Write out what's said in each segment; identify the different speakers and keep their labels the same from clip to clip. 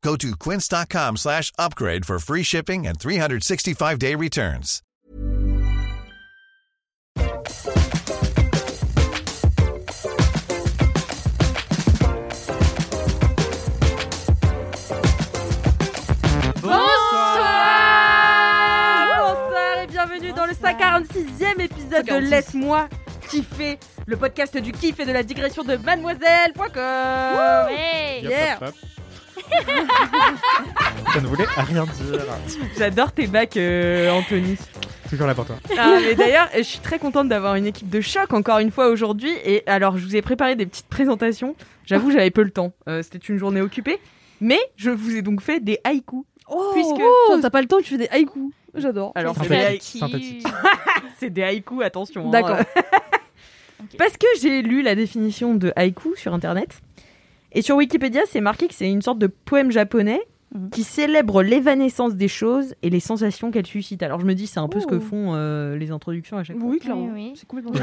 Speaker 1: Go to quince.com slash upgrade for free shipping and 365-day returns.
Speaker 2: Bonsoir Bonsoir et bienvenue dans le 146e épisode de
Speaker 3: 146.
Speaker 2: Laisse-moi kiffer, le podcast du kiff et de la digression de mademoiselle.com
Speaker 3: Hey
Speaker 2: Hier.
Speaker 4: Hop, hop, hop. Je ne voulais rien dire.
Speaker 2: J'adore tes bacs euh, Anthony.
Speaker 4: Toujours là pour toi.
Speaker 2: Ah, mais d'ailleurs, je suis très contente d'avoir une équipe de choc encore une fois aujourd'hui et alors je vous ai préparé des petites présentations. J'avoue, j'avais peu le temps. Euh, c'était une journée occupée, mais je vous ai donc fait des haïkus.
Speaker 5: Oh,
Speaker 2: Puisque-
Speaker 5: oh, t'as pas le temps, tu fais des haïkus. J'adore.
Speaker 2: Alors c'est
Speaker 4: Sympathique.
Speaker 2: des, haïkus-
Speaker 3: Sympathique.
Speaker 4: sympathique.
Speaker 2: c'est des haïkus, attention. hein.
Speaker 5: D'accord.
Speaker 2: Parce que j'ai lu la définition de haïku sur internet. Et sur Wikipédia, c'est marqué que c'est une sorte de poème japonais
Speaker 5: Mhm.
Speaker 2: qui célèbre l'évanescence des choses et les sensations qu'elles suscitent. Alors je me dis, c'est un peu ce que
Speaker 5: Ouh.
Speaker 2: font euh, les introductions à chaque fois.
Speaker 5: Oui, clairement.
Speaker 3: Oui, oui.
Speaker 5: C'est complètement.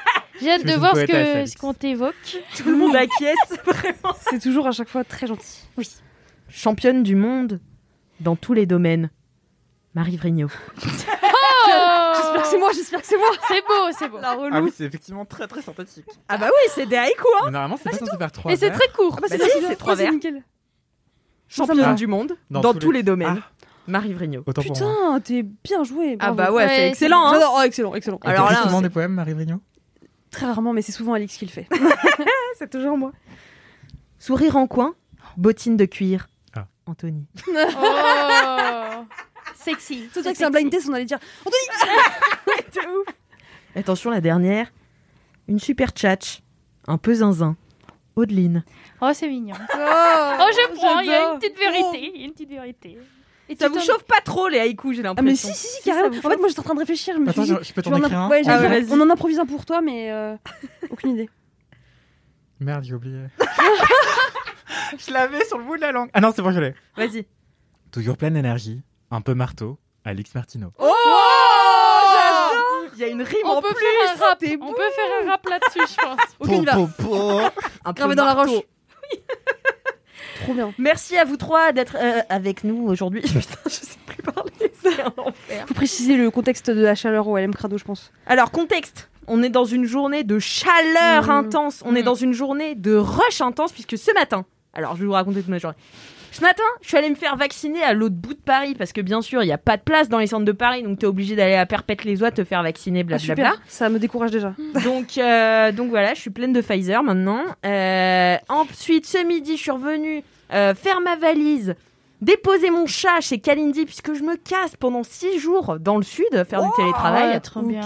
Speaker 3: J'ai hâte
Speaker 4: Tu
Speaker 3: de
Speaker 4: es une
Speaker 3: voir ce
Speaker 4: poète à
Speaker 3: que-
Speaker 4: Félix.
Speaker 3: ce qu'on t'évoque.
Speaker 2: Tout le monde acquiesce, vraiment.
Speaker 5: C'est toujours à chaque fois très gentil. Bah, Oui.
Speaker 2: Championne du monde dans tous les domaines. Marie Vrigno.
Speaker 5: J'espère que c'est moi, j'espère que c'est moi.
Speaker 3: C'est beau, c'est beau.
Speaker 4: Ah oui, c'est effectivement très très sympathique.
Speaker 2: Ah bah oui, c'est des haïkus, hein
Speaker 4: Mais normalement, c'est pas censé faire trois.
Speaker 3: Et c'est
Speaker 4: vers.
Speaker 3: très court.
Speaker 5: Ah bah
Speaker 2: Bah si,
Speaker 5: bien,
Speaker 2: c'est trois
Speaker 5: c'est
Speaker 2: verres.
Speaker 5: nickel.
Speaker 2: Championne
Speaker 4: Ah.
Speaker 2: du monde dans, tous, les... domaines.
Speaker 4: Ah,
Speaker 2: Marie Vrigno.
Speaker 4: autant pour moi.
Speaker 5: Putain, t'es bien joué.
Speaker 2: Ah
Speaker 5: bravo.
Speaker 2: bah ouais, c'est
Speaker 3: Ouais,
Speaker 2: excellent, hein
Speaker 5: J'adore, oh, excellent, excellent.
Speaker 2: Ah. Alors
Speaker 4: Alors
Speaker 2: là,
Speaker 4: là, souvent
Speaker 2: c'est-
Speaker 4: des poèmes, Marie Vrigno
Speaker 5: Très rarement, mais c'est souvent Alix qui le fait.
Speaker 2: C'est toujours moi. Sourire en coin, bottine de cuir.
Speaker 4: Ah.
Speaker 2: Anthony.
Speaker 3: Oh. Sexy.
Speaker 5: C'est toi que c'est un blind test, on allait dire.
Speaker 2: Attention, la dernière. Une super tchatch. Un peu zinzin. Audeline.
Speaker 3: Oh, c'est mignon.
Speaker 5: Oh,
Speaker 3: Oh, je prends. Il y a
Speaker 5: j'adore. Oh.
Speaker 3: une petite vérité. Il y a une petite vérité. Et
Speaker 2: Ça
Speaker 3: tu
Speaker 2: vous
Speaker 3: t'en-
Speaker 2: chauffe pas trop les haïkus, j'ai
Speaker 5: Ah, mais
Speaker 2: l'impression.
Speaker 5: si, si, si, carrément. En fait, moi j'étais en train de réfléchir. Je me suis
Speaker 4: Attends,
Speaker 5: dit,
Speaker 4: je, je peux t'en
Speaker 5: je vais en-
Speaker 4: écrire un
Speaker 5: Ouais, j'allais
Speaker 2: Ah ouais,
Speaker 5: dire,
Speaker 2: vas-y.
Speaker 5: On en improvise un pour toi, mais euh, aucune idée.
Speaker 4: Merde, j'ai oublié. je l'avais sur le bout de la langue. Ah non, c'est bon, je l'ai.
Speaker 2: Vas-y.
Speaker 4: Toujours pleine d'énergie, un peu marteau, Alix Martino.
Speaker 2: Oh,
Speaker 5: Oh
Speaker 2: J'adore Il y a une rime en
Speaker 3: On peut
Speaker 2: plus.
Speaker 3: faire un rap.
Speaker 2: t'es
Speaker 3: On peut faire un rap là-dessus, je pense.
Speaker 5: Aucune idée.
Speaker 2: Un peu
Speaker 5: Gravé dans la
Speaker 2: marteau.
Speaker 5: roche. Trop bien.
Speaker 2: Merci à vous trois d'être euh, avec nous aujourd'hui. Putain, je sais plus parler. C'est un enfer.
Speaker 5: Faut préciser le contexte de la chaleur au LM Crado, je pense.
Speaker 2: Alors, contexte. On est dans une journée de chaleur
Speaker 5: Mhm.
Speaker 2: intense. On est
Speaker 3: Mhm.
Speaker 2: dans une journée de rush intense, puisque ce matin, alors je vais vous raconter toute ma journée. Ce matin, je suis allée me faire vacciner à l'autre bout de Paris, parce que bien sûr, il n'y a pas de place dans les centres de Paris, donc t'es obligé d'aller à Perpète-les-Oies te faire vacciner,
Speaker 5: Ah,
Speaker 2: blablabla.
Speaker 5: super, ça me décourage déjà.
Speaker 2: donc, euh, donc voilà, je suis pleine de Pfizer maintenant. Euh, ensuite, ce midi, je suis revenue euh, faire ma valise, déposer mon chat chez Kalindi, puisque je me casse pendant six jours dans le sud, faire du télétravail.
Speaker 3: Ouais, trop
Speaker 5: Ok.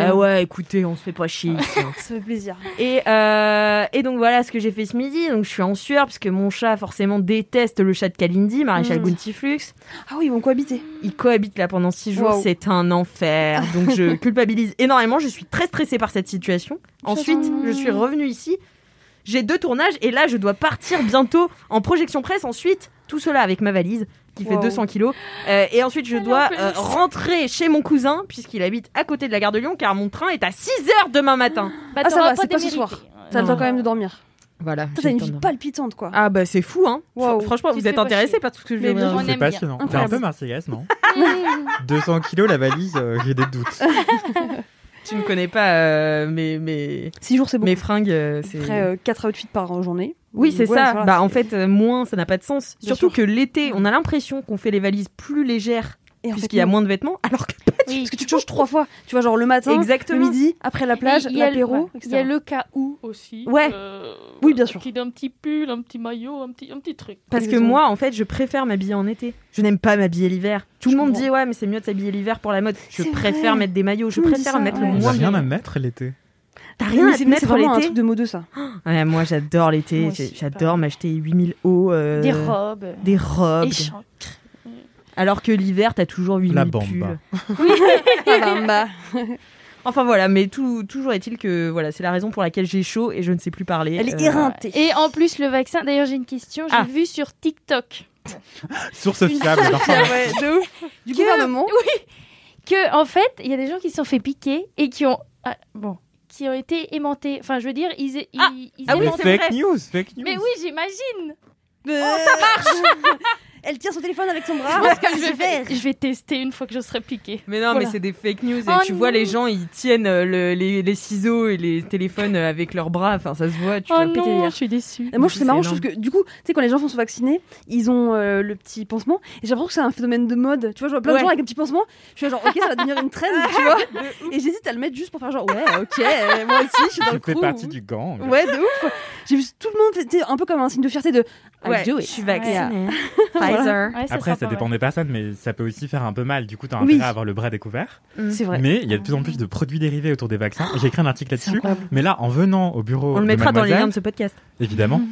Speaker 2: Ah ouais, écoutez, on se fait pas chier ici, hein.
Speaker 5: Ça fait plaisir.
Speaker 2: Et, euh, et donc voilà ce que j'ai fait ce midi. Donc je suis en sueur parce que mon chat forcément déteste le chat de Kalindi, maréchal
Speaker 5: Mm.
Speaker 2: Guntiflux.
Speaker 5: Ah oui, ils vont cohabiter.
Speaker 2: Ils cohabitent là pendant six jours,
Speaker 5: Wow.
Speaker 2: c'est un enfer. Donc je culpabilise énormément, je suis très stressée par cette situation. Ensuite,
Speaker 5: J'adore.
Speaker 2: je suis revenue ici. J'ai deux tournages et là je dois partir bientôt en projection presse. Ensuite, tout cela avec ma valise qui fait
Speaker 5: Wow.
Speaker 2: 200 kilos. Euh, et ensuite, je
Speaker 3: Elle
Speaker 2: dois
Speaker 3: en fait
Speaker 2: euh,
Speaker 3: ça.
Speaker 2: rentrer chez mon cousin puisqu'il habite à côté de la gare de Lyon car mon train est à 6 heures demain matin.
Speaker 3: Bah,
Speaker 5: Ah, ça
Speaker 3: t'auras
Speaker 5: va, c'est pas ce
Speaker 3: démérité.
Speaker 5: soir.
Speaker 3: Euh,
Speaker 5: T'as le temps
Speaker 3: non.
Speaker 5: quand même de dormir.
Speaker 2: Ah, Voilà.
Speaker 5: Toi, t'as une vie palpitante, quoi.
Speaker 2: Ah bah c'est fou hein.
Speaker 5: Wow.
Speaker 2: Fr- Franchement,
Speaker 3: Tu
Speaker 2: vous
Speaker 3: te
Speaker 2: êtes
Speaker 3: fais pas
Speaker 2: intéressés
Speaker 3: chier.
Speaker 2: par tout ce que je viens
Speaker 5: Mais
Speaker 2: de
Speaker 3: bien
Speaker 2: dire.
Speaker 3: On
Speaker 4: C'est
Speaker 3: aime
Speaker 4: passionnant. T'es un
Speaker 5: Incroyable.
Speaker 4: peu marseillaise, non
Speaker 3: Mmh.
Speaker 4: 200 kilos la valise, euh, j'ai des doutes.
Speaker 2: Tu ne connais pas euh, mes, mes,
Speaker 5: 6 jours, c'est bon.
Speaker 2: mes fringues. euh, c'est-
Speaker 5: Après, 4 outfits par euh, journée.
Speaker 2: Oui, c'est
Speaker 5: Ouais,
Speaker 2: ça.
Speaker 5: voilà,
Speaker 2: bah, en
Speaker 5: c'est-
Speaker 2: fait, euh, moins, ça n'a pas de sens.
Speaker 5: Bien
Speaker 2: Surtout
Speaker 5: sûr.
Speaker 2: que l'été, on a l'impression qu'on fait les valises plus légères
Speaker 5: Et en fait,
Speaker 2: puisqu'il y a
Speaker 5: non.
Speaker 2: moins de vêtements, alors que
Speaker 3: Oui.
Speaker 5: Parce que tu te changes trois fois. Tu vois, genre Hein, le matin, le
Speaker 2: exactement.
Speaker 5: midi, après la plage,
Speaker 3: Il y a-
Speaker 5: l'apéro,
Speaker 3: ouais. Il y a
Speaker 5: etc.
Speaker 3: le cas où aussi.
Speaker 5: Ouais.
Speaker 3: euh,
Speaker 5: Oui, bien sûr.
Speaker 3: Qui d'un petit pull, un petit maillot, un petit, un petit truc.
Speaker 2: Parce que
Speaker 5: Exactement.
Speaker 2: moi, en fait, je préfère m'habiller en été. Je n'aime pas m'habiller l'hiver. Tout le
Speaker 5: Je
Speaker 2: monde
Speaker 5: comprends.
Speaker 2: dit ouais, mais c'est mieux de s'habiller l'hiver pour la mode. Je
Speaker 5: C'est
Speaker 2: préfère
Speaker 5: vrai.
Speaker 2: mettre des maillots. Je
Speaker 5: Tout le monde dit
Speaker 2: préfère
Speaker 5: ça,
Speaker 2: mettre
Speaker 5: ouais.
Speaker 2: le
Speaker 4: J'ai
Speaker 2: moins.
Speaker 4: rien à
Speaker 2: mais-
Speaker 4: me mettre l'été.
Speaker 2: T'as
Speaker 5: Mais
Speaker 2: rien à
Speaker 5: c'est-
Speaker 2: te
Speaker 5: mais
Speaker 2: mettre
Speaker 5: c'est vraiment un
Speaker 2: l'été.
Speaker 5: truc de mode ça.
Speaker 2: Ouais, moi, j'adore l'été.
Speaker 3: Moi aussi,
Speaker 2: J'adore m'acheter 8000 hauts. euh,
Speaker 3: Des robes.
Speaker 2: Des robes.
Speaker 3: échancrées.
Speaker 2: Alors que l'hiver, t'as toujours 8
Speaker 4: La
Speaker 2: pulls.
Speaker 4: bamba.
Speaker 5: Ah, Bamba.
Speaker 2: Enfin voilà, mais tout, toujours est-il que voilà, c'est la raison pour laquelle j'ai chaud et je ne sais plus parler.
Speaker 5: Elle est
Speaker 2: Euh,
Speaker 5: éreintée.
Speaker 3: Et en plus, le vaccin. D'ailleurs, j'ai une question. J'ai
Speaker 2: Ah.
Speaker 3: vu sur TikTok
Speaker 4: Source fiable.
Speaker 5: Ah ouais, de ouf. Du
Speaker 3: Que-
Speaker 5: gouvernement.
Speaker 3: que, en fait, il y a des gens qui se sont fait piquer et qui ont. ah, bon. Qui ont été aimantés. Enfin, je veux dire, ils. ils,
Speaker 2: Ah.
Speaker 3: ils
Speaker 2: Ah oui,
Speaker 3: aimantaient-
Speaker 2: c'est
Speaker 4: fake
Speaker 2: vrai.
Speaker 4: news, fake news.
Speaker 3: Mais oui, j'imagine.
Speaker 2: Oh,
Speaker 5: ça marche Elle tient son téléphone avec son bras.
Speaker 3: Je pense que je
Speaker 5: C'est
Speaker 3: vais,
Speaker 5: vert.
Speaker 3: je vais tester une fois que je serai piquée.
Speaker 2: Mais non,
Speaker 5: Voilà.
Speaker 2: mais c'est des fake news et
Speaker 3: Oh
Speaker 2: tu vois
Speaker 3: non.
Speaker 2: les gens ils tiennent euh, le- les, les ciseaux et les téléphones euh, avec leurs bras, enfin ça se voit, tu
Speaker 3: Oh
Speaker 2: vois.
Speaker 5: péter
Speaker 3: non,
Speaker 5: hier.
Speaker 3: je suis déçue.
Speaker 5: Et moi, je trouve
Speaker 2: C'est
Speaker 5: c'est marrant, je trouve que du coup, tu sais, quand les gens sont vaccinés, ils ont euh, le petit pansement, et j'ai l'impression que c'est un phénomène de mode. Tu vois, je vois plein
Speaker 2: Ouais.
Speaker 5: de gens avec un petit pansement, je suis là, genre, ok, ça va devenir une trend, tu vois. Et j'hésite à le mettre juste pour faire genre, ouais, ok, euh, moi aussi, je suis dans
Speaker 4: Je
Speaker 5: le
Speaker 4: fais
Speaker 5: crew.
Speaker 4: partie du gang.
Speaker 5: Ouais, de ouf. J'ai vu tout le monde, c'était un peu comme un signe de fierté de I
Speaker 2: Ouais,
Speaker 5: do
Speaker 2: je
Speaker 5: it.
Speaker 2: suis
Speaker 5: Yeah.
Speaker 2: vaccinée. Pfizer.
Speaker 3: Ouais,
Speaker 4: Après,
Speaker 3: sera pas
Speaker 4: ça dépend
Speaker 3: mal.
Speaker 4: des personnes, mais ça peut aussi faire un peu mal. Du coup, t'as
Speaker 5: Oui.
Speaker 4: intérêt à avoir le bras découvert.
Speaker 5: C'est vrai.
Speaker 4: Mais il y a de plus en plus de produits dérivés autour des vaccins. J'ai écrit un article là-dessus.
Speaker 5: incroyable.
Speaker 4: Mais là, en venant au bureau,
Speaker 2: On le
Speaker 4: de
Speaker 2: mettra dans les
Speaker 4: Oh, Mademoiselle,
Speaker 2: liens de ce podcast.
Speaker 4: évidemment.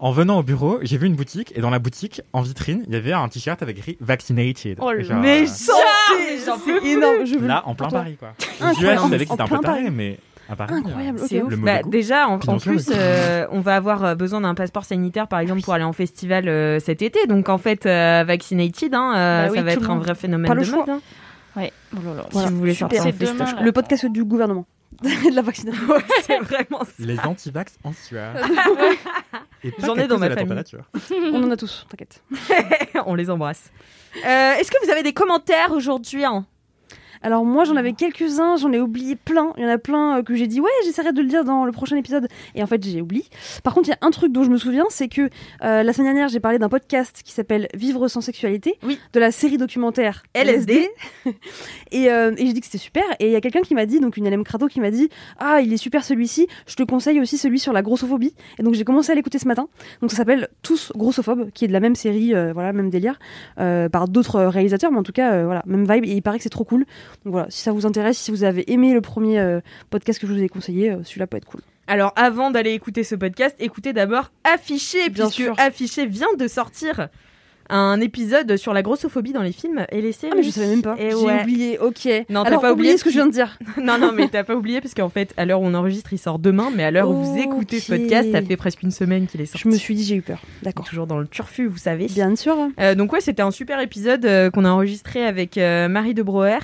Speaker 4: En venant au bureau, j'ai vu une boutique et dans la boutique, en vitrine, il y avait un t-shirt avec écrit vaccinated.
Speaker 3: Oh là
Speaker 4: Genre,
Speaker 5: Mais
Speaker 4: euh,
Speaker 5: ça, c'est
Speaker 2: Ah, j'en
Speaker 5: c'est énorme. Je veux
Speaker 4: là, en plein
Speaker 5: Attends.
Speaker 4: Paris, quoi. Je
Speaker 5: Incroyable.
Speaker 4: savais que c'était
Speaker 5: En
Speaker 4: un peu
Speaker 5: plein
Speaker 4: taré, mais à Paris.
Speaker 5: Incroyable, ok.
Speaker 2: C'est
Speaker 5: ouf.
Speaker 2: ouf.
Speaker 4: Le
Speaker 2: Bah,
Speaker 4: mauvais goût.
Speaker 2: déjà, en,
Speaker 4: Puis non
Speaker 2: en
Speaker 4: plus,
Speaker 2: plus,
Speaker 4: ouais.
Speaker 2: euh, on va avoir euh, besoin d'un passeport sanitaire, par exemple, pour aller en festival euh, cet été. Donc, en fait, euh, Vaccinated, hein, euh,
Speaker 3: Bah oui,
Speaker 2: ça va
Speaker 3: tout
Speaker 2: être
Speaker 3: le
Speaker 2: un
Speaker 3: monde.
Speaker 2: vrai phénomène
Speaker 5: Pas le
Speaker 2: de
Speaker 5: choix.
Speaker 2: mode. hein.
Speaker 3: Ouais. Oh là là.
Speaker 5: Voilà.
Speaker 2: Si vous voulez
Speaker 5: Super.
Speaker 2: sortir
Speaker 3: C'est
Speaker 2: en festival.
Speaker 3: demain, là.
Speaker 5: Le podcast du gouvernement. de la vaccination.
Speaker 2: Ouais, c'est vraiment ça.
Speaker 4: Les anti-vax en sueur. Et pas
Speaker 2: J'en ai
Speaker 4: qu'à
Speaker 2: dans
Speaker 4: cause
Speaker 2: ma
Speaker 4: de la
Speaker 2: famille.
Speaker 4: température.
Speaker 5: On en a tous, t'inquiète.
Speaker 2: On les embrasse. Euh, Est-ce que vous avez des commentaires aujourd'hui hein
Speaker 5: Alors moi j'en avais quelques-uns, j'en ai oublié plein. Il y en a plein euh, que j'ai dit ouais j'essaierai de le dire dans le prochain épisode et en fait j'ai oublié. Par contre il y a un truc dont je me souviens c'est que euh, la semaine dernière j'ai parlé d'un podcast qui s'appelle Vivre sans sexualité
Speaker 2: Oui.
Speaker 5: de la série documentaire
Speaker 2: LSD.
Speaker 5: et, euh, et j'ai dit que c'était super et il y a quelqu'un qui m'a dit donc une LM Crado qui m'a dit ah il est super celui-ci je te conseille aussi celui sur la grossophobie et donc j'ai commencé à l'écouter ce matin donc ça s'appelle Tous grossophobes qui est de la même série euh, voilà même délire euh, par d'autres réalisateurs mais en tout cas euh, voilà même vibe et il paraît que c'est trop cool donc voilà, si ça vous intéresse, si vous avez aimé le premier euh, podcast que je vous ai conseillé, euh, celui-là peut être cool.
Speaker 2: Alors, avant d'aller écouter ce podcast, écoutez d'abord Affiché,
Speaker 5: Bien
Speaker 2: puisque
Speaker 5: sûr.
Speaker 2: Affiché vient de sortir un épisode sur la grossophobie dans les films et les séries.
Speaker 5: Ah mais je savais même pas.
Speaker 2: Et
Speaker 5: J'ai
Speaker 2: ouais.
Speaker 5: oublié. OK.
Speaker 2: Non, t'as
Speaker 5: Alors
Speaker 2: pas oublié
Speaker 5: oubliez ce que je viens de dire.
Speaker 2: non, non, mais t'as pas oublié, parce qu'en fait, à l'heure où on enregistre, il sort demain, mais à l'heure où vous écoutez ce
Speaker 5: Ok.
Speaker 2: podcast, ça fait presque une semaine qu'il est sorti.
Speaker 5: Je me suis dit j'ai eu peur. D'accord.
Speaker 2: toujours dans le turfu, vous savez.
Speaker 5: Bien sûr.
Speaker 2: Euh, donc ouais, c'était un super épisode euh, qu'on a enregistré avec euh, Marie de Broer,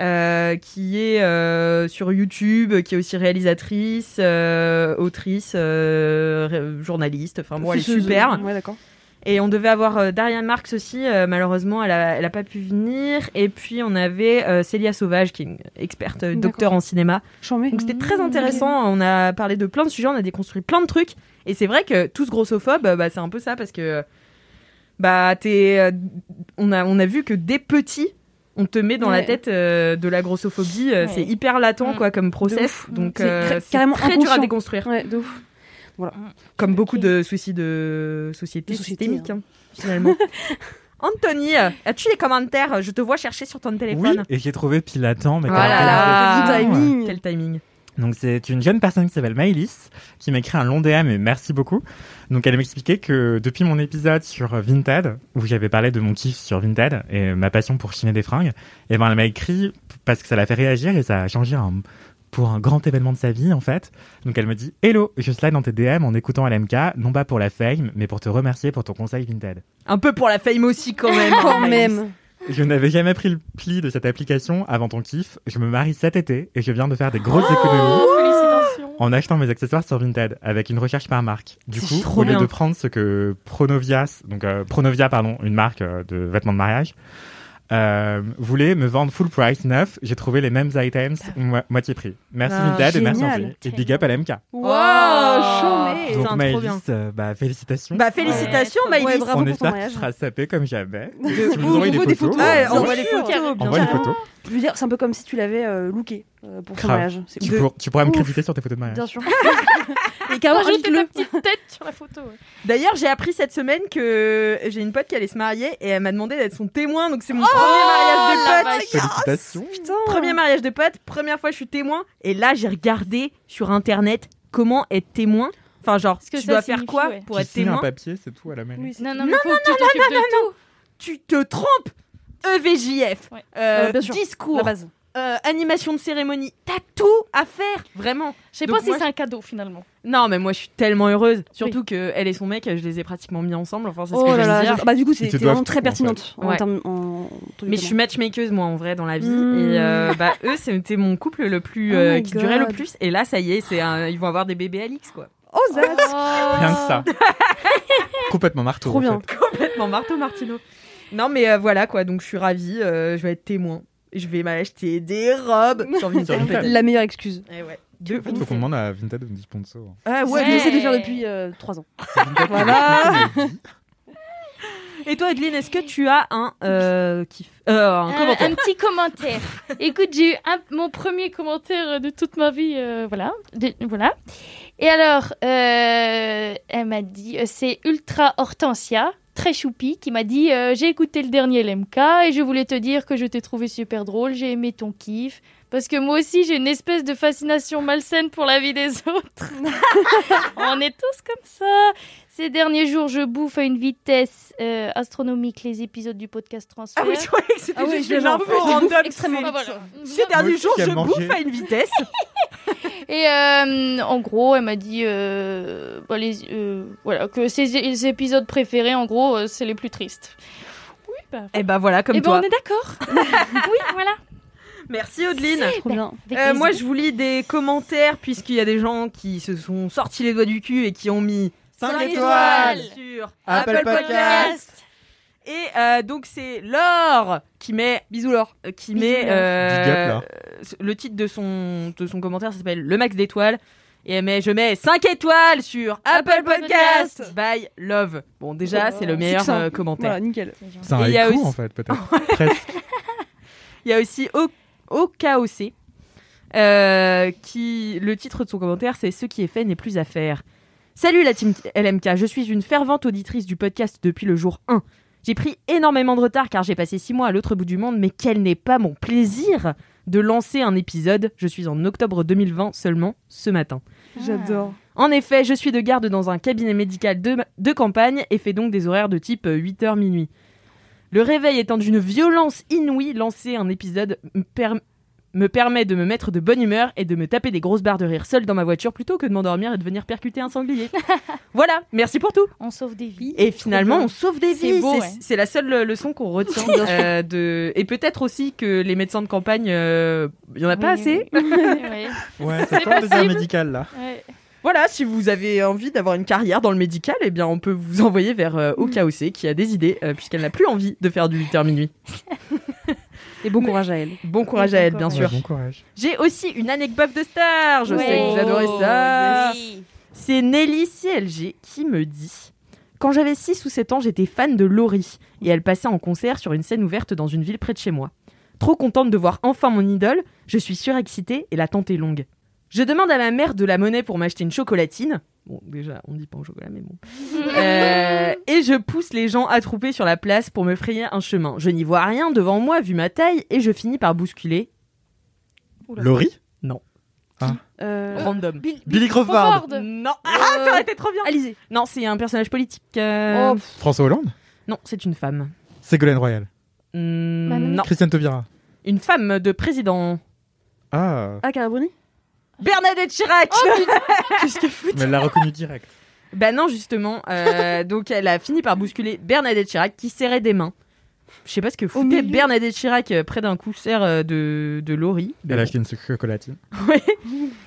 Speaker 2: euh, qui est euh, sur YouTube, qui est aussi réalisatrice, euh, autrice, euh, ré- journaliste. Enfin bon, elle est
Speaker 5: Ce- ce-
Speaker 2: super.
Speaker 5: Ouais, d'accord.
Speaker 2: Et on devait avoir euh, Daria Marx aussi, euh, malheureusement elle a, elle a pas pu venir. Et puis on avait euh, Célia Sauvage, qui est une experte euh,
Speaker 5: D'accord.
Speaker 2: docteur en cinéma.
Speaker 5: J'en mets.
Speaker 2: Donc c'était très
Speaker 3: Mmh,
Speaker 2: intéressant, on a parlé de plein de sujets, on a déconstruit plein de trucs. Et c'est vrai que tous grossophobes, euh, bah, c'est un peu ça parce que bah t'es, euh, on, a, on a vu que dès petit, on te met dans la
Speaker 5: Ouais. Mmh.
Speaker 2: tête euh, de la grossophobie. euh,
Speaker 3: Ouais.
Speaker 2: C'est hyper latent
Speaker 3: Mm.
Speaker 2: quoi comme process.
Speaker 3: ouf.
Speaker 2: Donc
Speaker 5: C'est
Speaker 2: euh,
Speaker 5: cra-
Speaker 2: c'est
Speaker 5: carrément
Speaker 2: très dur à
Speaker 5: inconscient.
Speaker 2: déconstruire.
Speaker 5: Ouais, de ouf.
Speaker 2: Comme
Speaker 3: Ok.
Speaker 2: beaucoup de soucis de société,
Speaker 5: De société,
Speaker 2: systémique, hein, finalement. Anthony, as-tu des commentaires Je te vois chercher sur ton
Speaker 4: Oui,
Speaker 2: téléphone.
Speaker 4: et j'ai trouvé pile à temps. Mais
Speaker 2: Voilà.
Speaker 4: quand même,
Speaker 2: Ah.
Speaker 5: Voilà, le timing.
Speaker 2: Quel timing
Speaker 4: Donc c'est une jeune personne qui s'appelle Maëlys qui m'écrit un long DM et merci beaucoup. Donc elle m'expliquait que depuis mon épisode sur Vinted où j'avais parlé de mon kiff sur Vinted et ma passion pour chiner des fringues, et ben elle m'a écrit parce que ça l'a fait réagir et ça a changé un- pour un grand événement de sa vie en fait. Donc elle me dit "Hello, je slide dans tes DM en écoutant LMK, non pas pour la fame mais pour te remercier pour ton conseil Vinted."
Speaker 2: Un peu pour la fame aussi, quand même. hein,
Speaker 5: Quand
Speaker 2: Maïs.
Speaker 5: même.
Speaker 4: Je n'avais jamais pris le pli de cette application avant ton kiff. Je me marie cet été et je viens de faire des grosses économies.
Speaker 3: Oh, félicitations.
Speaker 4: en achetant mes accessoires sur Vinted avec une recherche par marque. Du
Speaker 2: C'est
Speaker 4: coup,
Speaker 2: trop
Speaker 4: au lieu
Speaker 2: bien.
Speaker 4: de prendre ce que Pronovias, donc euh, Pronovia, pardon, une marque euh, de vêtements de mariage, euh, voulait me vendre full price neuf, j'ai trouvé les mêmes items mo- moitié prix. Merci
Speaker 2: Ah,
Speaker 4: Vinted et merci
Speaker 5: génial.
Speaker 4: Angélique. Et big up à l'MK.
Speaker 5: Wow,
Speaker 2: Oh.
Speaker 5: chômé.
Speaker 2: Putain,
Speaker 4: Donc
Speaker 2: trop bien.
Speaker 4: Maëlys, euh, bah, félicitations.
Speaker 2: Bah, félicitations,
Speaker 3: Ouais,
Speaker 2: Maïlis.
Speaker 5: ouais, bravo
Speaker 4: On
Speaker 5: pour ton
Speaker 4: espère que
Speaker 5: mariage.
Speaker 4: tu seras sapé comme jamais.
Speaker 5: De
Speaker 4: Si vous
Speaker 5: ouf.
Speaker 4: envoyez
Speaker 5: Vous,
Speaker 4: des
Speaker 5: des
Speaker 4: photos,
Speaker 5: photos.
Speaker 2: Ouais,
Speaker 5: Bien
Speaker 2: envoie les
Speaker 5: sûr.
Speaker 2: photos, Ah, bien
Speaker 4: Envoie les
Speaker 2: sûr.
Speaker 3: Ah,
Speaker 4: photos.
Speaker 5: Je veux dire, c'est un peu comme si tu l'avais euh, looké euh, pour ton
Speaker 4: Grave.
Speaker 5: mariage. C'est
Speaker 4: Tu,
Speaker 5: ouf.
Speaker 4: pour- tu pourras me
Speaker 5: Ouf.
Speaker 4: créditer sur tes photos de mariage.
Speaker 5: Bien sûr. Et carrément,
Speaker 3: Rajoute ta
Speaker 5: rajoute-le.
Speaker 3: petite tête sur la photo. ouais.
Speaker 2: D'ailleurs, j'ai appris cette semaine que j'ai une pote qui allait se marier et elle m'a demandé d'être son témoin. Donc, c'est mon premier
Speaker 3: Oh, la
Speaker 2: mariage de pote.
Speaker 3: vache.
Speaker 4: Félicitations.
Speaker 5: Putain.
Speaker 2: Premier mariage de pote, première fois je suis témoin. Et là, j'ai regardé sur internet comment être témoin. Enfin, genre,
Speaker 3: Ce que
Speaker 2: tu
Speaker 3: ça
Speaker 2: dois faire
Speaker 3: signifie,
Speaker 2: quoi
Speaker 3: ouais.
Speaker 2: pour
Speaker 4: Tu
Speaker 2: être
Speaker 4: signes un
Speaker 2: témoin
Speaker 4: papier, c'est tout à la mairie.
Speaker 5: Oui, c'est-
Speaker 3: Non, non, mais faut que tu t'occupes de tout.
Speaker 2: tu te trompes E EVJF,
Speaker 3: Ouais.
Speaker 2: euh,
Speaker 5: Euh, bien sûr.
Speaker 2: discours,
Speaker 5: La base.
Speaker 2: euh, animation de cérémonie, t'as tout à faire, vraiment.
Speaker 3: Je sais
Speaker 2: Donc
Speaker 3: pas si
Speaker 2: moi,
Speaker 3: c'est un cadeau finalement.
Speaker 2: Non, mais moi je suis tellement heureuse, surtout que elle et son mec, je les ai pratiquement mis ensemble. Enfin, c'est ce
Speaker 5: Oh
Speaker 2: que
Speaker 5: là
Speaker 2: je
Speaker 5: là,
Speaker 2: veux dire.
Speaker 5: j'adore. bah du coup c'est
Speaker 4: Ils te
Speaker 5: t'es vraiment
Speaker 4: doivent
Speaker 5: très
Speaker 4: tout, en
Speaker 5: pertinente en
Speaker 2: Ouais.
Speaker 5: termes- en- en-
Speaker 2: Mais je suis matchmakeuse moi en vrai dans la vie
Speaker 5: Mmh.
Speaker 2: et euh, bah eux c'était mon couple le plus
Speaker 5: Oh
Speaker 2: euh,
Speaker 5: my
Speaker 2: qui durait le
Speaker 5: God.
Speaker 2: plus et là ça y est c'est un- ils vont avoir des bébés Alix quoi
Speaker 5: Oh Zach
Speaker 4: Rien que ça. Complètement marteau.
Speaker 5: Trop
Speaker 4: en
Speaker 5: bien.
Speaker 4: fait.
Speaker 2: complètement marteau Martino non mais euh, voilà quoi donc je suis ravie euh, je vais être témoin je vais m'acheter des robes j'ai envie de
Speaker 4: Sur une
Speaker 2: faire
Speaker 4: table.
Speaker 5: La meilleure excuse.
Speaker 2: péter. Eh ouais de
Speaker 4: En fait,
Speaker 2: ouf.
Speaker 4: faut qu'on demande à Vinted de nous sponsor.
Speaker 2: ah
Speaker 5: Ouais,
Speaker 2: ouais
Speaker 5: je
Speaker 2: mais-
Speaker 5: l'essaie de faire depuis 3 ans.
Speaker 2: voilà Ah. et toi Adeline est-ce que tu as un euh, kiff euh, un
Speaker 3: Un,
Speaker 2: commentaire
Speaker 3: un petit commentaire. Écoute, j'ai eu un- mon premier commentaire euh, de toute ma vie, euh, voilà, De- voilà. Et alors, euh, elle m'a dit, euh, c'est Ultra Hortensia, très choupi, qui m'a dit, euh, j'ai écouté le dernier LMK et je voulais te dire que je t'ai trouvé super drôle, j'ai aimé ton kiff. Parce que moi aussi, j'ai une espèce de fascination malsaine pour la vie des autres. On est tous comme ça. Ces derniers jours, je bouffe à une vitesse euh, astronomique les épisodes du podcast Transfert.
Speaker 2: ah oui je croyais que c'était
Speaker 5: Ah oui,
Speaker 2: juste
Speaker 5: je l'ai
Speaker 2: une info
Speaker 5: en fait. Je bouffe
Speaker 2: random
Speaker 5: extrêmement
Speaker 2: c'est-
Speaker 3: Ah, voilà.
Speaker 2: Ces derniers
Speaker 4: Moi
Speaker 2: jours,
Speaker 4: qui aime
Speaker 2: je
Speaker 4: manger.
Speaker 2: bouffe à une vitesse.
Speaker 3: Et euh, en gros, elle m'a dit euh, bah, les, euh, voilà, que ses, ses épisodes préférés, en gros, euh, c'est les plus tristes. Oui, bah,
Speaker 2: Et ben voilà, comme
Speaker 3: eh ben,
Speaker 2: toi.
Speaker 3: on est d'accord. oui, voilà.
Speaker 2: Merci Audeline.
Speaker 5: Trop bien.
Speaker 3: Avec
Speaker 2: Euh,
Speaker 3: les-
Speaker 2: moi, je vous lis des commentaires puisqu'il y a des gens qui se sont sortis les doigts du cul et qui ont mis
Speaker 4: Cinq
Speaker 2: cinq
Speaker 4: étoiles
Speaker 2: sur
Speaker 4: Apple
Speaker 3: Podcast.
Speaker 2: Et euh, donc, c'est Laure qui met. Bisous Laure. euh, Qui
Speaker 3: Bisous,
Speaker 2: met
Speaker 3: Laure.
Speaker 2: euh,
Speaker 4: Big up, Laure.
Speaker 2: euh, le titre de son, de son commentaire, ça s'appelle Le Max d'étoiles. Et elle met Je mets 5 étoiles sur Apple Podcast.
Speaker 3: Podcast. Oh.
Speaker 2: By Love. Bon, déjà,
Speaker 5: Euh,
Speaker 2: c'est le meilleur
Speaker 5: succinct.
Speaker 2: euh, commentaire.
Speaker 5: Voilà, nickel.
Speaker 4: C'est un
Speaker 2: Et il y a
Speaker 4: écho,
Speaker 2: aussi-
Speaker 4: en fait, peut-être. Presque.
Speaker 2: Il y a aussi O- OKOC, euh, qui le titre de son commentaire, c'est Ce qui est fait n'est plus à faire. Salut la team LMK, je suis une fervente auditrice du podcast depuis le jour 1. J'ai pris énormément de retard car j'ai passé 6 mois à l'autre bout du monde, mais quel n'est pas mon plaisir de lancer un épisode. Je suis en octobre 2020 seulement, ce matin.
Speaker 5: J'adore.
Speaker 2: En effet, je suis de garde dans un cabinet médical de, de campagne et fais donc des horaires de type 8h minuit. Le réveil étant d'une violence inouïe, lancer un épisode me, per- me permet de me mettre de bonne humeur et de me taper des grosses barres de rire seule dans ma voiture plutôt que de m'endormir et de venir percuter un sanglier. voilà, merci pour tout.
Speaker 3: On sauve des vies.
Speaker 2: Et finalement, on sauve des
Speaker 3: C'est
Speaker 2: vies.
Speaker 3: beau,
Speaker 2: C'est
Speaker 3: ouais.
Speaker 2: c'est la seule euh, leçon qu'on retient euh, de. Et peut-être aussi que les médecins de campagne, euh, il y en a pas
Speaker 3: Oui,
Speaker 2: assez.
Speaker 3: oui, oui. Ouais,
Speaker 4: Ouais,
Speaker 3: C'est
Speaker 4: c'est pas un désert
Speaker 3: possible.
Speaker 4: médical, là.
Speaker 3: ouais.
Speaker 2: Voilà, si vous avez envie d'avoir une carrière dans le médical, eh bien, on peut vous envoyer vers euh, OKOC qui a des idées, euh, puisqu'elle n'a plus envie de faire du 8h minuit.
Speaker 5: Et bon courage à elle.
Speaker 2: Bon courage à elle, bien
Speaker 4: Ouais,
Speaker 2: sûr.
Speaker 4: bon courage.
Speaker 2: J'ai aussi une anecdote de star, je sais que vous
Speaker 3: Ouais.
Speaker 2: adorez ça.
Speaker 3: Oui.
Speaker 2: C'est Nelly CLG qui me dit Quand j'avais 6 ou 7 ans, j'étais fan de Laurie et elle passait en concert sur une scène ouverte dans une ville près de chez moi. Trop contente de voir enfin mon idole, je suis surexcitée et l'attente est longue. Je demande à ma mère de la monnaie pour m'acheter une chocolatine. Bon, déjà, on dit pas en chocolat, mais bon. Euh, et je pousse les gens attroupés sur la place pour me frayer un chemin. Je n'y vois rien devant moi vu ma taille et je finis par bousculer
Speaker 5: Oula.
Speaker 4: Laurie
Speaker 5: Euh,
Speaker 2: random.
Speaker 4: Billy Crawford
Speaker 3: Crawford.
Speaker 2: Non, ah, ça aurait été trop bien.
Speaker 5: Alizé.
Speaker 2: Non, c'est un personnage politique. euh,
Speaker 5: Oh,
Speaker 4: François Hollande
Speaker 2: Non, c'est une femme.
Speaker 4: Ségolène Royal
Speaker 2: Hmm,
Speaker 3: Manon.
Speaker 2: non,
Speaker 4: Christiane Taubira
Speaker 2: une femme de président.
Speaker 4: Ah,
Speaker 5: Ah, Cara Bruni
Speaker 2: Bernadette Chirac Qu'est-ce que fout
Speaker 4: mais elle l'a reconnu direct.
Speaker 2: Bah non, justement. euh, donc elle a fini par bousculer Bernadette Chirac qui serrait des mains. Je sais pas ce que foutait
Speaker 5: milieu.
Speaker 2: Bernadette Chirac euh, près d'un concert euh, de, de Laurie.
Speaker 4: Elle a acheté une chocolatine.
Speaker 2: Ouais.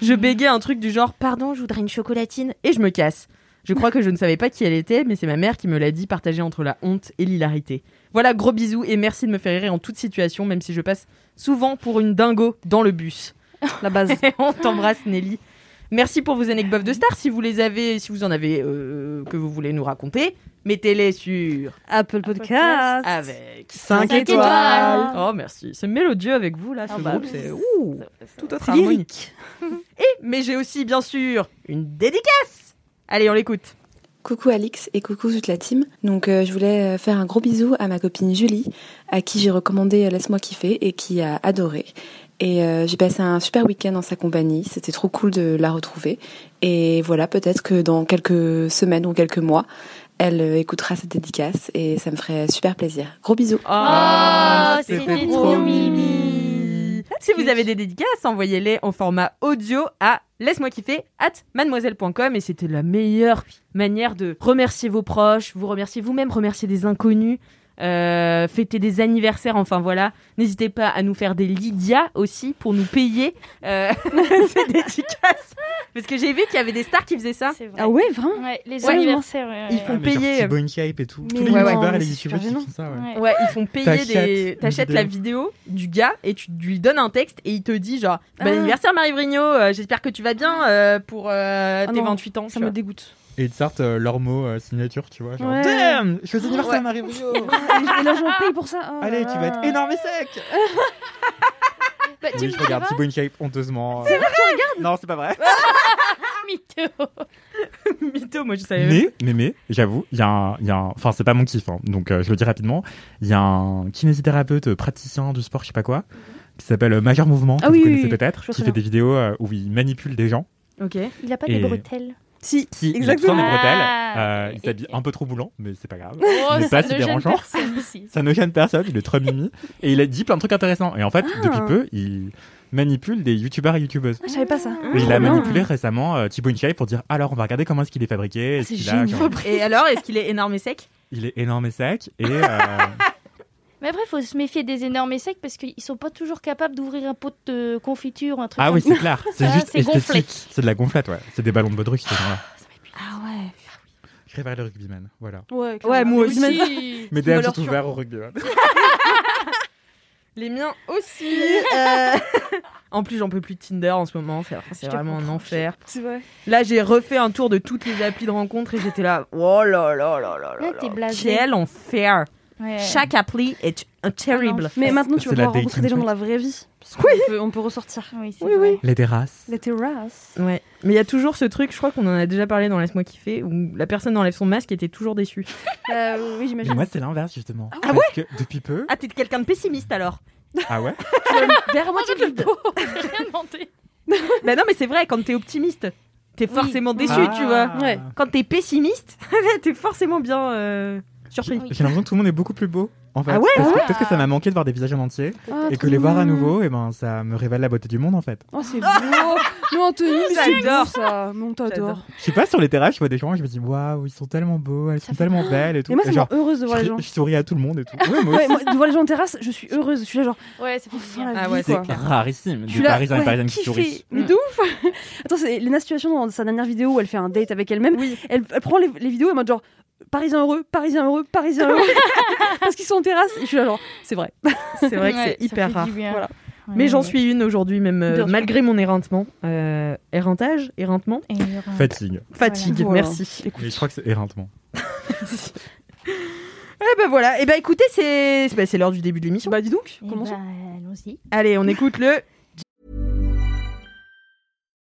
Speaker 2: Je bégais un truc du genre Pardon, je voudrais une chocolatine et je me casse. Je crois que je ne savais pas qui elle était, mais c'est ma mère qui me l'a dit, partagée entre la honte et l'hilarité. Voilà, gros bisous et merci de me faire rire en toute situation, même si je passe souvent pour une dingo dans le bus.
Speaker 5: La base.
Speaker 2: Et on t'embrasse Nelly. Merci pour vos anecdotes de stars. Si vous les avez, si vous en avez euh, que vous voulez nous raconter, mettez-les sur
Speaker 5: Apple Podcast.
Speaker 2: Ah, avec.
Speaker 5: Cinq
Speaker 3: étoiles. étoiles.
Speaker 2: ben, Oh merci, c'est mélodieux avec vous là, ce
Speaker 3: Ah bah
Speaker 2: groupe,
Speaker 3: oui.
Speaker 2: c'est ouh, tout autre
Speaker 5: C'est
Speaker 2: harmonie.
Speaker 5: lyrique.
Speaker 2: Mais j'ai aussi, bien sûr, une dédicace Allez, on l'écoute.
Speaker 6: Coucou Alix et coucou toute la team. Donc euh, je voulais euh, faire un gros bisou à ma copine Julie, à qui j'ai recommandé euh, Laisse-moi kiffer et qui a adoré. Et euh, j'ai passé un super week-end en sa compagnie, c'était trop cool de la retrouver. Et voilà, peut-être que dans quelques semaines ou quelques mois, elle euh, écoutera cette dédicace et ça me ferait super plaisir. Gros bisous.
Speaker 3: Ah,
Speaker 2: Ah,
Speaker 3: Oh, c'était
Speaker 2: c'était
Speaker 3: trop
Speaker 2: trop
Speaker 3: mimi.
Speaker 2: Si vous avez des dédicaces, envoyez-les en format audio à laisse-moi kiffer at mademoiselle.com et c'était la meilleure manière de remercier vos proches, vous remercier vous-même, remercier des inconnus, euh, fêter des anniversaires, enfin voilà. N'hésitez pas à nous faire des Lydia aussi pour nous payer euh, ces dédicaces. Parce que j'ai vu qu'il y avait des stars qui faisaient ça.
Speaker 3: C'est vrai.
Speaker 5: Ah ouais, vraiment
Speaker 3: Ouais, les
Speaker 5: Ouais,
Speaker 3: anniversaires. ouais,
Speaker 2: Ils
Speaker 3: ouais.
Speaker 2: font-
Speaker 4: Ah, mais genre
Speaker 2: payer.
Speaker 4: petit Bonne Shape et tout.
Speaker 5: Mais
Speaker 4: Tous les
Speaker 5: ouais, ouais.
Speaker 4: youtubeurs et
Speaker 5: Mais
Speaker 4: les
Speaker 5: c'est super
Speaker 4: youtubeurs qui
Speaker 5: gênant.
Speaker 4: font ça, ouais.
Speaker 3: Ouais.
Speaker 2: Ouais, ils font payer des.
Speaker 4: T'achètes
Speaker 2: T'achètes
Speaker 4: une
Speaker 2: la vidéo du gars et tu lui donnes un texte et il te dit genre Bon
Speaker 5: Ah.
Speaker 2: anniversaire Marie Vrigno, euh, j'espère que tu vas bien euh, pour euh,
Speaker 5: Ah
Speaker 2: tes
Speaker 5: non,
Speaker 2: 28 ans.
Speaker 5: Ça
Speaker 2: tu
Speaker 5: me
Speaker 2: vois.
Speaker 5: dégoûte.
Speaker 4: Et ils sortent euh, leurs mots euh, signature, tu vois. Genre,
Speaker 5: Ouais.
Speaker 4: Damn Je fais anniversaire,
Speaker 2: Ouais.
Speaker 4: Marie
Speaker 5: Et je- et là, j'en paye pour ça. Oh là
Speaker 4: Allez, tu vas
Speaker 5: là.
Speaker 4: être énorme et sec
Speaker 3: Bah, tu
Speaker 4: Oui,
Speaker 3: me
Speaker 4: je regarde
Speaker 3: diras,
Speaker 4: Thibaut InShape honteusement. C'est vrai, tu regardes Non, c'est pas vrai.
Speaker 3: mytho.
Speaker 2: Mytho, moi je savais. même
Speaker 4: Mais, mais, mais, j'avoue, il y a un. il y a un- Enfin, c'est pas mon kiff, hein, donc euh, je le dis rapidement. Il y a un kinésithérapeute, euh, praticien du sport, je sais pas quoi, qui s'appelle euh, Major Mouvement, que
Speaker 5: Ah
Speaker 4: vous
Speaker 5: oui, oui,
Speaker 4: connaissez
Speaker 5: oui,
Speaker 4: peut-être,
Speaker 5: je vois
Speaker 4: qui
Speaker 5: très
Speaker 4: fait
Speaker 5: bien.
Speaker 4: des vidéos euh, où il manipule des gens.
Speaker 2: pas. Ok.
Speaker 3: Il a pas
Speaker 4: Et-
Speaker 3: des bretelles.
Speaker 5: Si,
Speaker 4: Si,
Speaker 5: exactement.
Speaker 4: il a des bretelles.
Speaker 3: Ah.
Speaker 4: euh, il s'habille un peu trop boulant, mais c'est pas grave.
Speaker 3: Oh,
Speaker 4: Mais
Speaker 3: ça
Speaker 4: pas
Speaker 3: ne
Speaker 4: si
Speaker 3: gêne
Speaker 4: dérangeant.
Speaker 3: personne ici.
Speaker 4: Ça ne gêne personne, il est trop mimi. Et il a dit plein de trucs intéressants. Et en fait,
Speaker 5: Ah.
Speaker 4: depuis peu, il manipule des youtubeurs et youtubeuses.
Speaker 5: Ah, je savais pas ça.
Speaker 4: Et il a
Speaker 5: Trop bien.
Speaker 4: manipulé récemment euh, Thibaut InShape pour dire alors on va regarder comment est-ce qu'il est fabriqué. est-ce
Speaker 5: Ah, c'est
Speaker 4: qu'il a-
Speaker 5: génial.
Speaker 2: Et alors, est-ce qu'il est énorme et sec
Speaker 4: il est énorme et sec. Et euh,
Speaker 3: Mais après, faut se méfier des énormes secs parce qu'ils sont pas toujours capables d'ouvrir un pot de confiture ou un truc
Speaker 4: ah
Speaker 3: comme
Speaker 4: oui
Speaker 3: ça.
Speaker 4: c'est clair, c'est
Speaker 3: Ah,
Speaker 4: juste
Speaker 3: c'est gonflé.
Speaker 4: esthétique. C'est de la gonflette ouais. C'est des ballons de baudruche ces gens-là.
Speaker 2: Ah ouais.
Speaker 4: Je préfère le rugbyman voilà.
Speaker 5: Ouais,
Speaker 2: Ouais, moi aussi.
Speaker 4: Mes
Speaker 5: DM
Speaker 4: DM
Speaker 5: sont
Speaker 4: sont
Speaker 5: Valeur
Speaker 4: ouverts au rugbyman.
Speaker 2: Les miens aussi. euh. En plus, j'en peux plus de Tinder en ce moment. C'est- C'est
Speaker 3: te
Speaker 2: vraiment un
Speaker 3: comprends,
Speaker 2: enfer.
Speaker 5: C'est vrai.
Speaker 2: Là, j'ai refait un tour de toutes les applis de rencontre et j'étais là. Oh là là là là là.
Speaker 3: Là, t'es
Speaker 2: là.
Speaker 3: blasé.
Speaker 2: Quel enfer.
Speaker 3: Ouais.
Speaker 2: Chaque appli est un terrible.
Speaker 5: Mais maintenant, tu
Speaker 4: C'est
Speaker 5: vas
Speaker 4: la
Speaker 5: pouvoir
Speaker 4: dating
Speaker 5: rencontrer des gens
Speaker 4: app.
Speaker 5: dans la vraie vie.
Speaker 2: Oui.
Speaker 5: On peut, on peut ressortir.
Speaker 3: Oui, c'est
Speaker 5: Oui,
Speaker 3: vrai.
Speaker 5: oui.
Speaker 4: Les terrasses.
Speaker 5: La terrasse.
Speaker 2: Ouais, mais il y a toujours ce truc, je crois qu'on en a déjà parlé dans Laisse-moi kiffer, où la personne enlève son masque et était toujours déçue.
Speaker 5: Euh, oui,
Speaker 4: Mais
Speaker 5: j'imagine.
Speaker 4: moi c'est l'inverse justement. Ah
Speaker 2: ouais
Speaker 4: Parce que depuis peu.
Speaker 2: Ah, t'es quelqu'un de pessimiste alors
Speaker 4: Ah ouais.
Speaker 5: Derrière moi, tu le vide.
Speaker 3: Rien demandé.
Speaker 2: Bah non, mais c'est vrai, quand t'es optimiste, t'es
Speaker 3: Oui.
Speaker 2: forcément déçu,
Speaker 4: Ah.
Speaker 2: tu vois.
Speaker 5: Ouais.
Speaker 2: Quand t'es pessimiste, t'es forcément bien euh, surpris.
Speaker 3: Oui.
Speaker 4: J'ai l'impression que tout le monde est beaucoup plus beau. En fait.
Speaker 2: Ah ouais,
Speaker 4: Parce que
Speaker 3: ah ouais.
Speaker 4: Peut-être que ça m'a manqué de voir des visages en entier
Speaker 5: Ah,
Speaker 4: et
Speaker 5: trop
Speaker 4: que les voir à
Speaker 5: mignon.
Speaker 4: nouveau et ben ça me révèle la beauté du monde en fait.
Speaker 5: Oh, c'est beau. Non, Anthony, mais c'est
Speaker 2: J'adore.
Speaker 5: beau, ça. Mais on t'adore.
Speaker 2: J'adore.
Speaker 4: Je sais pas sur les terrasses je vois des gens je me dis waouh ils sont tellement beaux elles sont
Speaker 3: fait-
Speaker 4: tellement belles et tout.
Speaker 5: Mais moi,
Speaker 4: Et
Speaker 5: ça me
Speaker 4: genre,
Speaker 5: rend heureuse de voir
Speaker 4: je,
Speaker 5: les gens.
Speaker 4: je souris à tout le monde et tout. Ouais, moi
Speaker 5: Ouais,
Speaker 4: aussi.
Speaker 5: moi, de voir les gens en terrasse, je suis heureuse. Je suis là, genre,
Speaker 3: Oh, Ouais, c'est pour
Speaker 5: enfin la
Speaker 3: bien.
Speaker 5: vie,
Speaker 2: Ah ouais,
Speaker 5: quoi.
Speaker 2: c'est clair.
Speaker 4: rarissime.
Speaker 5: Je
Speaker 4: Du
Speaker 5: suis là,
Speaker 4: Parisien et
Speaker 5: ouais,
Speaker 4: Parisienne qui
Speaker 5: kiffé.
Speaker 4: sourit.
Speaker 5: Mais de ouf Attends, c'est Lena Situation dans sa dernière vidéo où elle fait un date avec elle-même. Elle, elle prend les, les vidéos en mode genre Parisien heureux, Parisien heureux, Parisien heureux. Parce qu'ils sont en terrasse. Et je suis là genre, c'est vrai.
Speaker 2: C'est vrai que
Speaker 3: Ouais,
Speaker 2: c'est hyper
Speaker 3: ça fait
Speaker 2: rare.
Speaker 3: du bien.
Speaker 5: Voilà.
Speaker 3: Ouais.
Speaker 2: Mais j'en suis une aujourd'hui, même euh,
Speaker 5: Bien sûr.
Speaker 2: malgré mon éreintement. Euh, éreintage Éreintement
Speaker 3: Et il y aura-
Speaker 4: Fatigue.
Speaker 2: Fatigue,
Speaker 5: Voilà.
Speaker 2: merci.
Speaker 4: Mais je crois que c'est éreintement.
Speaker 2: Eh ben voilà, et ben écoutez, c'est c'est- bah, c'est l'heure du début de l'émission. Bah dis donc.
Speaker 3: Eh
Speaker 5: Comment ça
Speaker 3: ben, Allons-y.
Speaker 2: Allez, on écoute le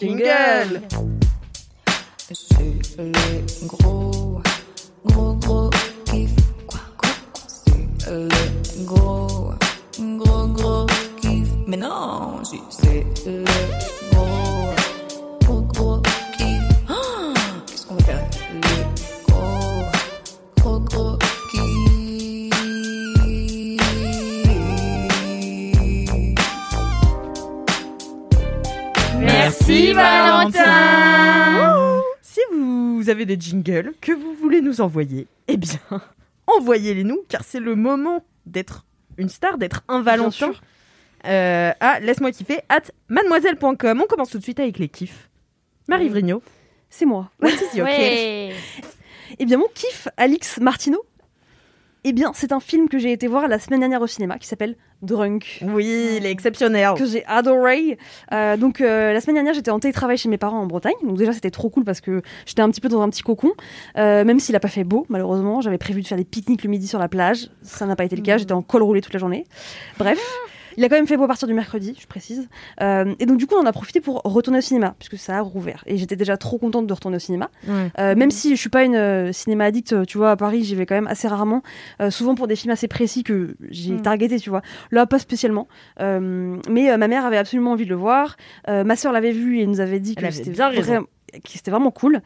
Speaker 2: Jingle
Speaker 7: C'est le gros, gros, gros kiff. Quoi, quoi, quoi. C'est le gros, gros, gros kiff. Mais non, je- c'est le gros, gros, gros kiff. Ah, Qu'est-ce qu'on va faire? Le gros, gros, gros kiff.
Speaker 3: Merci, Valentin.
Speaker 2: Si vous avez des jingles que vous voulez nous envoyer, eh bien, envoyez-les nous, car c'est le moment d'être une star, d'être un Valentin. Euh, à laisse-moi kiffer, at mademoiselle.com. On commence tout de suite avec les kiffs. Marie Vrigno,
Speaker 5: C'est moi.
Speaker 2: what is your kiff
Speaker 3: Ouais.
Speaker 5: Eh bien, mon kiff, Alix Martineau, eh bien, c'est un film que j'ai été voir la semaine dernière au cinéma qui s'appelle Drunk.
Speaker 2: Oui, il est exceptionnel.
Speaker 5: que j'ai adoré. Euh, donc euh, la semaine dernière, j'étais en télétravail chez mes parents en Bretagne. Donc déjà, c'était trop cool parce que j'étais un petit peu dans un petit cocon. Euh, même s'il a pas fait beau, malheureusement, j'avais prévu de faire des pique-niques le midi sur la plage. Ça n'a pas été le cas. J'étais en col roulé toute la journée. Bref. Il a quand même fait beau à partir du mercredi, je précise. Euh, et donc du coup, on en a profité pour retourner au cinéma, puisque ça a rouvert. Et j'étais déjà trop contente de retourner au cinéma.
Speaker 2: Ouais.
Speaker 5: Euh, même si je suis pas une euh, cinéma addict, euh, tu vois, à Paris, j'y vais quand même assez rarement, euh, souvent pour des films assez précis que j'ai
Speaker 2: Mm.
Speaker 5: targetés, tu vois. Là, pas spécialement. Euh, mais euh, ma mère avait absolument envie de le voir. Euh, ma sœur l'avait vu et nous avait dit
Speaker 2: Elle
Speaker 5: que
Speaker 2: avait
Speaker 5: c'était
Speaker 2: bien raison.
Speaker 5: vraiment- que c'était vraiment cool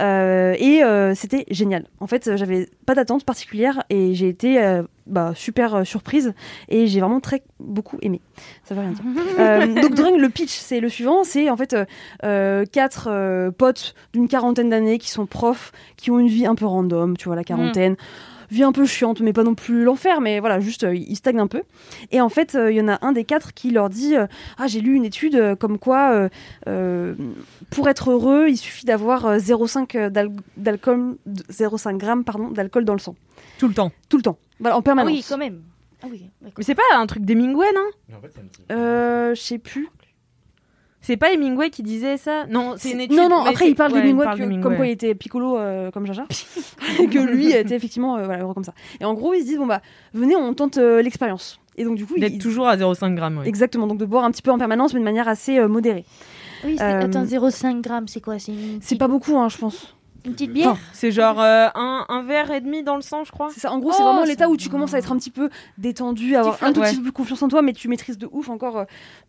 Speaker 5: Euh, et euh, c'était génial. En fait, euh, j'avais pas d'attente particulière et j'ai été euh, bah, super euh, surprise et j'ai vraiment très beaucoup aimé. Ça veut rien dire. Euh, donc Drunk, le pitch, c'est le suivant, c'est en fait euh, euh, quatre euh, potes d'une quarantaine d'années qui sont profs, qui ont une vie un peu random, tu vois, la quarantaine.
Speaker 3: Mm.
Speaker 5: Vie un peu chiante, mais pas non plus l'enfer, mais voilà, juste euh, ils stagnent un peu. Et en fait, euh, il y en a un des quatre qui leur dit euh, Ah, j'ai lu une étude euh, comme quoi, euh, euh, pour être heureux, il suffit d'avoir euh, 0,5 d'al- d'alcool, de- 0,5 grammes pardon, d'alcool dans le sang,
Speaker 2: Tout le temps.
Speaker 5: tout le temps, Voilà, en
Speaker 3: Ah
Speaker 5: permanence.
Speaker 3: oui, quand même. Ah oui, d'accord.
Speaker 2: Mais c'est pas un truc d'Hemingway, non
Speaker 5: Euh, je sais plus.
Speaker 2: C'est pas Hemingway qui disait ça Non, c'est une étude.
Speaker 5: Non, non,
Speaker 2: mais
Speaker 5: après
Speaker 2: c'est-
Speaker 5: il parle
Speaker 2: ouais,
Speaker 5: d'Hemingway que-
Speaker 2: d'Hemingway.
Speaker 5: comme quoi il était piccolo euh, comme Jaja, et que lui était effectivement euh, voilà, heureux comme ça. Et en gros, ils se disent bon bah venez, on tente euh, l'expérience. Et donc du coup,
Speaker 2: D'être
Speaker 5: ils-
Speaker 2: toujours à 0,5 grammes. oui.
Speaker 5: exactement, donc de boire un petit peu en permanence mais de manière assez euh, modérée.
Speaker 3: Oui, c'est-
Speaker 5: Euh,
Speaker 3: attends, 0,5 grammes, c'est quoi C'est une,
Speaker 5: C'est
Speaker 3: petite-
Speaker 5: pas beaucoup hein, je pense.
Speaker 3: une petite
Speaker 2: Enfin,
Speaker 3: bière
Speaker 2: C'est genre euh, un, un verre et demi dans le sang, je crois.
Speaker 5: C'est ça. En gros, c'est
Speaker 3: Oh,
Speaker 5: vraiment
Speaker 3: ça
Speaker 5: l'état où tu
Speaker 3: va.
Speaker 5: commences à être un petit peu détendu, à avoir un
Speaker 2: flotte,
Speaker 5: tout petit
Speaker 2: ouais.
Speaker 5: peu plus confiance en toi mais tu maîtrises de ouf encore euh,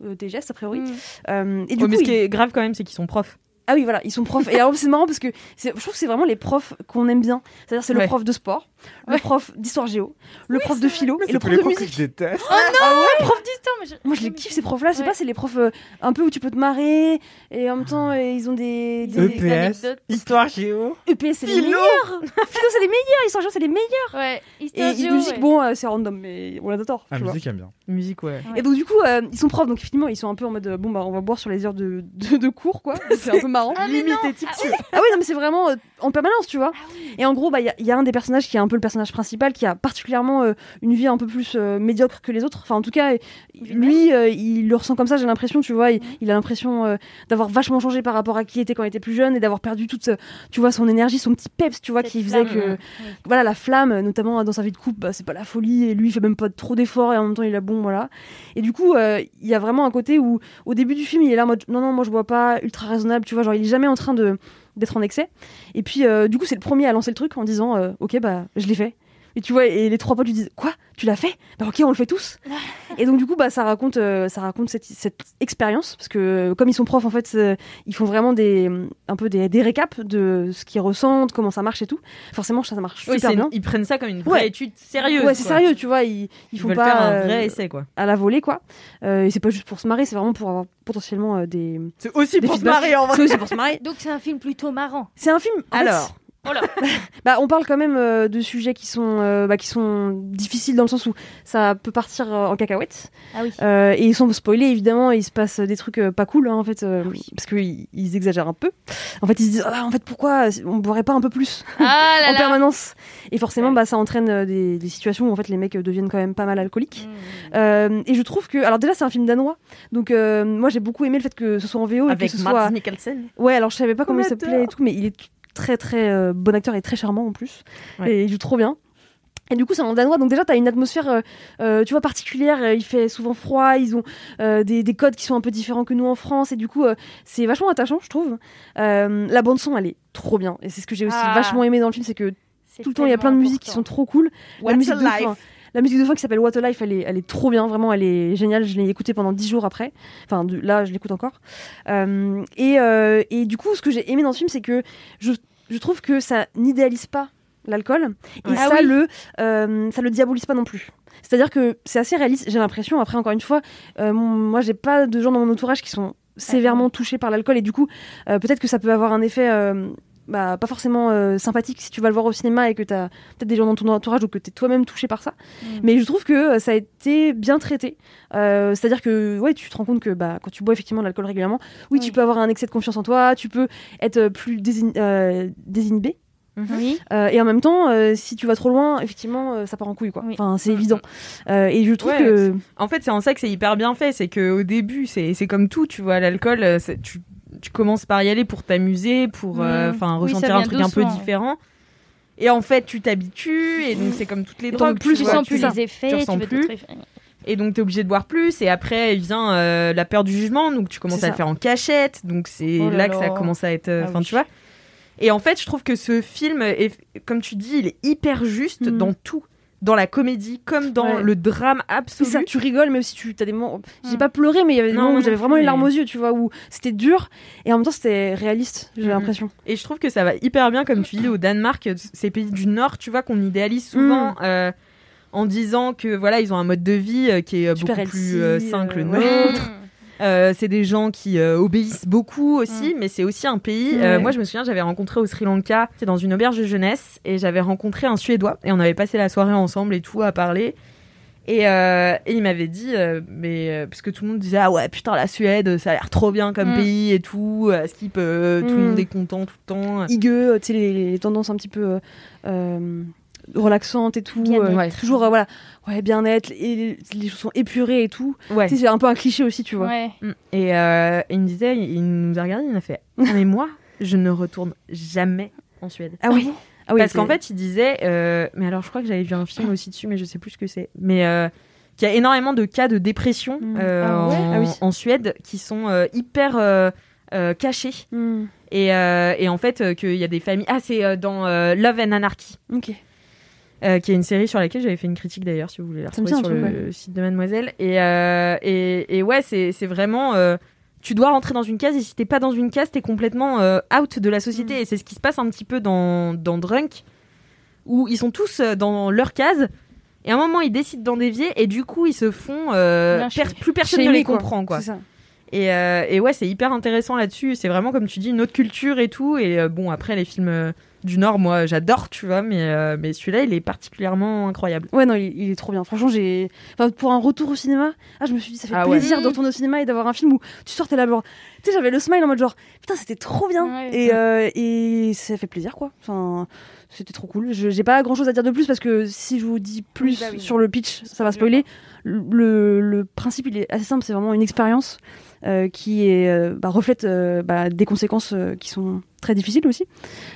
Speaker 5: euh, tes gestes a priori.
Speaker 3: Mm.
Speaker 5: Euh, et du
Speaker 2: Ouais,
Speaker 5: coup,
Speaker 2: mais ce
Speaker 5: ils-
Speaker 2: qui est grave quand même, c'est qu'ils sont profs.
Speaker 5: Ah oui, voilà, ils sont profs. Et alors, c'est marrant parce que c'est- je trouve que c'est vraiment les profs qu'on aime bien. C'est-à-dire, c'est le
Speaker 2: Ouais.
Speaker 5: prof de sport, le
Speaker 2: Ouais.
Speaker 5: prof d'histoire géo, le prof de philo et
Speaker 8: C'est
Speaker 5: le
Speaker 8: tous
Speaker 5: prof
Speaker 8: les
Speaker 5: de
Speaker 8: cours que je
Speaker 5: musique. Ah
Speaker 8: déteste.
Speaker 3: Ah Prof d'histoire, mais je...
Speaker 5: Moi, je les
Speaker 3: mais
Speaker 5: kiffe,
Speaker 3: je-
Speaker 5: ces profs-là. Je sais
Speaker 3: Ah Ouais.
Speaker 5: pas, c'est les profs euh, un peu où tu peux te marrer et en même temps,
Speaker 3: Ah.
Speaker 5: euh, ils ont des.
Speaker 8: E
Speaker 5: E des-
Speaker 3: EPS.
Speaker 4: EPS,
Speaker 3: anecdotes.
Speaker 4: histoire géo.
Speaker 5: EPS, c'est les meilleurs Philo, c'est les meilleurs Histoire géo, c'est les meilleurs
Speaker 3: Ouais, histoire
Speaker 5: Et
Speaker 3: géo,
Speaker 5: musique,
Speaker 3: ouais.
Speaker 5: bon, euh, c'est random, mais on l'adore.
Speaker 4: Ah,
Speaker 5: tu vois.
Speaker 4: musique, j'aime bien.
Speaker 2: Musique, ouais.
Speaker 5: Et donc, du coup, euh, ils sont profs, donc effectivement, ils sont un peu en mode euh, bon, bah, on va boire sur les heures de, de, de cours, quoi. C'est un peu marrant.
Speaker 3: Ah, mais non. Ah oui.
Speaker 5: Ah oui, non, mais c'est vraiment euh, en permanence, tu vois.
Speaker 3: Ah oui.
Speaker 5: Et en gros, bah, il y, a- il y a un des personnages qui est un peu le personnage principal, qui a particulièrement euh, une vie un peu plus euh, médiocre que les autres. Enfin, en tout cas, euh, lui, euh, il le ressent comme ça, j'ai l'impression, tu vois. Il, il a l'impression euh, d'avoir vachement changé par rapport à qui il était quand il était plus jeune et d'avoir perdu toute, euh, tu vois, son énergie, son petit peps, tu vois,
Speaker 3: Cette
Speaker 5: qui faisait
Speaker 3: flamme,
Speaker 5: que.
Speaker 3: ouais. Oui.
Speaker 5: Voilà, la flamme, euh, notamment euh, dans sa vie de couple, bah, c'est pas la folie, et lui, il fait même pas trop d'efforts, et en même temps, il a bon, voilà. Et du coup, euh, il y a vraiment un côté où, au début du film, il est là en mode non, non, moi je bois pas, ultra raisonnable, tu vois, genre il est jamais en train de d'être en excès. Et puis, euh, du coup, c'est le premier à lancer le truc en disant euh, ok, bah je l'ai fait. Et tu vois, et les trois potes lui disent quoi Tu l'as fait Bah ok, on le fait tous. et donc, du coup, bah ça raconte, euh, ça raconte cette, cette expérience parce que euh, comme ils sont profs, en fait, euh, ils font vraiment des un peu des, des récaps de ce qu'ils ressentent, comment ça marche et tout. Forcément, ça marche
Speaker 2: Oui,
Speaker 5: super
Speaker 2: c'est une-
Speaker 5: bien.
Speaker 2: ils prennent ça comme une vraie
Speaker 5: Ouais.
Speaker 2: étude sérieuse.
Speaker 5: ouais, c'est
Speaker 2: quoi.
Speaker 5: sérieux, tu vois, ils, ils
Speaker 2: Ils
Speaker 5: font
Speaker 2: veulent
Speaker 5: pas
Speaker 2: faire un vrai
Speaker 5: euh,
Speaker 2: essai, quoi.
Speaker 5: à la volée quoi. Euh, et c'est pas juste pour se marrer, c'est vraiment pour avoir potentiellement euh, des,
Speaker 2: C'est aussi
Speaker 5: des
Speaker 2: pour se
Speaker 5: feedbacks.
Speaker 2: marrer en vrai.
Speaker 5: C'est aussi pour se marrer.
Speaker 3: Donc c'est un film plutôt marrant.
Speaker 5: C'est un film. en
Speaker 2: Alors,
Speaker 5: fait,
Speaker 3: voilà.
Speaker 5: bah, on parle quand même euh, de sujets qui sont euh, bah, qui sont difficiles dans le sens où ça peut partir euh, en cacahuète.
Speaker 3: Ah oui.
Speaker 5: Euh, et ils sont spoilés évidemment, et il se passe des trucs euh, pas cool hein, en fait
Speaker 3: Ah
Speaker 5: euh, parce qu'ils ils exagèrent un peu. En fait, ils se disent ah, en fait pourquoi on boirait pas un peu plus
Speaker 3: Ah là
Speaker 5: en
Speaker 3: là.
Speaker 5: permanence. Et forcément, bah, ça entraîne euh, des, des situations où en fait les mecs euh, deviennent quand même pas mal alcooliques.
Speaker 3: Mm.
Speaker 5: Euh, et je trouve que, alors déjà c'est un film danois, donc euh, moi j'ai beaucoup aimé le fait que ce soit en VO et
Speaker 2: avec
Speaker 5: que ce
Speaker 2: Mads
Speaker 5: soit.
Speaker 2: Mikkelsen.
Speaker 5: Ouais, alors je savais pas comment il
Speaker 2: On l'adore.
Speaker 5: s'appelait et tout, mais il est t- très très euh, bon acteur et très charmant en plus.
Speaker 2: Ouais.
Speaker 5: Et il joue trop bien. Et du coup, c'est en danois, donc déjà, t'as une atmosphère, euh, euh, tu vois, particulière. euh, Il fait souvent froid, ils ont euh, des, des codes qui sont un peu différents que nous en France, et du coup, euh, c'est vachement attachant, je trouve. Euh, la bande son, elle est trop bien, et c'est ce que j'ai aussi
Speaker 3: Ah.
Speaker 5: vachement aimé dans le film, c'est que
Speaker 3: C'est
Speaker 5: tout le temps, il y a plein de
Speaker 3: tellement
Speaker 5: musiques qui sont
Speaker 3: important.
Speaker 5: trop cool.
Speaker 2: What
Speaker 5: la musique
Speaker 2: a
Speaker 5: de fin,
Speaker 2: life.
Speaker 5: la musique de fin qui s'appelle What a Life, elle est, elle est trop bien, vraiment, elle est géniale. Je l'ai écoutée pendant 10 jours après. Enfin, de- là, je l'écoute encore. Euh, et, euh, et du coup, ce que j'ai aimé dans ce film, c'est que je, je trouve que ça n'idéalise pas l'alcool et
Speaker 2: Ouais.
Speaker 5: ça,
Speaker 2: Ah oui.
Speaker 5: le, euh, ça le diabolise pas non plus. C'est-à-dire que c'est assez réaliste, j'ai l'impression. Après, encore une fois, euh, mon- moi, j'ai pas de gens dans mon entourage qui sont sévèrement touchés par l'alcool et du coup, euh, peut-être que ça peut avoir un effet. euh, bah, pas forcément euh, sympathique si tu vas le voir au cinéma et que tu as peut-être des gens dans ton entourage ou que tu es toi-même touché par ça.
Speaker 3: Mm.
Speaker 5: Mais je trouve que euh, ça a été bien traité. Euh, C'est-à-dire que ouais, tu te rends compte que bah, quand tu bois effectivement de l'alcool régulièrement,
Speaker 3: Oui.
Speaker 5: oui, tu peux avoir un excès de confiance en toi, tu peux être euh, plus désin- euh, désinhibé.
Speaker 3: Oui.
Speaker 5: Euh, et en même temps, euh, si tu vas trop loin, effectivement, euh, ça part en couille, quoi.
Speaker 3: Oui. Mm.
Speaker 5: Enfin, c'est évident. Euh, et je trouve
Speaker 2: Ouais,
Speaker 5: que
Speaker 2: En fait, c'est en ça que c'est hyper bien fait. C'est qu'au début, c'est c'est comme tout, tu vois, l'alcool, euh, c'est- tu, tu commences par y aller pour t'amuser, pour euh,
Speaker 5: Mhm.
Speaker 3: Mm.
Speaker 2: enfin
Speaker 3: Oui, ça
Speaker 2: ressentir
Speaker 3: vient
Speaker 2: un truc un peu
Speaker 3: doucement, ouais.
Speaker 2: différent. Et en fait, tu t'habitues, et donc c'est comme toutes les
Speaker 5: T'en
Speaker 2: drogues.
Speaker 5: veux Mhm. plus,
Speaker 3: Tu
Speaker 2: vois,
Speaker 3: sens plus
Speaker 2: ça.
Speaker 3: les effets,
Speaker 2: Tu
Speaker 3: tu
Speaker 2: ressens
Speaker 3: veux
Speaker 2: plus.
Speaker 3: d'autres effets.
Speaker 2: Et donc, t'es obligé de boire plus, et après vient euh, la peur du jugement, donc tu commences
Speaker 5: C'est
Speaker 2: à le
Speaker 5: ça.
Speaker 2: faire en cachette, donc c'est
Speaker 3: Oh là
Speaker 2: là que ça
Speaker 3: là.
Speaker 2: commence à être. euh,
Speaker 3: Ah
Speaker 2: Enfin,
Speaker 3: oui.
Speaker 2: tu vois. Et en fait, je trouve que ce film, est, comme tu dis, il est hyper juste
Speaker 5: Mm.
Speaker 2: dans tout. Dans la comédie, comme dans
Speaker 5: Ouais.
Speaker 2: le drame
Speaker 5: c'est
Speaker 2: absolu.
Speaker 5: ça, tu rigoles, même si tu as des moments. J'ai
Speaker 3: Mm.
Speaker 5: pas pleuré, mais il y avait des
Speaker 2: Non,
Speaker 5: moments
Speaker 2: moi
Speaker 5: où
Speaker 2: non
Speaker 5: j'avais vraiment
Speaker 2: plus,
Speaker 5: les larmes
Speaker 2: mais-
Speaker 5: aux yeux, tu vois, où c'était dur et en même temps c'était réaliste, j'ai
Speaker 2: Mhm.
Speaker 5: l'impression.
Speaker 2: Et je trouve que ça va hyper bien, comme tu dis, au Danemark, euh, ces pays du Nord, tu vois, qu'on idéalise souvent
Speaker 5: Mm.
Speaker 2: euh, en disant que voilà, ils ont un mode de vie euh, qui est euh,
Speaker 5: Super
Speaker 2: beaucoup plus
Speaker 5: healthy,
Speaker 2: euh, sain que le
Speaker 5: euh,
Speaker 2: nôtre.
Speaker 3: Mmh.
Speaker 2: Euh, c'est des gens qui euh, obéissent beaucoup aussi, mais c'est aussi un pays. euh,
Speaker 5: Mm. Ouais.
Speaker 2: moi, je me souviens, j'avais rencontré au Sri Lanka, c'est dans une auberge de jeunesse, et j'avais rencontré un Suédois, et on avait passé la soirée ensemble et tout à parler. Et, euh, et il m'avait dit, euh, mais euh, parce que tout le monde disait ah ouais putain la Suède, ça a l'air trop bien comme
Speaker 3: Mm.
Speaker 2: pays et tout, euh, skip, euh, tout le
Speaker 5: Mm.
Speaker 2: monde est content tout le temps.
Speaker 5: Higueux, euh, tu sais, les, les- les tendances un petit peu euh, euh, relaxantes et tout.
Speaker 3: Bien-être.
Speaker 5: euh, Toujours, euh, voilà, ouais, bien-être, et les, les choses sont épurées et tout.
Speaker 2: Ouais.
Speaker 5: Tu sais, c'est un peu un cliché aussi, tu vois.
Speaker 3: Ouais.
Speaker 2: Mm. Et euh, il me disait, il, il nous a regardé, il a fait Ah, Mais moi, je ne retourne jamais en Suède.
Speaker 5: Ah oui, ah oui
Speaker 2: Parce
Speaker 5: c'est-
Speaker 2: qu'en fait, il disait euh, Mais alors, je crois que j'avais vu un film aussi dessus, mais je sais plus ce que c'est. Mais euh, qu'il y a énormément de cas de dépression
Speaker 5: Mm.
Speaker 2: euh,
Speaker 3: Ah ouais
Speaker 2: en,
Speaker 5: Ah oui.
Speaker 2: en Suède qui sont euh, hyper euh, euh, cachés.
Speaker 5: Hmm,
Speaker 2: Et, euh, et en fait, euh, qu'il y a des familles. Ah, c'est euh, dans euh, Love and Anarchy.
Speaker 5: ok.
Speaker 2: euh, qui est une série sur laquelle j'avais fait une critique d'ailleurs, si vous voulez la
Speaker 5: Ça me
Speaker 2: retrouver sur
Speaker 5: dit un
Speaker 2: le
Speaker 5: truc,
Speaker 2: site de Mademoiselle. Et, euh, et, et ouais, c'est c'est vraiment. euh, tu dois rentrer dans une case et si t'es pas dans une case, t'es complètement euh, out de la société.
Speaker 5: Mm.
Speaker 2: Et c'est ce qui se passe un petit peu dans, dans Drunk, où ils sont tous euh, dans leur case. Et à un moment, ils décident d'en dévier et du coup, ils se font. euh,
Speaker 3: Lyncher.
Speaker 2: per- plus personne ne
Speaker 5: Shamer,
Speaker 2: les
Speaker 5: quoi.
Speaker 2: comprend, quoi.
Speaker 5: C'est ça.
Speaker 2: Et, euh, et ouais, c'est hyper intéressant là-dessus. C'est vraiment, comme tu dis, une autre culture et tout. Et euh, bon, après, les films euh, du Nord, moi, j'adore, tu vois, mais, euh, mais celui-là, il est particulièrement incroyable.
Speaker 5: Ouais, non, il, il est trop bien. Franchement, j'ai. Enfin, pour un retour au cinéma, ah, je me suis dit, ça fait
Speaker 2: Ah ouais.
Speaker 5: plaisir de
Speaker 3: Mm.
Speaker 5: retourner au cinéma et d'avoir un film où tu sortais là, genre. Tu sais, j'avais le smile en mode genre, putain, c'était trop bien.
Speaker 3: Ouais.
Speaker 5: Et, euh, et ça fait plaisir, quoi. Enfin, c'était trop cool. Je- J'ai pas grand chose à dire de plus parce que si je vous dis plus
Speaker 3: Oui, bah oui.
Speaker 5: sur le pitch, ça va spoiler. Le, le principe, il est assez simple. C'est vraiment une expérience euh, qui est, euh, bah, reflète euh, bah, des conséquences euh, qui sont très difficiles aussi.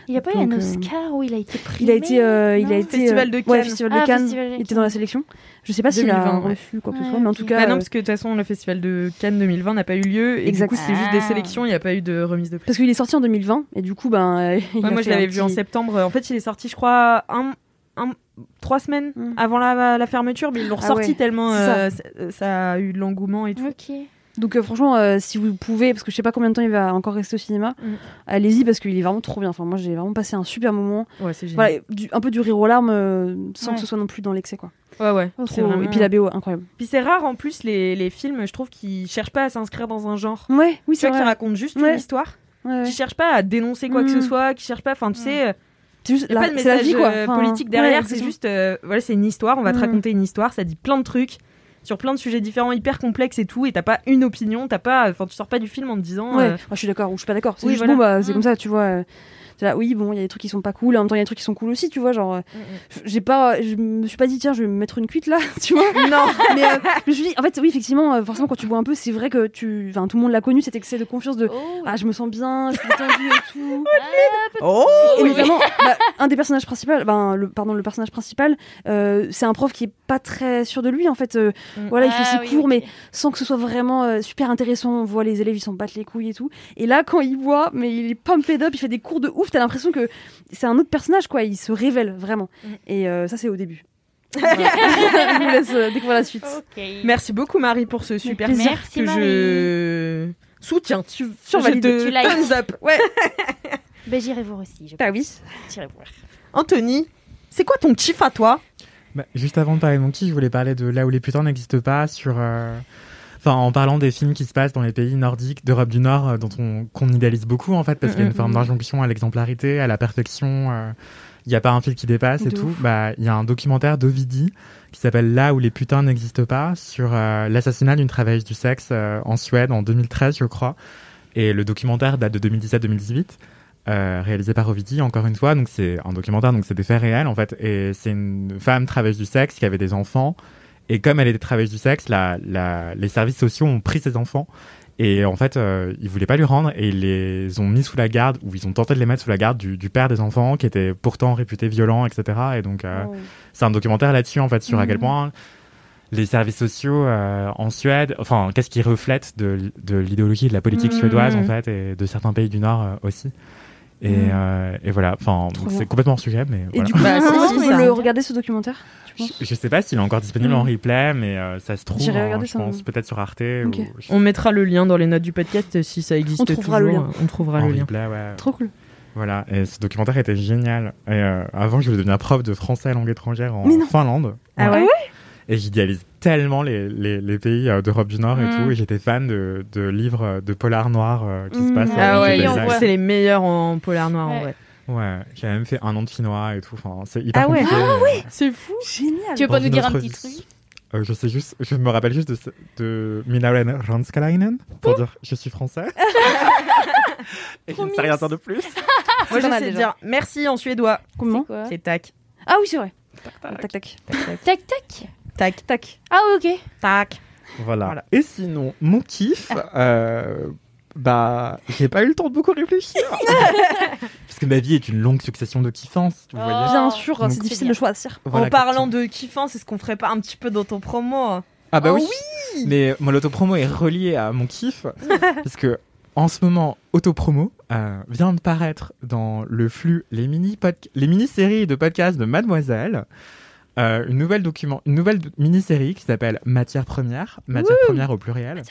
Speaker 3: Il n'y a pas eu un
Speaker 5: Donc, euh,
Speaker 3: Oscar où il a été pris.
Speaker 5: Il a été, euh, il
Speaker 3: non.
Speaker 5: a été
Speaker 2: Festival de
Speaker 5: ouais,
Speaker 2: Cannes.
Speaker 5: Festival de
Speaker 3: Ah,
Speaker 5: Cannes.
Speaker 3: Festival de
Speaker 5: Il était dans la sélection. Je sais pas s'il a
Speaker 2: 2020, ouais.
Speaker 5: reçu quoi que ce
Speaker 3: Ouais,
Speaker 5: soit, mais en
Speaker 3: ok.
Speaker 5: tout
Speaker 2: Bah
Speaker 5: cas,
Speaker 2: non,
Speaker 5: euh,
Speaker 2: parce que de toute façon, le festival de Cannes 2020 n'a pas eu lieu. Et
Speaker 5: Exact.
Speaker 2: du coup, c'est juste des
Speaker 3: Ah.
Speaker 2: sélections, il n'y a pas eu de remise de prix.
Speaker 5: parce qu'il est sorti en 2020 et du coup, ben, euh, il
Speaker 2: Ouais,
Speaker 5: a
Speaker 2: moi,
Speaker 5: fait
Speaker 2: je l'avais
Speaker 5: un
Speaker 2: vu en
Speaker 5: petit-
Speaker 2: septembre. En fait, il est sorti, je crois, un, un- trois semaines
Speaker 5: Mm.
Speaker 2: avant la, la fermeture, mais ils l'ont
Speaker 5: Ah
Speaker 2: ressorti
Speaker 5: ouais,
Speaker 2: tellement
Speaker 5: c'est
Speaker 2: euh, ça. euh, ça a eu de l'engouement et tout.
Speaker 3: Ok.
Speaker 5: Donc euh, franchement, euh, si vous pouvez, parce que je sais pas combien de temps il va encore rester au cinéma,
Speaker 2: Mm.
Speaker 5: allez-y parce qu'il est vraiment trop bien. Enfin, moi, j'ai vraiment passé un super moment.
Speaker 2: Ouais, c'est génial.
Speaker 5: Voilà, du- un peu du rire aux larmes, euh, sans
Speaker 3: Ouais.
Speaker 5: que ce soit non plus dans l'excès, quoi.
Speaker 2: Ouais, ouais.
Speaker 5: Oh, Trop-
Speaker 2: Oh, c'est vraiment-
Speaker 5: Et puis la BO, incroyable.
Speaker 2: Puis c'est rare en plus les, les films, je trouve, qui cherchent pas à s'inscrire dans un genre.
Speaker 5: Ouais, oui,
Speaker 2: Tu
Speaker 5: c'est
Speaker 2: vois, qui
Speaker 5: vrai.
Speaker 2: raconte juste
Speaker 5: Ouais.
Speaker 2: une histoire,
Speaker 5: Ouais, ouais.
Speaker 2: qui cherche pas à dénoncer quoi que ce
Speaker 5: Mm.
Speaker 2: soit, qui cherche pas, enfin tu
Speaker 3: Mm.
Speaker 2: sais, euh,
Speaker 5: C'est juste
Speaker 2: y a
Speaker 5: la-
Speaker 2: pas de
Speaker 5: c'est la
Speaker 2: message
Speaker 5: vie, quoi.
Speaker 2: euh,
Speaker 5: Enfin,
Speaker 2: politique
Speaker 5: ouais,
Speaker 2: derrière, c'est
Speaker 5: exactement.
Speaker 2: juste, euh, voilà, c'est une histoire, on va te
Speaker 5: Mm.
Speaker 2: raconter une histoire, ça dit plein de trucs sur plein de sujets différents, hyper complexes et tout, et t'as pas une opinion, t'as pas, enfin tu sors pas du film en te disant,
Speaker 5: Ouais,
Speaker 2: euh,
Speaker 5: moi, je suis d'accord ou je suis pas d'accord. C'est
Speaker 2: Oui,
Speaker 5: juste
Speaker 2: voilà.
Speaker 5: bon, bah, c'est
Speaker 3: Mm.
Speaker 5: comme ça, tu vois. euh, c'est là, oui, bon, il y a des trucs qui sont pas cool, en même temps, il y a des trucs qui sont cool aussi, tu vois. Genre, euh, j'ai pas, je me suis pas dit, tiens, je vais me mettre une cuite là, tu vois.
Speaker 2: non,
Speaker 5: Mais euh, je me suis dit, en fait, oui, effectivement, euh, forcément, quand tu bois un peu, c'est vrai que tu. Enfin, tout le monde l'a connu, cet excès de confiance de.
Speaker 3: Oh.
Speaker 5: Ah, je me sens bien, je suis détendue et tout.
Speaker 2: oh,
Speaker 5: Et
Speaker 3: Oui.
Speaker 5: notamment, bah, un des personnages principaux, ben, le, pardon, le personnage principal, euh, c'est un prof qui est pas très sûr de lui, en fait. euh,
Speaker 2: Mm.
Speaker 5: Voilà, il fait ses
Speaker 3: Ah, oui,
Speaker 5: cours,
Speaker 3: ok.
Speaker 5: mais sans que ce soit vraiment euh, super intéressant. On voit les élèves, ils s'en battent les couilles et tout. Et là, quand il voit, mais il est pumped up, il fait des cours de ouf, t'as l'impression que c'est un autre personnage, quoi. Il se révèle vraiment.
Speaker 2: Mm.
Speaker 5: Et euh, ça, c'est au début. Voilà. Je vous laisse euh, découvrir la suite.
Speaker 3: Ok.
Speaker 2: merci beaucoup Marie pour ce super
Speaker 3: plaisir.
Speaker 2: mec
Speaker 3: Merci,
Speaker 2: que je soutiens, tu survalides,
Speaker 3: tu likes.
Speaker 2: thumbs up, ouais,
Speaker 3: Ben, j'irai voir aussi. Je...
Speaker 2: bah oui,
Speaker 3: J'irai voir.
Speaker 2: Anthony, c'est quoi ton chiff à toi
Speaker 4: Bah, juste avant de parler de Monkey, je voulais parler de Là où les putains n'existent pas, sur, euh, enfin, en parlant des films qui se passent dans les pays nordiques, d'Europe du Nord, euh, dont on qu'on idéalise beaucoup en fait, parce
Speaker 5: Mm,
Speaker 4: qu'il y a une
Speaker 2: Mhm.
Speaker 4: forme d'injonction à l'exemplarité, à la perfection. euh, Il n'y a pas un film qui dépasse et
Speaker 5: De
Speaker 4: tout. Bah, il y a un documentaire d'Ovidi qui s'appelle Là où les putains n'existent pas sur euh, l'assassinat d'une travailleuse du sexe euh, en Suède en 2013, je crois. Et le documentaire date de 2017-2018. euh, réalisé par Ovidi, encore une fois. Donc c'est un documentaire, donc c'est des faits réels en fait. Et c'est une femme travailleuse du sexe qui avait des enfants. Et comme elle était travailleuse du sexe, la, la- les services sociaux ont pris ses enfants. Et en fait, euh, ils voulaient pas lui rendre et ils les ont mis sous la garde, ou ils ont tenté de les mettre sous la garde du, du père des enfants, qui était pourtant réputé violent, etc. Et donc, euh, c'est un documentaire là-dessus, en fait, sur à quel
Speaker 5: Mhm.
Speaker 4: point les services sociaux euh, en Suède, enfin, qu'est-ce qu'ils reflètent de, l- de l'idéologie et de la politique
Speaker 2: Mhm.
Speaker 4: suédoise, en fait, et de certains pays du Nord euh, aussi. Et,
Speaker 5: Mhm.
Speaker 4: euh, et voilà, enfin,
Speaker 5: Trop
Speaker 4: c'est
Speaker 5: bien.
Speaker 4: complètement hors sujet, mais
Speaker 5: Et
Speaker 4: voilà.
Speaker 5: du coup,
Speaker 2: Bah,
Speaker 5: comment
Speaker 2: si,
Speaker 5: on
Speaker 2: si,
Speaker 5: peut
Speaker 2: ça.
Speaker 5: le regarder ce documentaire tu penses
Speaker 4: Je, je sais pas s'il est encore disponible en
Speaker 5: Mhm.
Speaker 4: replay, mais euh, ça se trouve,
Speaker 5: J'irai
Speaker 4: hein,
Speaker 5: regarder
Speaker 4: je
Speaker 5: ça.
Speaker 4: pense, peut-être sur Arte
Speaker 5: Ok.
Speaker 4: ou
Speaker 2: On mettra le lien dans les notes du podcast euh, si ça existe
Speaker 5: On trouvera le
Speaker 2: toujours,
Speaker 5: lien.
Speaker 2: euh, On trouvera
Speaker 4: en
Speaker 2: le lien.
Speaker 4: replay, ouais.
Speaker 5: Trop cool.
Speaker 4: Voilà, et ce documentaire était génial. Et euh, avant, je voulais devenir prof de français à langue étrangère en
Speaker 5: Mais non.
Speaker 4: Finlande.
Speaker 2: Ah
Speaker 4: Voilà.
Speaker 2: ouais
Speaker 4: Et j'idéalise tellement les, les, les pays euh, d'Europe du Nord et
Speaker 3: Mm.
Speaker 4: tout. Et j'étais fan de, de livres euh, de polar noir euh, qui se
Speaker 5: Mm.
Speaker 4: passent.
Speaker 2: Ah
Speaker 4: euh,
Speaker 2: ouais,
Speaker 4: dans
Speaker 2: ils
Speaker 4: des
Speaker 3: on
Speaker 2: sont-
Speaker 4: lacs.
Speaker 3: voit.
Speaker 2: c'est les meilleurs en polar noir en
Speaker 3: Ouais.
Speaker 2: vrai.
Speaker 4: Ouais, j'ai même fait un an de finnois et tout. Enfin, c'est hyper
Speaker 2: Ah ouais.
Speaker 4: compliqué. mais,
Speaker 3: C'est fou.
Speaker 5: Génial.
Speaker 3: Tu veux
Speaker 4: dans
Speaker 3: pas nous
Speaker 4: une
Speaker 3: dire un
Speaker 4: autre
Speaker 3: petit
Speaker 4: vie.
Speaker 3: truc
Speaker 4: euh, je sais juste, je me rappelle juste de, ce- de Minaren Ranskalainen pour dire je suis français. et je ne sais rien dire de plus.
Speaker 2: Ah, Moi,
Speaker 5: pas
Speaker 2: je
Speaker 5: mal,
Speaker 2: sais
Speaker 5: déjà.
Speaker 2: dire merci en suédois.
Speaker 5: Comment
Speaker 3: quoi
Speaker 2: C'est tac.
Speaker 5: Ah oui, c'est vrai. Tac tac.
Speaker 3: Tac tac.
Speaker 2: Tac.
Speaker 5: Tac.
Speaker 3: Ah ok.
Speaker 2: Tac.
Speaker 4: Voilà.
Speaker 2: Voilà.
Speaker 4: Et sinon, mon kiff,
Speaker 3: Ah.
Speaker 4: euh, bah, j'ai pas eu le temps de beaucoup réfléchir. Parce que ma vie est une longue succession de hein, kiffances, vous
Speaker 3: Oh.
Speaker 4: voyez.
Speaker 5: Bien sûr,
Speaker 4: Donc,
Speaker 5: c'est difficile de choisir.
Speaker 4: Voilà,
Speaker 2: en parlant
Speaker 4: Cathy.
Speaker 2: de kiffant, c'est ce qu'on ferait pas un petit peu dans ton promo.
Speaker 4: Ah bah
Speaker 2: Oh
Speaker 4: oui. Mais euh, mon autopromo est relié à mon kiff. parce que en ce moment, autopromo euh, vient de paraître dans le flux les mini podca- les mini-séries de podcasts de Mademoiselle. euh, une nouvelle document, une nouvelle do- mini-série qui s'appelle Matière première, matière première au pluriel,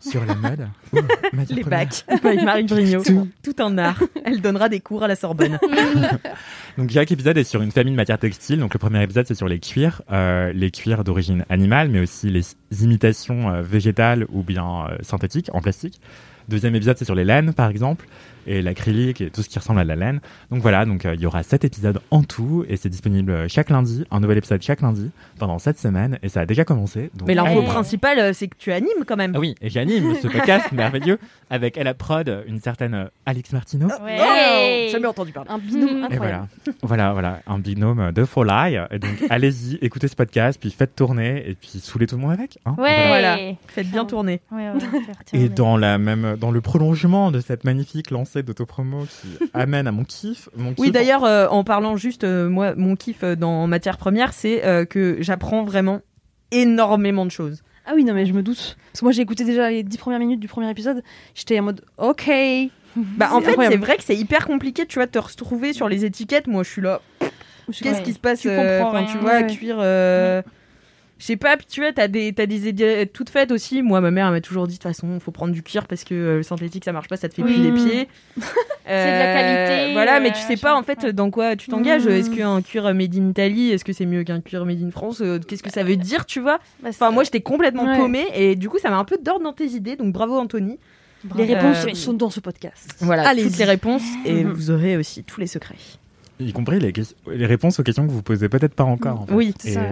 Speaker 4: sur la mode, Ouh, matière
Speaker 2: Les
Speaker 4: première.
Speaker 2: bacs. By Marie Grignot.
Speaker 4: Tout.
Speaker 2: Tout un art. Elle donnera des cours à la Sorbonne.
Speaker 4: Donc chaque épisode est sur une famille de matières textiles. Donc le premier épisode c'est sur les cuirs, euh, les cuirs d'origine animale, mais aussi les imitations euh, végétales ou bien euh, synthétiques en plastique. Deuxième épisode c'est sur les laines par exemple et l'acrylique et tout ce qui ressemble à de la laine. Donc voilà, donc euh, il y aura sept épisodes en tout et c'est disponible euh, chaque lundi, un nouvel épisode chaque lundi pendant sept semaines et ça a déjà commencé. Donc,
Speaker 2: Mais l'info
Speaker 4: allez.
Speaker 2: principale, euh, c'est que tu animes quand même.
Speaker 4: Ah oui, et j'anime ce podcast merveilleux avec à la prod une certaine euh, Alix Martineau.
Speaker 3: Ouais.
Speaker 2: Oh, Jamais entendu parler.
Speaker 5: Un binôme
Speaker 3: Mm.
Speaker 4: Et
Speaker 5: incroyable.
Speaker 4: voilà, voilà, voilà, un binôme de faux lies. Et donc, allez-y, écoutez ce podcast, puis faites tourner, et puis saoulez tout le monde avec. hein.
Speaker 3: Ouais.
Speaker 4: Voilà.
Speaker 2: Voilà.
Speaker 3: Ouais,
Speaker 2: Faites bien tourner.
Speaker 3: ouais, on va faire tourner.
Speaker 4: Et dans la même, dans le prolongement de cette magnifique lancée d'autopromo qui amène à mon kiff. Mon
Speaker 2: Oui,
Speaker 4: kiff-
Speaker 2: d'ailleurs, euh, en parlant juste, euh, moi, mon kiff euh, dans matière première, c'est euh, que j'apprends vraiment énormément de choses.
Speaker 5: Ah oui, non, mais je me doute. Parce que moi, j'ai écouté déjà les 10 premières minutes du premier épisode. J'étais en mode OK.
Speaker 2: Bah, en
Speaker 5: C'est
Speaker 2: fait,
Speaker 5: incroyable.
Speaker 2: c'est vrai que c'est hyper compliqué, tu vois, de te retrouver sur les étiquettes. Moi, je suis là. Qu'est-ce
Speaker 3: Ouais.
Speaker 2: qui se passe
Speaker 3: Tu
Speaker 2: euh,
Speaker 3: comprends
Speaker 2: enfin,
Speaker 3: rien.
Speaker 2: tu vois,
Speaker 5: Ouais.
Speaker 2: cuire. euh, Je sais pas, puis tu vois, t'as des, t'as des idées toutes faites aussi. Moi, ma mère elle m'a toujours dit de toute façon, faut prendre du cuir parce que euh, le synthétique ça marche pas, ça te fait
Speaker 3: Oui.
Speaker 2: plus les pieds. Euh,
Speaker 3: de la qualité,
Speaker 2: Voilà, mais
Speaker 3: euh,
Speaker 2: tu sais pas
Speaker 3: machin.
Speaker 2: en fait dans quoi tu t'engages.
Speaker 5: Mm.
Speaker 2: Est-ce qu'un cuir euh, made in Italie, est-ce que c'est mieux qu'un cuir made in France Euh, Qu'est-ce que ça veut dire, tu vois
Speaker 3: Bah, c'est-
Speaker 2: Enfin, moi, j'étais complètement
Speaker 5: Ouais.
Speaker 2: paumée et du coup, ça m'a un peu d'ordre dans tes idées. Donc, bravo, Anthony.
Speaker 5: Les réponses
Speaker 2: Euh,
Speaker 5: sont dans ce podcast.
Speaker 2: Voilà,
Speaker 5: Allez-y.
Speaker 2: toutes les réponses et
Speaker 5: Mhm.
Speaker 2: vous aurez aussi tous les secrets.
Speaker 4: y compris les, ques- les réponses aux questions que vous posez peut-être pas encore. en fait.
Speaker 2: Oui,
Speaker 5: c'est
Speaker 4: Et
Speaker 5: ça.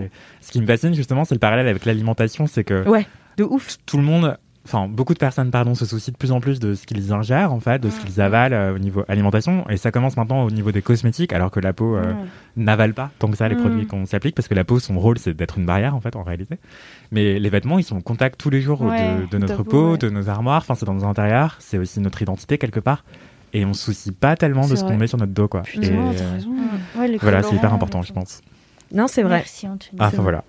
Speaker 4: ce qui me fascine justement, c'est le parallèle avec l'alimentation, c'est que
Speaker 2: Ouais, de ouf.
Speaker 4: tout le monde, enfin beaucoup de personnes, pardon, se soucient de plus en plus de ce qu'ils ingèrent en fait, de ce qu'ils avalent euh, au niveau alimentation, et ça commence maintenant au niveau des cosmétiques, alors que la peau euh, n'avale pas tant que ça les
Speaker 3: Mm.
Speaker 4: produits qu'on s'applique, parce que la peau, son rôle, c'est d'être une barrière en fait, en réalité. Mais les vêtements, ils sont en contact tous les jours
Speaker 3: Ouais,
Speaker 4: de, de notre
Speaker 5: j'avoue,
Speaker 4: peau,
Speaker 5: ouais.
Speaker 4: de nos armoires, enfin c'est dans nos intérieurs, c'est aussi notre identité quelque part, et on se soucie pas tellement de
Speaker 5: C'est
Speaker 4: ce qu'on
Speaker 5: vrai.
Speaker 4: met sur notre dos quoi. Et,
Speaker 5: Putain, t'as
Speaker 4: euh,
Speaker 5: raison.
Speaker 3: Mmh. Ouais, le
Speaker 4: voilà,
Speaker 3: colorant,
Speaker 4: c'est hyper
Speaker 3: le
Speaker 4: important,
Speaker 3: tout.
Speaker 4: je pense.
Speaker 2: Non, c'est vrai.
Speaker 3: Merci Anthony.
Speaker 4: Ah, enfin voilà.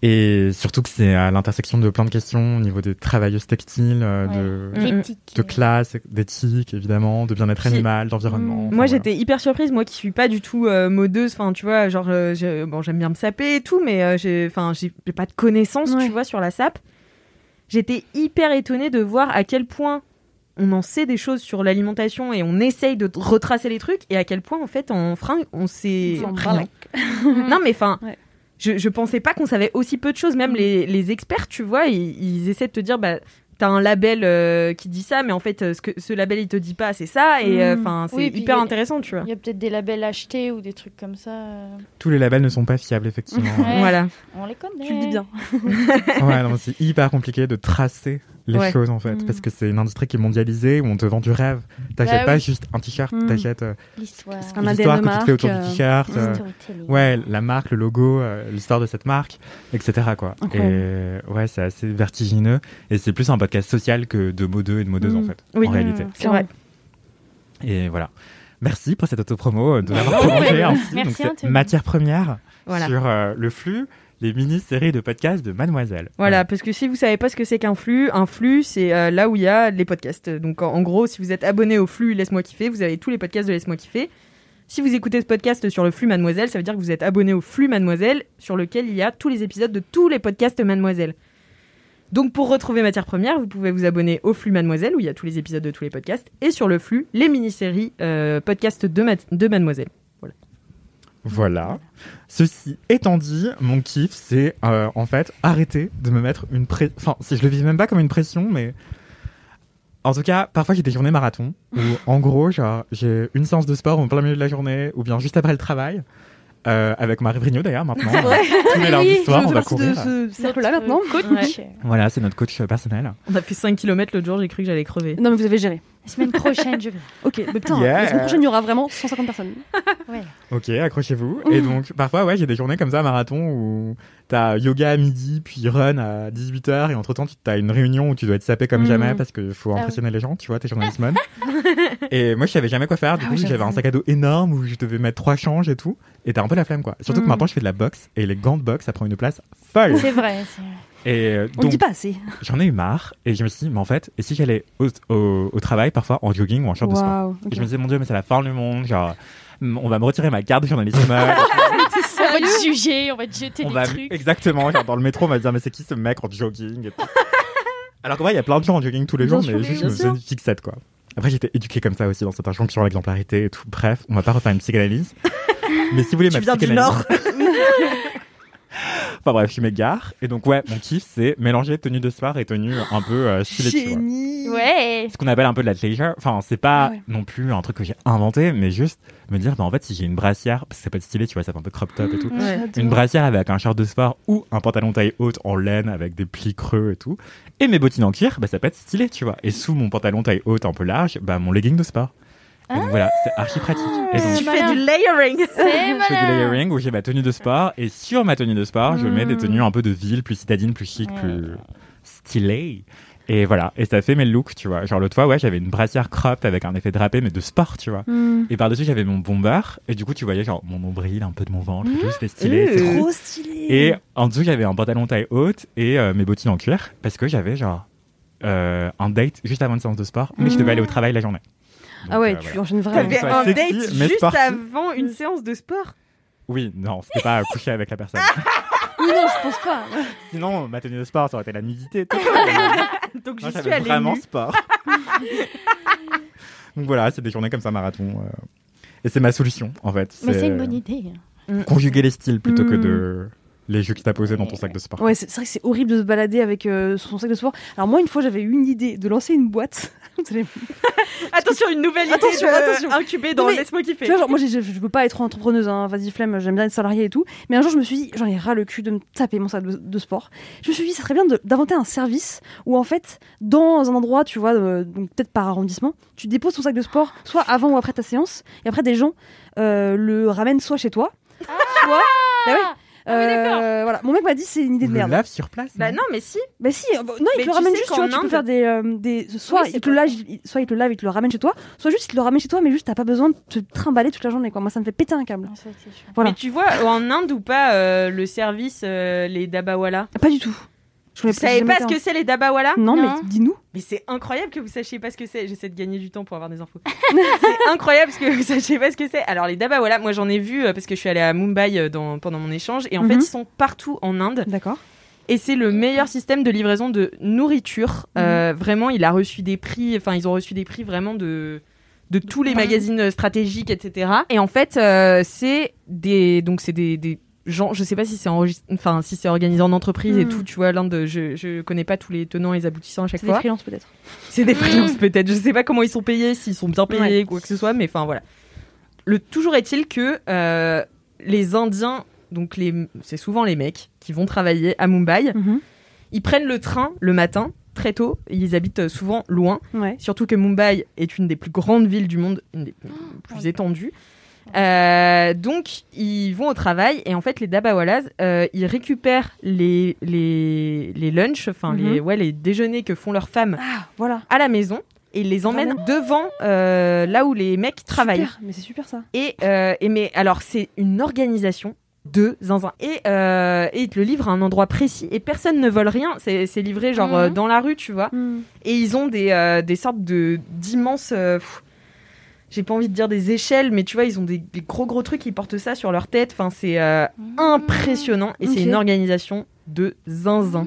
Speaker 4: Et surtout que c'est à l'intersection de plein de questions au niveau des travailleuses textiles, euh, de,
Speaker 2: Mm.
Speaker 3: L'éthique.
Speaker 4: de classe, d'éthique évidemment, de bien-être
Speaker 2: Puis-
Speaker 4: animal, d'environnement.
Speaker 5: Mm.
Speaker 4: enfin,
Speaker 2: Moi
Speaker 4: voilà.
Speaker 2: j'étais hyper surprise, moi qui suis pas du tout euh, modeuse, enfin tu vois, genre euh, j'ai- bon j'aime bien me saper et tout, mais euh, j'ai enfin j'ai j'ai pas de connaissances
Speaker 5: Ouais.
Speaker 2: tu vois sur la sape. J'étais hyper étonnée de voir à quel point on en sait des choses sur l'alimentation et on essaye de t- retracer les trucs et à quel point en fait en fringue on sait
Speaker 5: On s'en
Speaker 2: rien.
Speaker 3: Mm.
Speaker 2: Non mais enfin.
Speaker 5: Ouais. Mm.
Speaker 2: Je, je pensais pas qu'on savait aussi peu de choses, même les, les experts, tu vois, ils, ils essaient de te dire, bah, t'as un label euh, qui dit ça, mais en fait, euh, ce, que, ce label, il te dit pas, c'est ça, et euh,
Speaker 5: Mm.
Speaker 2: enfin, c'est
Speaker 3: Oui, puis
Speaker 2: hyper
Speaker 3: il y a-
Speaker 2: intéressant, tu vois.
Speaker 3: Il y a peut-être des labels achetés ou des trucs comme ça. euh,
Speaker 4: Tous les labels ne sont pas fiables, effectivement.
Speaker 3: Ouais.
Speaker 2: Voilà.
Speaker 3: On les connaît.
Speaker 5: Tu le dis bien.
Speaker 4: ouais, non, c'est hyper compliqué de tracer les
Speaker 2: Ouais.
Speaker 4: choses en fait,
Speaker 3: Mm.
Speaker 4: parce que c'est une industrie qui est mondialisée où on te vend du rêve. T'achètes
Speaker 3: Bah
Speaker 4: pas
Speaker 3: oui.
Speaker 4: juste un t-shirt,
Speaker 5: Mm.
Speaker 4: t'achètes euh,
Speaker 3: L'histoire.
Speaker 5: Un ADN
Speaker 4: l'histoire
Speaker 5: de
Speaker 4: que tu te fais autour
Speaker 5: marque,
Speaker 4: du
Speaker 5: euh,
Speaker 4: t-shirt, euh,
Speaker 3: Storytelling.
Speaker 4: ouais, la marque, le logo, euh, l'histoire de cette marque, etc. Quoi. Et ouais, c'est assez vertigineux et c'est plus un podcast social que de modeux et de modeuses
Speaker 5: Mm.
Speaker 4: en fait,
Speaker 5: Oui.
Speaker 4: en réalité.
Speaker 5: C'est vrai.
Speaker 4: Et voilà. Merci pour cette autopromo euh, de m'avoir prolongé
Speaker 3: Ouais.
Speaker 4: ainsi.
Speaker 3: Merci,
Speaker 4: Donc, c'est
Speaker 3: Anthony.
Speaker 4: matière première
Speaker 2: Voilà.
Speaker 4: sur euh, le flux des mini-séries de podcasts de Mademoiselle.
Speaker 2: Voilà, parce que si vous savez pas ce que c'est qu'un flux, un flux, c'est euh, là où il y a les podcasts. Donc en, en gros, si vous êtes abonné au flux Laisse-moi kiffer, vous avez tous les podcasts de Laisse-moi kiffer. Si vous écoutez ce podcast sur le flux Mademoiselle, ça veut dire que vous êtes abonné au flux Mademoiselle, sur lequel il y a tous les épisodes de tous les podcasts Mademoiselle. Donc pour retrouver Matière Première, vous pouvez vous abonner au flux Mademoiselle, où il y a tous les épisodes de tous les podcasts, et sur le flux, les mini-séries euh, podcasts de, Mat- de Mademoiselle.
Speaker 4: Voilà. Ceci étant dit, mon kiff, c'est euh, en fait arrêter de me mettre une pression. Enfin, si je le vis même pas comme une pression, mais. En tout cas, parfois j'ai des journées marathon où, en gros, genre, j'ai une séance de sport en plein milieu de la journée ou bien juste après le travail, euh, avec Marie Brignot d'ailleurs maintenant.
Speaker 5: C'est vrai.
Speaker 4: Tous les lundis soirs,
Speaker 5: Ah je
Speaker 4: on
Speaker 5: fais
Speaker 4: va
Speaker 5: partie de
Speaker 4: courir.
Speaker 5: ce cercle-là
Speaker 3: Notre
Speaker 5: maintenant.
Speaker 3: Coach.
Speaker 4: Voilà, c'est notre coach personnel.
Speaker 2: On a fait 5 km l'autre jour, j'ai cru que j'allais crever.
Speaker 5: Non, mais vous avez géré.
Speaker 3: La semaine prochaine, je vais.
Speaker 5: Ok, mais putain,
Speaker 4: Yeah.
Speaker 5: la semaine prochaine, il y aura vraiment 150 personnes.
Speaker 4: Ok, accrochez-vous. Et donc, parfois, ouais, j'ai des journées comme ça, marathon, où t'as yoga à midi, puis run à 18h, et entre-temps, tu- t'as une réunion où tu dois être sapé comme
Speaker 5: Mhm.
Speaker 4: jamais, parce qu'il faut
Speaker 3: Ah oui.
Speaker 4: impressionner les gens, tu vois, t'es journaliste man. et moi, je savais jamais quoi faire, du
Speaker 5: Ah
Speaker 4: coup,
Speaker 5: oui,
Speaker 4: j'avais
Speaker 5: j'avoue.
Speaker 4: un sac à dos énorme où je devais mettre trois changes et tout, et t'as un peu la flemme, quoi. Surtout que
Speaker 5: Mhm.
Speaker 4: maintenant, je fais de la boxe, et les gants de boxe, ça prend une place folle.
Speaker 3: C'est vrai. c'est vrai.
Speaker 4: Et euh,
Speaker 5: On ne
Speaker 4: donc,
Speaker 5: dit pas assez.
Speaker 4: j'en ai eu marre, et je me suis dit, mais en fait, et si j'allais au, au- au travail, parfois, en jogging ou en short de sport
Speaker 5: Waouh.
Speaker 4: et je me disais, mon dieu, mais c'est la fin du monde, genre, m- on va me retirer ma carte de journalisme.
Speaker 3: On va te juger, on va te jeter
Speaker 4: on
Speaker 3: des
Speaker 4: va...
Speaker 3: trucs.
Speaker 4: Exactement, genre dans le métro, on va se dire, mais c'est qui ce mec en jogging et tout. Alors qu'en vrai, il y a plein de gens en jogging tous les
Speaker 5: Bien
Speaker 4: jours,
Speaker 5: sûr,
Speaker 4: mais
Speaker 5: bien
Speaker 4: juste, je me faisais
Speaker 5: sûr.
Speaker 4: une fixette, quoi. Après, j'étais éduqué comme ça aussi dans cette injonction sur l'exemplarité et tout. Bref, on va pas refaire une psychanalyse. mais si vous voulez ma
Speaker 2: Tu viens du
Speaker 4: psychanalyse.
Speaker 2: Nord
Speaker 4: Enfin bref, je m'égare. Et donc, ouais, mon kiff, c'est mélanger tenue de soir et tenue un peu euh, stylée, tu vois.
Speaker 5: Génie.
Speaker 3: Ouais.
Speaker 4: ce qu'on appelle un peu de la leisure. Enfin, c'est pas
Speaker 5: Ah ouais.
Speaker 4: non plus un truc que j'ai inventé, mais juste me dire, bah, en fait, si j'ai une brassière, parce que c'est pas stylé, tu vois, ça fait un peu crop
Speaker 5: Mm.
Speaker 4: top et tout.
Speaker 2: Ouais.
Speaker 5: J'adore.
Speaker 4: Une brassière avec un short de sport ou un pantalon taille haute en laine avec des plis creux et tout. Et mes bottines en cuir, bah, ça peut être stylé, tu vois. Et sous mon pantalon taille haute un peu large, bah, mon legging de sport. Et donc, voilà, c'est archi pratique. Et donc,
Speaker 2: Tu
Speaker 4: je
Speaker 2: fais du layering
Speaker 3: C'est
Speaker 4: fais du
Speaker 3: malin.
Speaker 4: layering où j'ai ma tenue de sport et sur ma tenue de sport, je mets des
Speaker 3: Mm.
Speaker 4: tenues un peu de ville, plus citadine, plus chic,
Speaker 3: Ouais.
Speaker 4: plus stylé. Et voilà, et ça fait mes looks, tu vois. Genre l'autre fois, ouais, j'avais une brassière cropped avec un effet drapé, mais de sport, tu vois.
Speaker 5: Mm.
Speaker 4: Et par-dessus, j'avais mon bomber, et du coup, tu voyais genre mon nombril, un peu de mon ventre, et tout, c'était stylé, c'est cool.
Speaker 5: Trop stylé.
Speaker 4: Et en dessous, j'avais un pantalon taille haute et euh, mes bottines en cuir, parce que j'avais genre euh, un date juste avant une séance de sport, mais je devais aller au travail la journée. Donc,
Speaker 5: Ah ouais,
Speaker 4: euh,
Speaker 5: tu
Speaker 4: voilà.
Speaker 5: enchaînes vraiment.
Speaker 4: T'avais
Speaker 2: T'avais
Speaker 4: Soit un
Speaker 2: un
Speaker 4: sexy, date
Speaker 2: date
Speaker 4: mais juste
Speaker 2: juste
Speaker 4: sportif.
Speaker 2: avant une séance de sport
Speaker 4: Oui, non, c'était pas coucher avec la personne.
Speaker 5: Oui, non, je pense pas.
Speaker 4: Sinon, ma tenue de sport, ça aurait été la nudité. tout.
Speaker 2: Donc j'y suis
Speaker 4: Moi, Ah, j'avais
Speaker 2: allée
Speaker 4: vraiment
Speaker 2: nue.
Speaker 4: sport. Donc voilà, c'est des journées comme ça, marathon. euh. Et c'est ma solution, en fait.
Speaker 3: Mais c'est une bonne idée.
Speaker 4: Conjuguer les styles plutôt que
Speaker 5: Mm.
Speaker 4: de les juxtaposer dans ton sac de sport.
Speaker 5: Ouais, c'est c'est vrai que c'est horrible de se balader avec euh, son sac de sport. Alors moi, une fois, j'avais eu une idée de lancer une boîte. Vous allez-
Speaker 2: Attention, une nouvelle idée
Speaker 5: Attention,
Speaker 2: de-
Speaker 5: attention.
Speaker 2: incubée dans
Speaker 5: Non, mais-
Speaker 2: Laisse-moi
Speaker 5: tu
Speaker 2: kiffer.
Speaker 5: vois, genre moi, j'ai- je, je peux pas être entrepreneuse, hein, vas-y flemme, j'aime bien être salariée et tout. Mais un jour, je me suis dit, j'en ai ras le cul de me taper mon sac de, de sport. Je me suis dit, ça serait bien de- d'inventer un service où en fait, dans un endroit, tu vois, euh, donc peut-être par arrondissement, tu déposes ton sac de sport, soit avant ou après ta séance, et après des gens euh, le ramènent soit chez toi, soit. Bah ouais.
Speaker 3: Ah oui, d'accord.
Speaker 5: Euh, voilà, mon mec m'a dit c'est une idée de
Speaker 4: le
Speaker 5: merde.
Speaker 4: lave sur place.
Speaker 2: Bah non, mais si.
Speaker 5: Bah si, euh, bah, non,
Speaker 2: Mais
Speaker 5: il te le
Speaker 2: tu
Speaker 5: ramène
Speaker 2: sais
Speaker 5: juste,
Speaker 2: qu'en
Speaker 5: tu vois, tu
Speaker 2: Inde-
Speaker 5: peux faire des, euh, des soit
Speaker 2: Oui, c'est
Speaker 5: il te le lave, il- soit il te le lave, il te le ramène chez toi, soit juste il te le ramène chez toi, mais juste t'as pas besoin de te trimballer toute la journée, quoi. Moi, ça me fait péter un câble.
Speaker 3: Non, ça, c'est chouette.
Speaker 5: Voilà.
Speaker 2: Mais tu vois, en Inde ou pas, euh, le service, euh, les dabawala.
Speaker 5: Pas du tout. Je
Speaker 2: Vous
Speaker 5: connais
Speaker 2: savez
Speaker 5: j'ai
Speaker 2: pas
Speaker 5: jamais
Speaker 2: ce
Speaker 5: été
Speaker 2: que c'est les dabawala
Speaker 5: en- Non,
Speaker 3: Non.
Speaker 5: mais dis-nous.
Speaker 2: Mais c'est incroyable que vous sachiez pas ce que c'est. J'essaie de gagner du temps pour avoir des infos. c'est incroyable que vous sachiez pas ce que c'est. Alors les dabawala, moi j'en ai vu euh, parce que je suis allée à Mumbai euh, dans- pendant mon échange et en fait
Speaker 5: Mhm.
Speaker 2: ils sont partout en Inde.
Speaker 5: D'accord.
Speaker 2: Et c'est le meilleur système de livraison de nourriture.
Speaker 5: Mhm.
Speaker 2: Euh, vraiment, il a reçu des prix, enfin, ils ont reçu des prix vraiment de, de tous les magazines euh, stratégiques, etc. Et en fait, euh, c'est des, donc c'est des, des gens, je sais pas si c'est enregistré, enfin, si c'est organisé en entreprise et
Speaker 5: Mhm.
Speaker 2: tout, tu vois, l'Inde, je, je connais pas tous les tenants et les aboutissants à chaque
Speaker 5: C'est des
Speaker 2: fois.
Speaker 5: freelances peut-être.
Speaker 2: C'est des freelances peut-être. Je sais pas comment ils sont payés, s'ils sont bien payés,
Speaker 5: Ouais.
Speaker 2: quoi que ce soit, mais enfin voilà. Le toujours est-il que euh, les Indiens, donc
Speaker 5: Mhm.
Speaker 2: les, c'est souvent les mecs qui vont travailler à Mumbai, ils prennent le train le matin, très tôt. Ils habitent euh, souvent loin.
Speaker 5: Ouais.
Speaker 2: Surtout que Mumbai est une des plus grandes villes du monde, une des plus, plus étendues. Euh, donc, ils vont au travail et en fait, les Dabawalas, euh, ils récupèrent les, les, les lunchs, enfin, les, ouais, les déjeuners que font leurs femmes
Speaker 5: Ah, voilà.
Speaker 2: à la maison et ils les emmènent devant euh, là où les mecs travaillent.
Speaker 5: Super, mais c'est super ça.
Speaker 2: Et, euh, et mais alors c'est une organisation de zinzin et, euh, et ils te le livrent à un endroit précis et personne ne vole rien c'est c'est livré genre
Speaker 3: Mhm.
Speaker 2: euh, dans la rue tu vois et ils ont des, euh, des sortes de d'immenses euh, pff, j'ai pas envie de dire des échelles mais tu vois ils ont des, des gros gros trucs ils portent ça sur leur tête enfin c'est euh, impressionnant et c'est
Speaker 5: Ah. Ok.
Speaker 2: une organisation de zinzin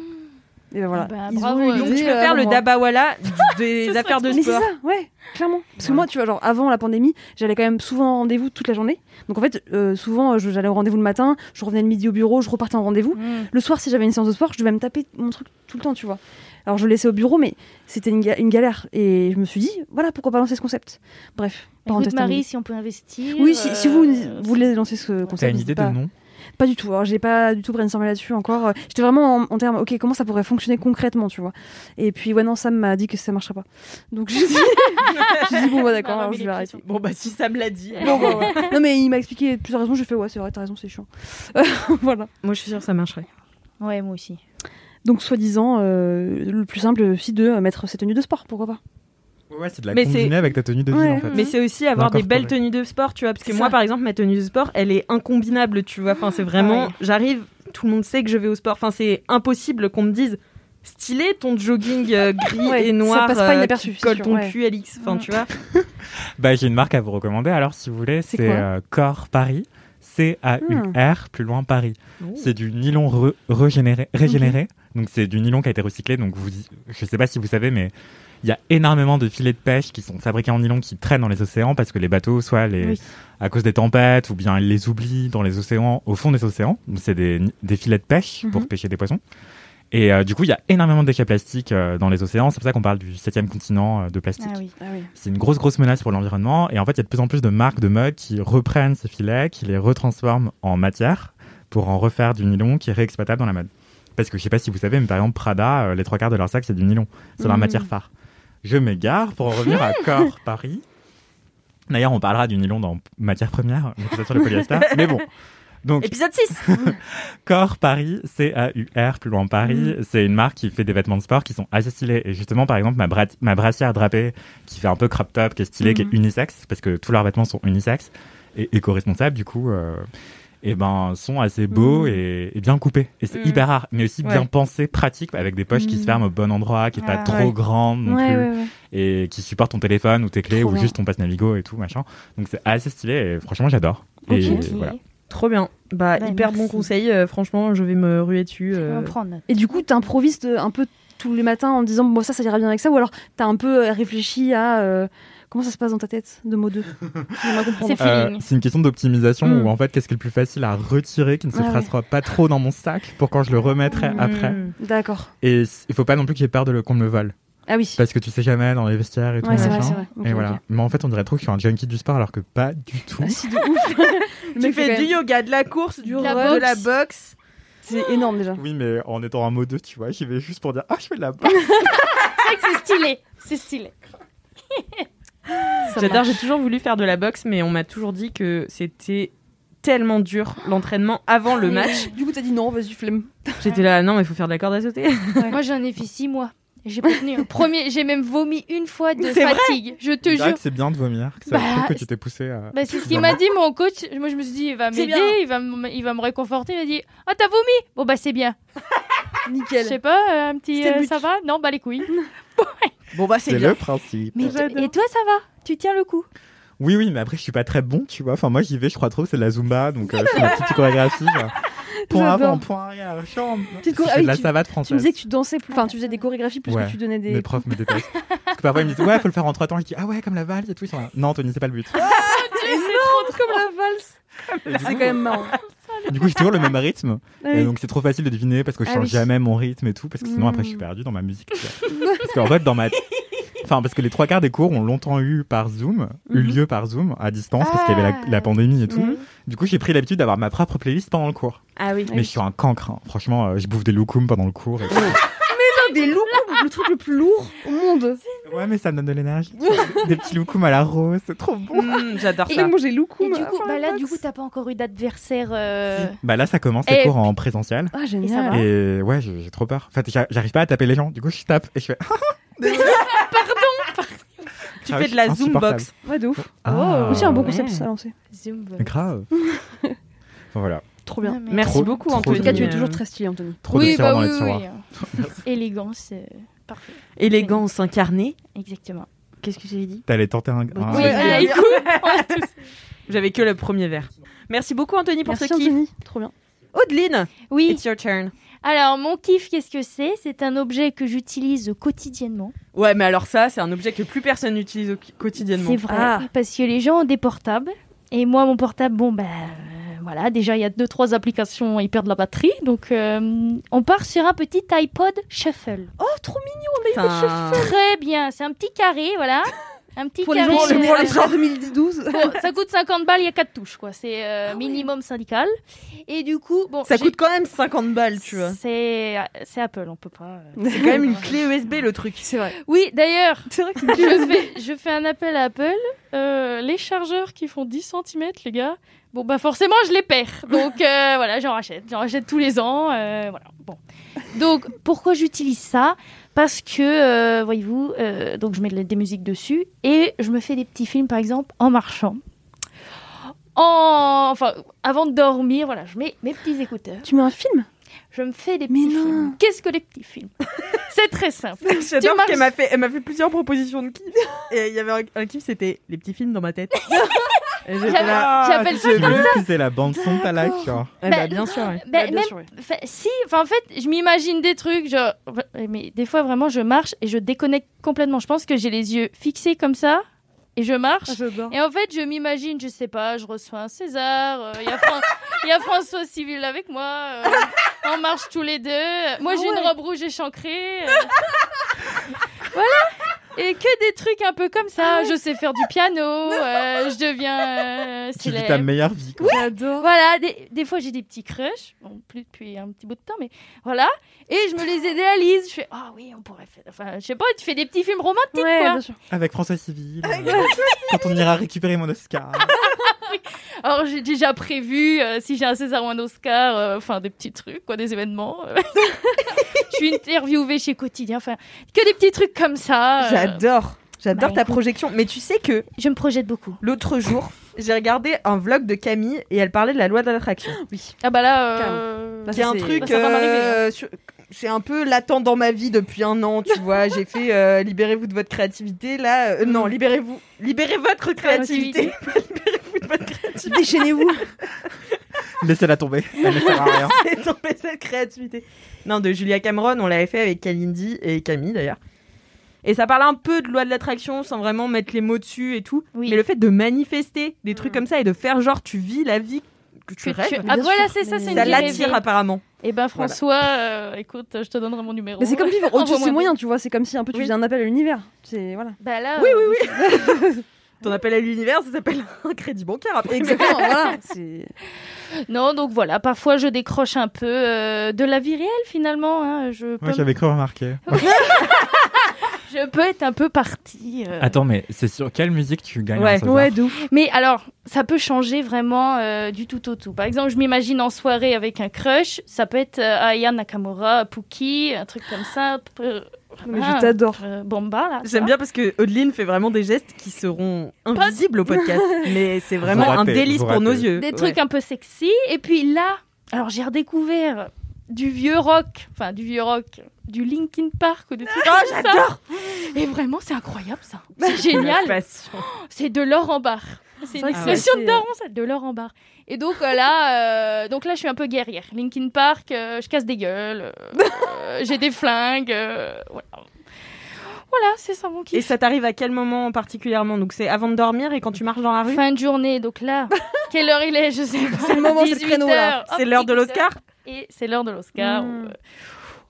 Speaker 5: Et ben
Speaker 2: Ah
Speaker 5: voilà.
Speaker 3: Bah,
Speaker 5: Ils
Speaker 3: bravo,
Speaker 5: ont
Speaker 3: euh,
Speaker 5: une
Speaker 2: donc
Speaker 5: idée,
Speaker 2: je
Speaker 5: euh,
Speaker 2: peux faire le
Speaker 5: moi.
Speaker 2: dabawala du- des affaires de
Speaker 5: Mais c'est
Speaker 2: sport
Speaker 5: ça, ouais, clairement. Parce que moi, tu vois, genre avant la pandémie, j'allais quand même souvent en rendez-vous toute la journée. Donc en fait, euh, souvent, euh, je- j'allais au rendez-vous le matin, je revenais le midi au bureau, je repartais en rendez-vous.
Speaker 3: Mm.
Speaker 5: Le soir, si j'avais une séance de sport, je devais me taper mon truc tout le temps, tu vois. Alors je le laissais au bureau, mais c'était une, ga- une galère. Et je me suis dit, voilà, pourquoi pas lancer ce concept Bref,
Speaker 3: Écoute,
Speaker 5: parenthèse
Speaker 3: Marie, si on peut investir.
Speaker 5: terminée. Oui, si, si vous
Speaker 3: euh,
Speaker 5: vous voulez lancer ce concept,
Speaker 4: T'as une
Speaker 5: n'hésitez
Speaker 4: idée de
Speaker 5: pas.
Speaker 4: nom
Speaker 5: Pas du tout. Alors, j'ai pas du tout brainstormé là-dessus encore. Euh, J'étais vraiment en, en termes, ok, comment ça pourrait fonctionner concrètement, tu vois. Et puis, ouais, non, Sam m'a dit que ça marcherait pas. Donc, j'ai dit, j'ai dit, bon, bah, d'accord,
Speaker 3: Bah,
Speaker 5: alors,
Speaker 3: remis
Speaker 5: je vais
Speaker 3: les
Speaker 5: arrêter.
Speaker 2: bon bah si ça me l'a dit
Speaker 5: Non, bah, ouais. Non, mais il m'a expliqué plusieurs raisons. J'ai fait, ouais, c'est vrai, t'as raison, c'est chiant. voilà.
Speaker 2: moi je suis sûre que ça marcherait
Speaker 3: Ouais, moi aussi.
Speaker 5: Donc, soi-disant, euh, le plus simple, si de euh, mettre ses tenues de sport, pourquoi pas.
Speaker 4: Ouais, c'est de la
Speaker 2: Mais c'est-
Speaker 4: combiner avec ta tenue de ville
Speaker 5: Ouais.
Speaker 4: en fait.
Speaker 2: Mais c'est aussi avoir
Speaker 4: Encore
Speaker 2: des belles
Speaker 4: trouvé.
Speaker 2: tenues de sport, tu vois. Parce que
Speaker 5: C'est
Speaker 2: moi,
Speaker 5: ça.
Speaker 2: par exemple, ma tenue de sport, elle est incombinable, tu vois. Enfin, c'est vraiment. J'arrive, tout le monde sait que je vais au sport. Enfin, c'est impossible qu'on me dise stylé ton jogging euh, gris
Speaker 5: Ouais,
Speaker 2: et
Speaker 5: ça
Speaker 2: noir.
Speaker 5: passe pas
Speaker 2: euh,
Speaker 5: inaperçu,
Speaker 2: qui Mm.
Speaker 5: c'est
Speaker 2: Colle
Speaker 5: sûr,
Speaker 2: ton
Speaker 5: ouais.
Speaker 2: cul, LX. Enfin, tu vois.
Speaker 4: Bah, j'ai une marque à vous recommander. Alors, si vous voulez,
Speaker 5: C'est
Speaker 4: c'est
Speaker 5: quoi
Speaker 4: euh, Core Paris. C-A-U-R, plus loin Paris. C'est du nylon re- régénéré. régénéré. Donc, c'est du nylon qui a été recyclé. Donc, vous, y- je sais pas si vous savez, mais il y a énormément de filets de pêche qui sont fabriqués en nylon qui traînent dans les océans parce que les bateaux, soit les,
Speaker 5: Oui.
Speaker 4: à cause des tempêtes, ou bien ils les oublient dans les océans, au fond des océans. Donc, C'est des, ni- des filets de pêche pour
Speaker 5: Mhm.
Speaker 4: pêcher des poissons. Et euh, du coup, il y a énormément de déchets plastiques euh, dans les océans. C'est pour ça qu'on parle du septième continent euh, de plastique.
Speaker 3: Ah oui.
Speaker 5: Ah oui.
Speaker 4: C'est une grosse, grosse menace pour l'environnement. Et en fait, il y a de plus en plus de marques de mode qui reprennent ces filets, qui les retransforment en matière pour en refaire du nylon qui est réexploitable dans la mode. Parce que je sais pas si vous savez, mais par exemple, Prada, euh, les trois quarts de leur sac, c'est du nylon. C'est leur
Speaker 5: Mhm.
Speaker 4: matière phare. Je m'égare pour en revenir à Corps Paris. D'ailleurs, on parlera du nylon dans matière première, mais peut-être sur le polyester. mais bon. Donc,
Speaker 2: Épisode 6
Speaker 4: Core Paris, C-A-U-R, plus loin
Speaker 5: Mm.
Speaker 4: Paris. C'est une marque qui fait des vêtements de sport qui sont assez stylés. Et justement, par exemple, ma, bra- ma brassière drapée, qui fait un peu crop top, qui est stylée, qui
Speaker 5: Mm.
Speaker 4: est unisexe, parce que tous leurs vêtements sont unisexe et éco-responsables, du coup, euh, et ben, sont assez
Speaker 5: Mm.
Speaker 4: beaux et, et bien coupés. Et c'est
Speaker 2: Mhm.
Speaker 4: hyper rare, mais aussi bien
Speaker 2: Ouais.
Speaker 4: pensé, pratique, avec des poches qui se ferment au bon endroit, qui est pas
Speaker 3: Ah,
Speaker 4: trop
Speaker 2: ouais.
Speaker 4: grande non
Speaker 5: Mm. Ouais,
Speaker 4: plus,
Speaker 5: ouais, ouais.
Speaker 4: et qui supporte ton téléphone ou tes clés
Speaker 5: Trop
Speaker 4: ou
Speaker 5: bien.
Speaker 4: juste ton passe Navigo et tout, machin. Donc c'est assez stylé et franchement, j'adore. Et
Speaker 3: Ok.
Speaker 4: voilà.
Speaker 2: Trop bien. Bah,
Speaker 3: Bah,
Speaker 2: hyper bon
Speaker 3: merci.
Speaker 2: conseil. euh, franchement, je vais me ruer dessus.
Speaker 3: On
Speaker 2: euh.
Speaker 3: va prendre note.
Speaker 5: Et du coup, t'improvises euh, un peu tous les matins en te disant, bon, ça, ça ira bien avec ça. Ou alors, t'as un peu euh, réfléchi à. euh, Comment ça se passe dans ta tête de mot 2 J'aimerais comprendre.
Speaker 3: C'est feeling.
Speaker 4: Euh, c'est une question d'optimisation
Speaker 5: Mm.
Speaker 4: où en fait qu'est-ce qui est le plus facile à retirer qui ne se
Speaker 5: Ah ouais.
Speaker 4: tracera pas trop dans mon sac pour quand je le remettrai
Speaker 5: Mm.
Speaker 4: après.
Speaker 2: Mmh.
Speaker 5: D'accord.
Speaker 4: Et s- il faut pas non plus que j'ai peur de le qu'on me le vole
Speaker 5: Ah oui.
Speaker 4: parce que tu sais jamais dans les vestiaires et tout
Speaker 5: Ouais, c'est vrai,
Speaker 4: machin.
Speaker 5: c'est vrai. Ok,
Speaker 4: et voilà.
Speaker 5: ok.
Speaker 4: Mais en fait on dirait trop que je suis un junkie du sport alors que pas du tout.
Speaker 5: Ah, si, de ouf. Le
Speaker 2: Tu
Speaker 5: mec fait
Speaker 2: fais
Speaker 5: quand
Speaker 2: du
Speaker 5: même-
Speaker 2: yoga, de la course, du
Speaker 5: De
Speaker 2: run,
Speaker 5: la
Speaker 2: de
Speaker 5: boxe.
Speaker 2: la boxe.
Speaker 5: C'est énorme déjà.
Speaker 4: Oui mais en étant un mot 2 tu vois j'y vais juste pour dire ah je fais de la boxe.
Speaker 3: C'est vrai que c'est stylé. C'est stylé.
Speaker 2: J'adore, j'ai toujours voulu faire de la boxe, mais on m'a toujours dit que c'était tellement dur l'entraînement avant le match
Speaker 5: Du coup, t'as dit non, vas-y, flemme.
Speaker 2: J'étais là, non, mais il faut faire de la corde à sauter.
Speaker 3: Moi, j'en ai fait six mois. J'ai pas tenu. hein. Premier, j'ai même vomi une fois de
Speaker 2: C'est vrai
Speaker 3: fatigue. Je te
Speaker 4: Il paraît
Speaker 3: jure.
Speaker 4: que c'est bien de vomir que ça
Speaker 3: Bah,
Speaker 4: prouve que tu t'es poussé à
Speaker 3: Bah, c'est ce qu'il m'a dit mon coach. Moi je me suis dit il va
Speaker 2: C'est
Speaker 3: m'aider,
Speaker 2: bien.
Speaker 3: il va me, il va me réconforter. Il a dit ah t'as vomi Bon bah c'est bien. Je
Speaker 5: Nickel.
Speaker 3: sais pas euh, un petit
Speaker 5: C'était le
Speaker 3: euh,
Speaker 5: but.
Speaker 3: ça va Non bah les couilles.
Speaker 2: Bon, bah,
Speaker 4: c'est le principe.
Speaker 3: Mais t- et toi ça va Tu tiens le coup
Speaker 4: Oui oui mais après je suis pas très bon tu vois. Enfin moi j'y vais je crois trop que c'est de la zumba donc euh, je fais ma petite chorégraphie. genre, Point
Speaker 5: J'adore.
Speaker 4: avant, point arrière, chambre.
Speaker 5: Petite choré-
Speaker 4: Je
Speaker 5: ah
Speaker 4: fais
Speaker 5: oui,
Speaker 4: de la
Speaker 5: tu-
Speaker 4: savate
Speaker 5: Tu me
Speaker 4: française.
Speaker 5: disais que tu dansais plus, enfin, tu faisais des chorégraphies plus
Speaker 4: Ouais.
Speaker 5: que tu donnais des.
Speaker 4: Mes profs me détestent. Parce que parfois ils me disent ouais, faut le faire en trois temps. Je dis ah ouais, comme la valse et tout. Ils sont là. Non, Tony, c'est pas le but.
Speaker 3: Ah,
Speaker 5: Et non, comme la valse. Ah, C'est Ah, quand même marrant.
Speaker 4: Du coup, j'ai toujours le même rythme.
Speaker 5: Ah
Speaker 4: Et
Speaker 5: oui.
Speaker 4: donc, c'est trop facile de deviner parce que je
Speaker 5: Ah
Speaker 4: change
Speaker 5: oui.
Speaker 4: jamais mon rythme et tout. Parce que sinon, après, je suis perdu dans ma musique. tu vois. parce qu'en fait, dans ma. Enfin, parce que les trois quarts des cours ont longtemps eu par Zoom, eu
Speaker 5: Mhm.
Speaker 4: lieu par Zoom, à distance, parce qu'il y avait la, la pandémie et tout.
Speaker 5: Mhm.
Speaker 4: Du coup, j'ai pris l'habitude d'avoir ma propre playlist pendant le cours.
Speaker 2: Ah oui.
Speaker 4: Mais je suis un cancre. hein. Franchement, euh, je bouffe des loukoums pendant le cours. et tout.
Speaker 5: Ah, des loups, le truc le plus lourd au monde.
Speaker 4: Ouais, mais ça me donne de l'énergie. Des petits loukoums à la rose, c'est trop bon.
Speaker 2: Mmh, J'adore
Speaker 5: Et
Speaker 2: ça.
Speaker 5: moi j'ai loukoum.
Speaker 3: Et du coup,
Speaker 5: ah,
Speaker 3: bah là, du
Speaker 5: box.
Speaker 3: coup, t'as pas encore eu d'adversaire. euh,
Speaker 4: Bah là, ça commence les
Speaker 3: Et-
Speaker 4: cours en présentiel.
Speaker 5: Ah,
Speaker 3: Et ça
Speaker 5: génial.
Speaker 3: va
Speaker 4: Et ouais, j'ai j'ai trop peur. En fait, j'a- j'arrive pas à taper les gens. Du coup, je tape et je fais.
Speaker 2: Tu
Speaker 4: Ah
Speaker 2: fais
Speaker 4: oui,
Speaker 2: de la zoom
Speaker 4: insupportable.
Speaker 2: box. Oh.
Speaker 5: Ouais, de ouf.
Speaker 4: Ah.
Speaker 5: Aussi un beau
Speaker 2: ouais.
Speaker 5: concept ça à lancer.
Speaker 3: Zoom.
Speaker 4: Mais Grave. Enfin, voilà.
Speaker 5: Trop bien.
Speaker 3: Ah, mais-
Speaker 2: Merci
Speaker 4: Trop-
Speaker 2: beaucoup,
Speaker 4: trop
Speaker 5: En
Speaker 2: Anthony.
Speaker 5: tout cas, tu es
Speaker 2: Euh,
Speaker 5: toujours très stylé, Anthony.
Speaker 4: Trop de
Speaker 3: oui,
Speaker 4: tiroirs
Speaker 3: bah
Speaker 4: dans
Speaker 3: oui,
Speaker 4: les tiroirs.
Speaker 3: oui. Élégance, euh, parfait.
Speaker 2: Élégance incarnée.
Speaker 3: Exactement.
Speaker 2: Qu'est-ce que j'ai dit
Speaker 4: T'allais tenter un. un-
Speaker 2: Oui.
Speaker 3: Ah,
Speaker 2: bien.
Speaker 3: écoute, on a tous-
Speaker 2: J'avais que le premier verre. Merci beaucoup, Anthony, pour
Speaker 5: Merci
Speaker 2: ce kiff.
Speaker 5: Anthony. Trop bien.
Speaker 2: Audeline,
Speaker 3: Oui,
Speaker 2: it's your turn.
Speaker 3: alors mon kiff, qu'est-ce que c'est C'est un objet que j'utilise quotidiennement.
Speaker 2: Ouais, mais alors ça, c'est un objet que plus personne n'utilise au- quotidiennement.
Speaker 3: C'est vrai,
Speaker 5: Ah.
Speaker 3: parce que les gens ont des portables. Et moi, mon portable, bon, ben euh, voilà, déjà, il y a deux, trois applications, ils perdent la batterie. Donc, euh, on part sur un petit iPod Shuffle.
Speaker 5: Oh, trop mignon.
Speaker 2: Putain.
Speaker 3: Très bien, c'est un petit carré, voilà. Un petit
Speaker 5: Pour les
Speaker 3: carré.
Speaker 5: gens qui
Speaker 3: euh,
Speaker 5: sont nés après 2012.
Speaker 3: Bon, ça coûte 50 balles, il y a 4 touches, quoi. C'est euh, minimum syndical. Et du coup, bon.
Speaker 2: Ça
Speaker 3: j'ai-
Speaker 2: coûte quand même 50 balles, tu vois.
Speaker 3: C'est c'est Apple, on peut pas. euh.
Speaker 2: C'est quand même une clé USB, le truc.
Speaker 5: C'est vrai.
Speaker 3: Oui, d'ailleurs,
Speaker 5: C'est vrai que
Speaker 3: je, fais, je fais un appel à Apple. Euh, les chargeurs qui font 10 cm, les gars, bon, bah forcément, je les perds. Donc euh, voilà, j'en rachète. J'en rachète tous les ans. euh, voilà. bon. Donc, pourquoi j'utilise ça Parce que, euh, voyez-vous, euh, donc je mets de la- des musiques dessus et je me fais des petits films, par exemple, en marchant. En... Enfin, avant de dormir, voilà, je mets mes petits écouteurs.
Speaker 5: Tu mets un film
Speaker 3: Je me fais des
Speaker 5: Mais
Speaker 3: petits
Speaker 5: non.
Speaker 3: films. Qu'est-ce que les petits films C'est très simple.
Speaker 2: J'adore
Speaker 3: Tu marches-
Speaker 2: qu'elle m'a fait, elle m'a fait plusieurs propositions de kiff. Et il y avait un, un kiff, c'était les petits films dans ma tête. Et j'étais
Speaker 3: J'appelle-
Speaker 5: Ah,
Speaker 2: là,
Speaker 3: j'appelle ça
Speaker 2: je-
Speaker 4: Tu veux utiliser la bande son, t'as là, genre.
Speaker 2: Eh
Speaker 3: Bah,
Speaker 2: bah, bien sûr. ouais.
Speaker 3: Ben,
Speaker 5: Ouais, bien
Speaker 3: même,
Speaker 5: sûr, ouais.
Speaker 3: enfin, si, enfin, en fait, je m'imagine des trucs, genre, mais des fois vraiment, je marche et je déconnecte complètement. Je pense que j'ai les yeux fixés comme ça et je marche.
Speaker 2: Ah,
Speaker 5: J'adore.
Speaker 3: Et en fait, je m'imagine, je sais pas, je reçois un César, euh, il y, a Fran- il y a François Civil avec moi, euh, on marche tous les deux. Moi, j'ai une robe rouge échancrée. euh. voilà! Et que des trucs un peu comme ça. Je sais faire du piano, euh, je deviens euh,
Speaker 4: Tu vis
Speaker 3: célèbre.
Speaker 4: ta meilleure vie. quoi.
Speaker 5: J'adore.
Speaker 3: Voilà, des, des fois j'ai des petits crushs, bon, plus depuis un petit bout de temps, mais voilà. Et je me les idéalise. Je fais, ah oui, on pourrait faire. Enfin, je sais pas, tu fais des petits films romantiques,
Speaker 5: Ouais,
Speaker 3: quoi.
Speaker 5: bien sûr.
Speaker 4: Avec François Civil. euh, Quand on ira récupérer mon Oscar.
Speaker 3: Alors, j'ai déjà prévu euh, si j'ai un César ou un Oscar, euh, enfin, des petits trucs, quoi, des événements. je suis interviewée chez Quotidien, enfin, que des petits trucs comme ça. euh,
Speaker 2: J'adore. J'adore
Speaker 3: bah,
Speaker 2: ta
Speaker 3: écoute.
Speaker 2: projection. Mais tu sais que
Speaker 3: je me projette beaucoup.
Speaker 2: l'autre jour, j'ai regardé un vlog de Camille et elle parlait de la loi de l'attraction.
Speaker 5: Oui.
Speaker 3: Ah bah là. euh,
Speaker 5: Bah,
Speaker 2: C'est
Speaker 5: ça,
Speaker 2: un
Speaker 5: c'est-
Speaker 2: truc.
Speaker 3: bah, ça va m'arriver,
Speaker 2: euh, sur- C'est un peu latent dans ma vie depuis un an, tu vois. J'ai fait euh, libérez-vous de votre créativité. Là, euh,
Speaker 3: Mm.
Speaker 2: non, libérez-vous, libérez votre créativité. libérez-vous de votre créativité.
Speaker 5: Déchaînez-vous.
Speaker 4: Laissez-la tomber. Elle ne sert à rien.
Speaker 2: C'est tombé cette créativité. Non, de Julia Cameron, on l'avait fait avec Kalindi et Camille d'ailleurs. Et ça parle un peu de loi de l'attraction sans vraiment mettre les mots dessus et tout.
Speaker 3: Oui. Mm.
Speaker 2: Mais le fait de manifester des trucs comme ça et de faire genre tu vis la vie que tu
Speaker 3: que
Speaker 2: rêves,
Speaker 3: tu-
Speaker 5: bien
Speaker 3: Ah voilà,
Speaker 5: sûr,
Speaker 3: c'est ça,
Speaker 5: mais-
Speaker 3: c'est une
Speaker 2: ça
Speaker 3: vie
Speaker 2: l'attire
Speaker 3: rêvée.
Speaker 2: apparemment.
Speaker 3: Eh ben François, euh, écoute, je te donnerai mon numéro.
Speaker 5: Mais c'est comme vivre
Speaker 2: Oh,
Speaker 5: au-dessus de
Speaker 3: Envoie-moi
Speaker 5: ses
Speaker 3: un
Speaker 5: moyens, tu vois. C'est comme si un peu tu
Speaker 2: Oui.
Speaker 5: faisais un appel à l'univers. C'est voilà.
Speaker 3: Bah là,
Speaker 2: Oui,
Speaker 3: euh,
Speaker 2: oui, oui. Ton appel à l'univers, ça s'appelle un crédit bancaire après.
Speaker 5: Exactement, voilà. C'est
Speaker 3: Non, donc voilà, parfois je décroche un peu euh, de la vie réelle finalement. hein. Je, peux,
Speaker 4: Moi, j'avais cru remarquer.
Speaker 3: je peux être un peu partie. euh.
Speaker 4: Attends, mais c'est sur quelle musique tu gagnes un
Speaker 2: Ouais.
Speaker 4: César
Speaker 5: de ouf.
Speaker 3: Mais alors, ça peut changer vraiment euh, du tout au tout. Par exemple, je m'imagine en soirée avec un crush, ça peut être euh, Aya Nakamura, Pookie, un truc comme ça. euh,
Speaker 5: Mais
Speaker 3: voilà,
Speaker 5: je t'adore.
Speaker 3: euh, Bomba là. ça.
Speaker 2: J'aime bien parce que Odeline fait vraiment des gestes qui seront invisibles au podcast, mais c'est vraiment
Speaker 4: Vous ratez,
Speaker 2: un délice
Speaker 4: vous
Speaker 2: pour nos
Speaker 4: ratez.
Speaker 2: yeux.
Speaker 3: Des
Speaker 2: Ouais.
Speaker 3: trucs un peu sexy. Et puis là, alors j'ai redécouvert du vieux rock, enfin du vieux rock, du Linkin Park ou des trucs comme ça.
Speaker 2: Ah, j'adore
Speaker 3: Et vraiment, c'est incroyable ça. C'est génial.
Speaker 2: Passion.
Speaker 3: c'est de l'or en barre. C'est euh, une
Speaker 5: vrai que c'est
Speaker 3: expression de
Speaker 5: assez,
Speaker 3: daron, ça, de l'or en barre. Et donc euh, là, euh, donc là, je suis un peu guerrière. Linkin Park, euh, je casse des gueules, euh, euh, j'ai des flingues, euh, voilà. Voilà, c'est ça mon
Speaker 2: Et
Speaker 3: kiff.
Speaker 2: ça t'arrive à quel moment particulièrement Donc c'est avant de dormir et quand tu marches dans la rue
Speaker 3: Fin de journée, donc là, quelle heure il est, je sais pas. C'est
Speaker 5: le moment, c'est le créneau, là.
Speaker 3: Oh,
Speaker 2: C'est l'heure de l'Oscar
Speaker 3: Et c'est l'heure de l'Oscar.
Speaker 5: Mm.
Speaker 3: ou, euh,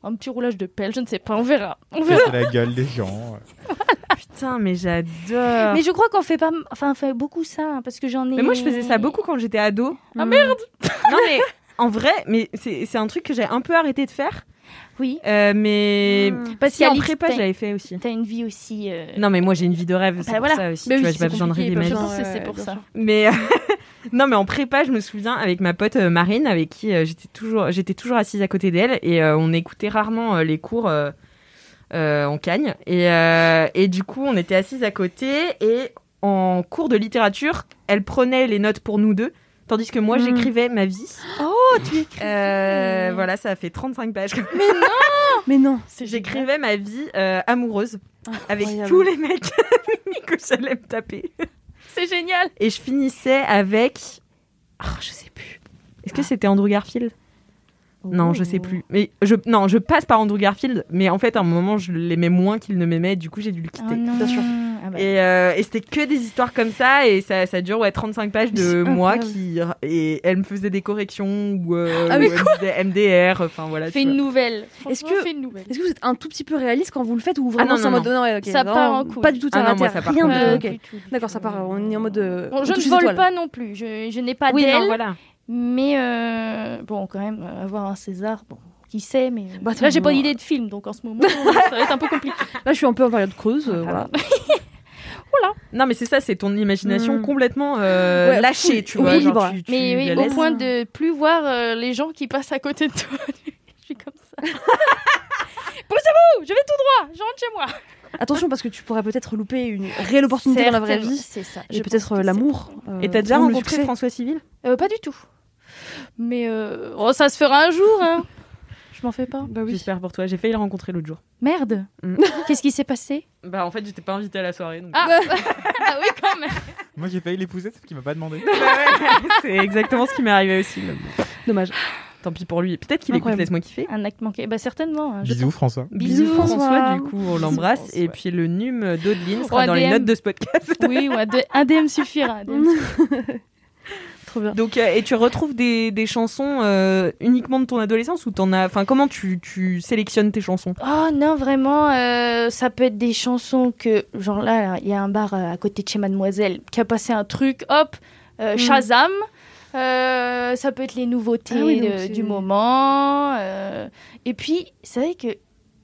Speaker 3: un petit roulage de pelle, je ne sais pas, on verra. On verra.
Speaker 4: C'est la gueule des gens.
Speaker 2: Putain, mais j'adore
Speaker 3: Ah. Mais je crois qu'on fait pas, enfin, on fait beaucoup ça, hein, parce que j'en ai.
Speaker 2: Mais moi je faisais ça beaucoup quand j'étais ado.
Speaker 3: Ah
Speaker 2: merde Non mais en vrai, mais c'est c'est un truc que j'ai un peu arrêté de faire.
Speaker 3: Oui.
Speaker 2: Euh, mais
Speaker 3: Hmm.
Speaker 2: parce qu'en
Speaker 3: Spécialiste,
Speaker 2: prépa, je
Speaker 3: t'as-
Speaker 2: l'avais fait aussi.
Speaker 3: T'as une vie aussi. euh,
Speaker 2: Non, mais moi j'ai une vie de rêve, c'est
Speaker 3: Bah
Speaker 2: pour
Speaker 3: voilà.
Speaker 2: ça aussi.
Speaker 3: Bah
Speaker 2: tu
Speaker 3: oui,
Speaker 2: vois, j'ai
Speaker 3: c'est
Speaker 2: pas besoin de
Speaker 3: compliqué,
Speaker 2: rêver
Speaker 3: pas
Speaker 2: ma vie.
Speaker 3: besoin.
Speaker 5: Ouais,
Speaker 3: c'est
Speaker 5: ouais,
Speaker 3: pour
Speaker 5: bien
Speaker 3: ça.
Speaker 5: sûr.
Speaker 2: Mais euh, non, mais en prépa, je me souviens avec ma pote euh, Marine, avec qui euh, j'étais toujours, j'étais toujours assise à côté d'elle, et euh, on écoutait rarement euh, les cours. euh, euh, en cagne et, euh, et du coup on était assises à côté et en cours de littérature elle prenait les notes pour nous deux tandis que moi
Speaker 5: Mm.
Speaker 2: j'écrivais ma vie
Speaker 3: Oh, tu es.
Speaker 2: Euh, voilà ça a fait 35 pages
Speaker 5: Mais non.
Speaker 3: C'est génial. Ah,
Speaker 2: j'écrivais ma vie euh, amoureuse avec
Speaker 5: Incroyable.
Speaker 2: tous les mecs que j'allais me taper
Speaker 3: C'est génial.
Speaker 2: et je finissais avec. Ah, je sais plus. Est-ce que
Speaker 5: Ah.
Speaker 2: c'était Andrew Garfield Non,
Speaker 5: Oh.
Speaker 2: je sais plus. Mais je non, je passe par Andrew Garfield, mais en fait, à un moment, je l'aimais moins qu'il ne m'aimait, du coup, j'ai dû le quitter.
Speaker 5: Bien sûr.
Speaker 3: Ah bah.
Speaker 2: Et, euh, et c'était que des histoires comme ça, et ça, ça dure ouais, 35 pages
Speaker 5: C'est
Speaker 2: de moi
Speaker 5: incroyable.
Speaker 2: qui. Et elle me faisait des corrections, ou, euh,
Speaker 5: Ah,
Speaker 2: ou
Speaker 5: mais
Speaker 2: elle me disait MDR, enfin voilà.
Speaker 3: Fais
Speaker 2: tu
Speaker 3: une
Speaker 2: vois.
Speaker 3: nouvelle. Franchement,
Speaker 5: que-
Speaker 3: fais une nouvelle.
Speaker 5: euh, Est-ce que vous êtes un tout petit peu réaliste quand vous le faites ou vraiment
Speaker 2: Ah, non,
Speaker 5: c'est en
Speaker 2: non,
Speaker 5: mode non, ouais, ok,
Speaker 3: Ça
Speaker 5: non,
Speaker 3: part en couille.
Speaker 5: Pas du tout,
Speaker 2: Ah
Speaker 5: ça
Speaker 2: non,
Speaker 5: va
Speaker 2: moi,
Speaker 5: terre,
Speaker 2: ça part
Speaker 5: rien
Speaker 2: pas.
Speaker 5: de.
Speaker 2: Euh,
Speaker 5: ok. D'accord, ça part. On est en mode. euh,
Speaker 3: Bon,
Speaker 5: on
Speaker 3: je
Speaker 5: touche
Speaker 3: ne
Speaker 5: les
Speaker 3: vole
Speaker 5: étoiles.
Speaker 3: pas non plus. Je, je n'ai pas
Speaker 2: Oui,
Speaker 3: d'aile.
Speaker 2: non, voilà.
Speaker 3: Mais euh, bon, quand même, euh, avoir un César, bon, qui sait, mais. euh,
Speaker 5: Bah, attends,
Speaker 3: là, j'ai pas
Speaker 5: moi-
Speaker 3: d'idée de film, donc en ce moment, ça va être un peu compliqué.
Speaker 5: Là, je suis un peu en période creuse.
Speaker 2: Ah,
Speaker 5: euh, voilà.
Speaker 2: Non, mais c'est ça, c'est ton imagination
Speaker 5: Mm.
Speaker 2: complètement euh,
Speaker 5: Ouais,
Speaker 2: lâchée,
Speaker 5: full-
Speaker 2: tu vois.
Speaker 5: oui,
Speaker 2: genre,
Speaker 5: libre.
Speaker 2: tu- tu
Speaker 3: Mais oui,
Speaker 2: la
Speaker 3: au
Speaker 2: laisses.
Speaker 3: point de plus voir euh, les gens qui passent à côté de toi. je suis comme ça. Poussez-vous Je vais tout droit Je rentre chez moi
Speaker 5: Attention, parce que tu pourrais peut-être louper une réelle opportunité dans la vraie
Speaker 3: Certainement,
Speaker 5: vie.
Speaker 3: C'est ça.
Speaker 5: Et
Speaker 3: Je
Speaker 5: peut-être
Speaker 3: pense
Speaker 5: euh,
Speaker 3: que
Speaker 5: l'amour.
Speaker 2: Et
Speaker 5: euh,
Speaker 2: t'as déjà
Speaker 5: ou le
Speaker 2: rencontré
Speaker 5: succès.
Speaker 2: François Civil
Speaker 3: c'est- Euh, pas du tout. Mais euh, oh, ça se fera un jour, hein Je m'en fais pas.
Speaker 5: Bah oui.
Speaker 2: J'espère pour toi. J'ai failli le rencontrer l'autre jour.
Speaker 3: Merde
Speaker 2: Mm.
Speaker 3: Qu'est-ce qui s'est passé
Speaker 2: Bah en fait j'étais pas invitée à la soirée. Donc...
Speaker 3: ah. Ah oui, quand même
Speaker 4: Moi, j'ai failli l'épouser, sauf qu'il m'a pas demandé.
Speaker 2: c'est exactement ce qui m'est arrivé aussi.
Speaker 5: Dommage.
Speaker 2: Tant pis pour lui. Peut-être qu'il écoute
Speaker 5: Incroyable.
Speaker 2: laisse-moi kiffer.
Speaker 3: Un acte manqué. Bah certainement. hein, je
Speaker 4: Bisous, François.
Speaker 5: Bisous,
Speaker 2: Bisous François.
Speaker 5: François.
Speaker 2: du coup on
Speaker 3: Bisous,
Speaker 2: l'embrasse
Speaker 3: François.
Speaker 2: et puis le num d'Audeline sera
Speaker 3: Ou
Speaker 2: dans les
Speaker 3: ADM.
Speaker 2: notes de ce podcast.
Speaker 3: pense. Oui, ou un, D- un DM suffira. un DM suffira.
Speaker 5: Trop bien.
Speaker 2: Donc euh, et tu retrouves des, des chansons euh, uniquement de ton adolescence ou t'en as enfin comment tu, tu sélectionnes tes chansons
Speaker 3: Oh non, vraiment, euh, ça peut être des chansons que, genre là, il y a un bar euh, à côté de chez Mademoiselle qui a passé un truc, hop,
Speaker 5: Mm.
Speaker 3: euh, Shazam. Euh, ça peut être les nouveautés
Speaker 5: Ah oui, donc
Speaker 3: de-
Speaker 5: c'est-
Speaker 3: du moment. euh, et puis, c'est vrai que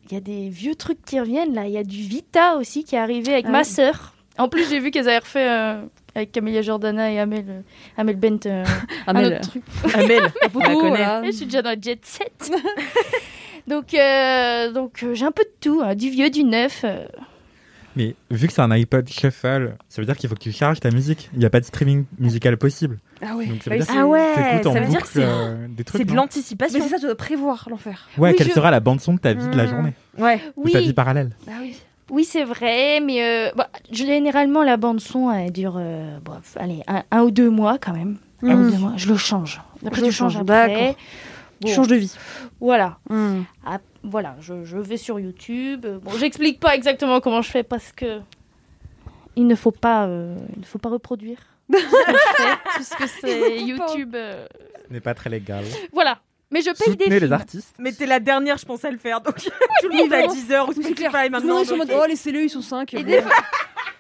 Speaker 3: il y a des vieux trucs qui reviennent là. Il y a du Vita aussi qui est arrivé avec
Speaker 5: Ah
Speaker 3: ma
Speaker 5: oui.
Speaker 3: sœur. En plus, j'ai vu qu'elles avaient refait euh, avec Camélia Jordana et Amel, euh, Amel Bent euh, un
Speaker 5: Amel.
Speaker 3: autre truc.
Speaker 2: Amel, on la
Speaker 5: Popo,
Speaker 2: connaît.
Speaker 5: voilà.
Speaker 3: Ah, Je suis déjà dans le jet set. donc, euh, donc euh, j'ai un peu de tout, hein, du vieux, du neuf. euh.
Speaker 4: Mais vu que c'est un iPod Shuffle, ça veut dire qu'il faut que tu charges ta musique. Il n'y a pas de streaming musical possible.
Speaker 5: Ah ouais.
Speaker 4: Donc, ça
Speaker 5: Bah
Speaker 4: veut
Speaker 5: oui,
Speaker 4: dire
Speaker 5: c'est-
Speaker 2: Ah ouais,
Speaker 4: T'écoutes en
Speaker 2: ça veut dire
Speaker 4: boucle,
Speaker 2: que c'est
Speaker 4: euh, des trucs.
Speaker 2: c'est de
Speaker 4: non
Speaker 5: Mais
Speaker 2: l'anticipation.
Speaker 5: c'est ça, tu dois prévoir l'enfer.
Speaker 4: Ouais,
Speaker 3: Oui,
Speaker 4: quelle
Speaker 3: je-
Speaker 4: sera la bande son de ta vie de la
Speaker 5: Hmm.
Speaker 4: journée,
Speaker 2: Ouais.
Speaker 4: de ta vie
Speaker 3: Oui,
Speaker 4: parallèle.
Speaker 5: Ah oui.
Speaker 3: Bah oui c'est vrai, mais euh, bah, généralement, la bande-son, elle dure euh, bon, allez, un, un ou deux mois quand même. Un
Speaker 5: Mm.
Speaker 2: Ah
Speaker 3: ou deux mois, je le change.
Speaker 5: Hmm. Après,
Speaker 3: je le
Speaker 5: tu
Speaker 3: change
Speaker 5: changes.
Speaker 3: après.
Speaker 5: D'accord.
Speaker 3: Bon,
Speaker 5: Tu changes de vie.
Speaker 3: Voilà.
Speaker 5: Mm.
Speaker 3: Ah, voilà, je, je vais sur YouTube. Euh, Bon, j'explique pas exactement comment je fais parce que il ne faut pas, euh, il ne faut pas reproduire ce que je fais puisque c'est
Speaker 5: Il ne faut pas.
Speaker 3: YouTube. euh,
Speaker 4: Ce n'est pas très légal.
Speaker 3: Voilà. Mais je paye des
Speaker 4: Soutenez les
Speaker 3: films.
Speaker 4: artistes.
Speaker 2: Mais t'es la dernière je pensais à le faire donc tout le monde a
Speaker 5: vraiment.
Speaker 2: 10 heures ou
Speaker 5: Oui, c'est clair.
Speaker 2: Spotify
Speaker 5: Tout le monde
Speaker 2: maintenant.
Speaker 5: est sur
Speaker 2: donc,
Speaker 5: mode, oh, laissez-le, ils sont 5.
Speaker 3: Et des fois,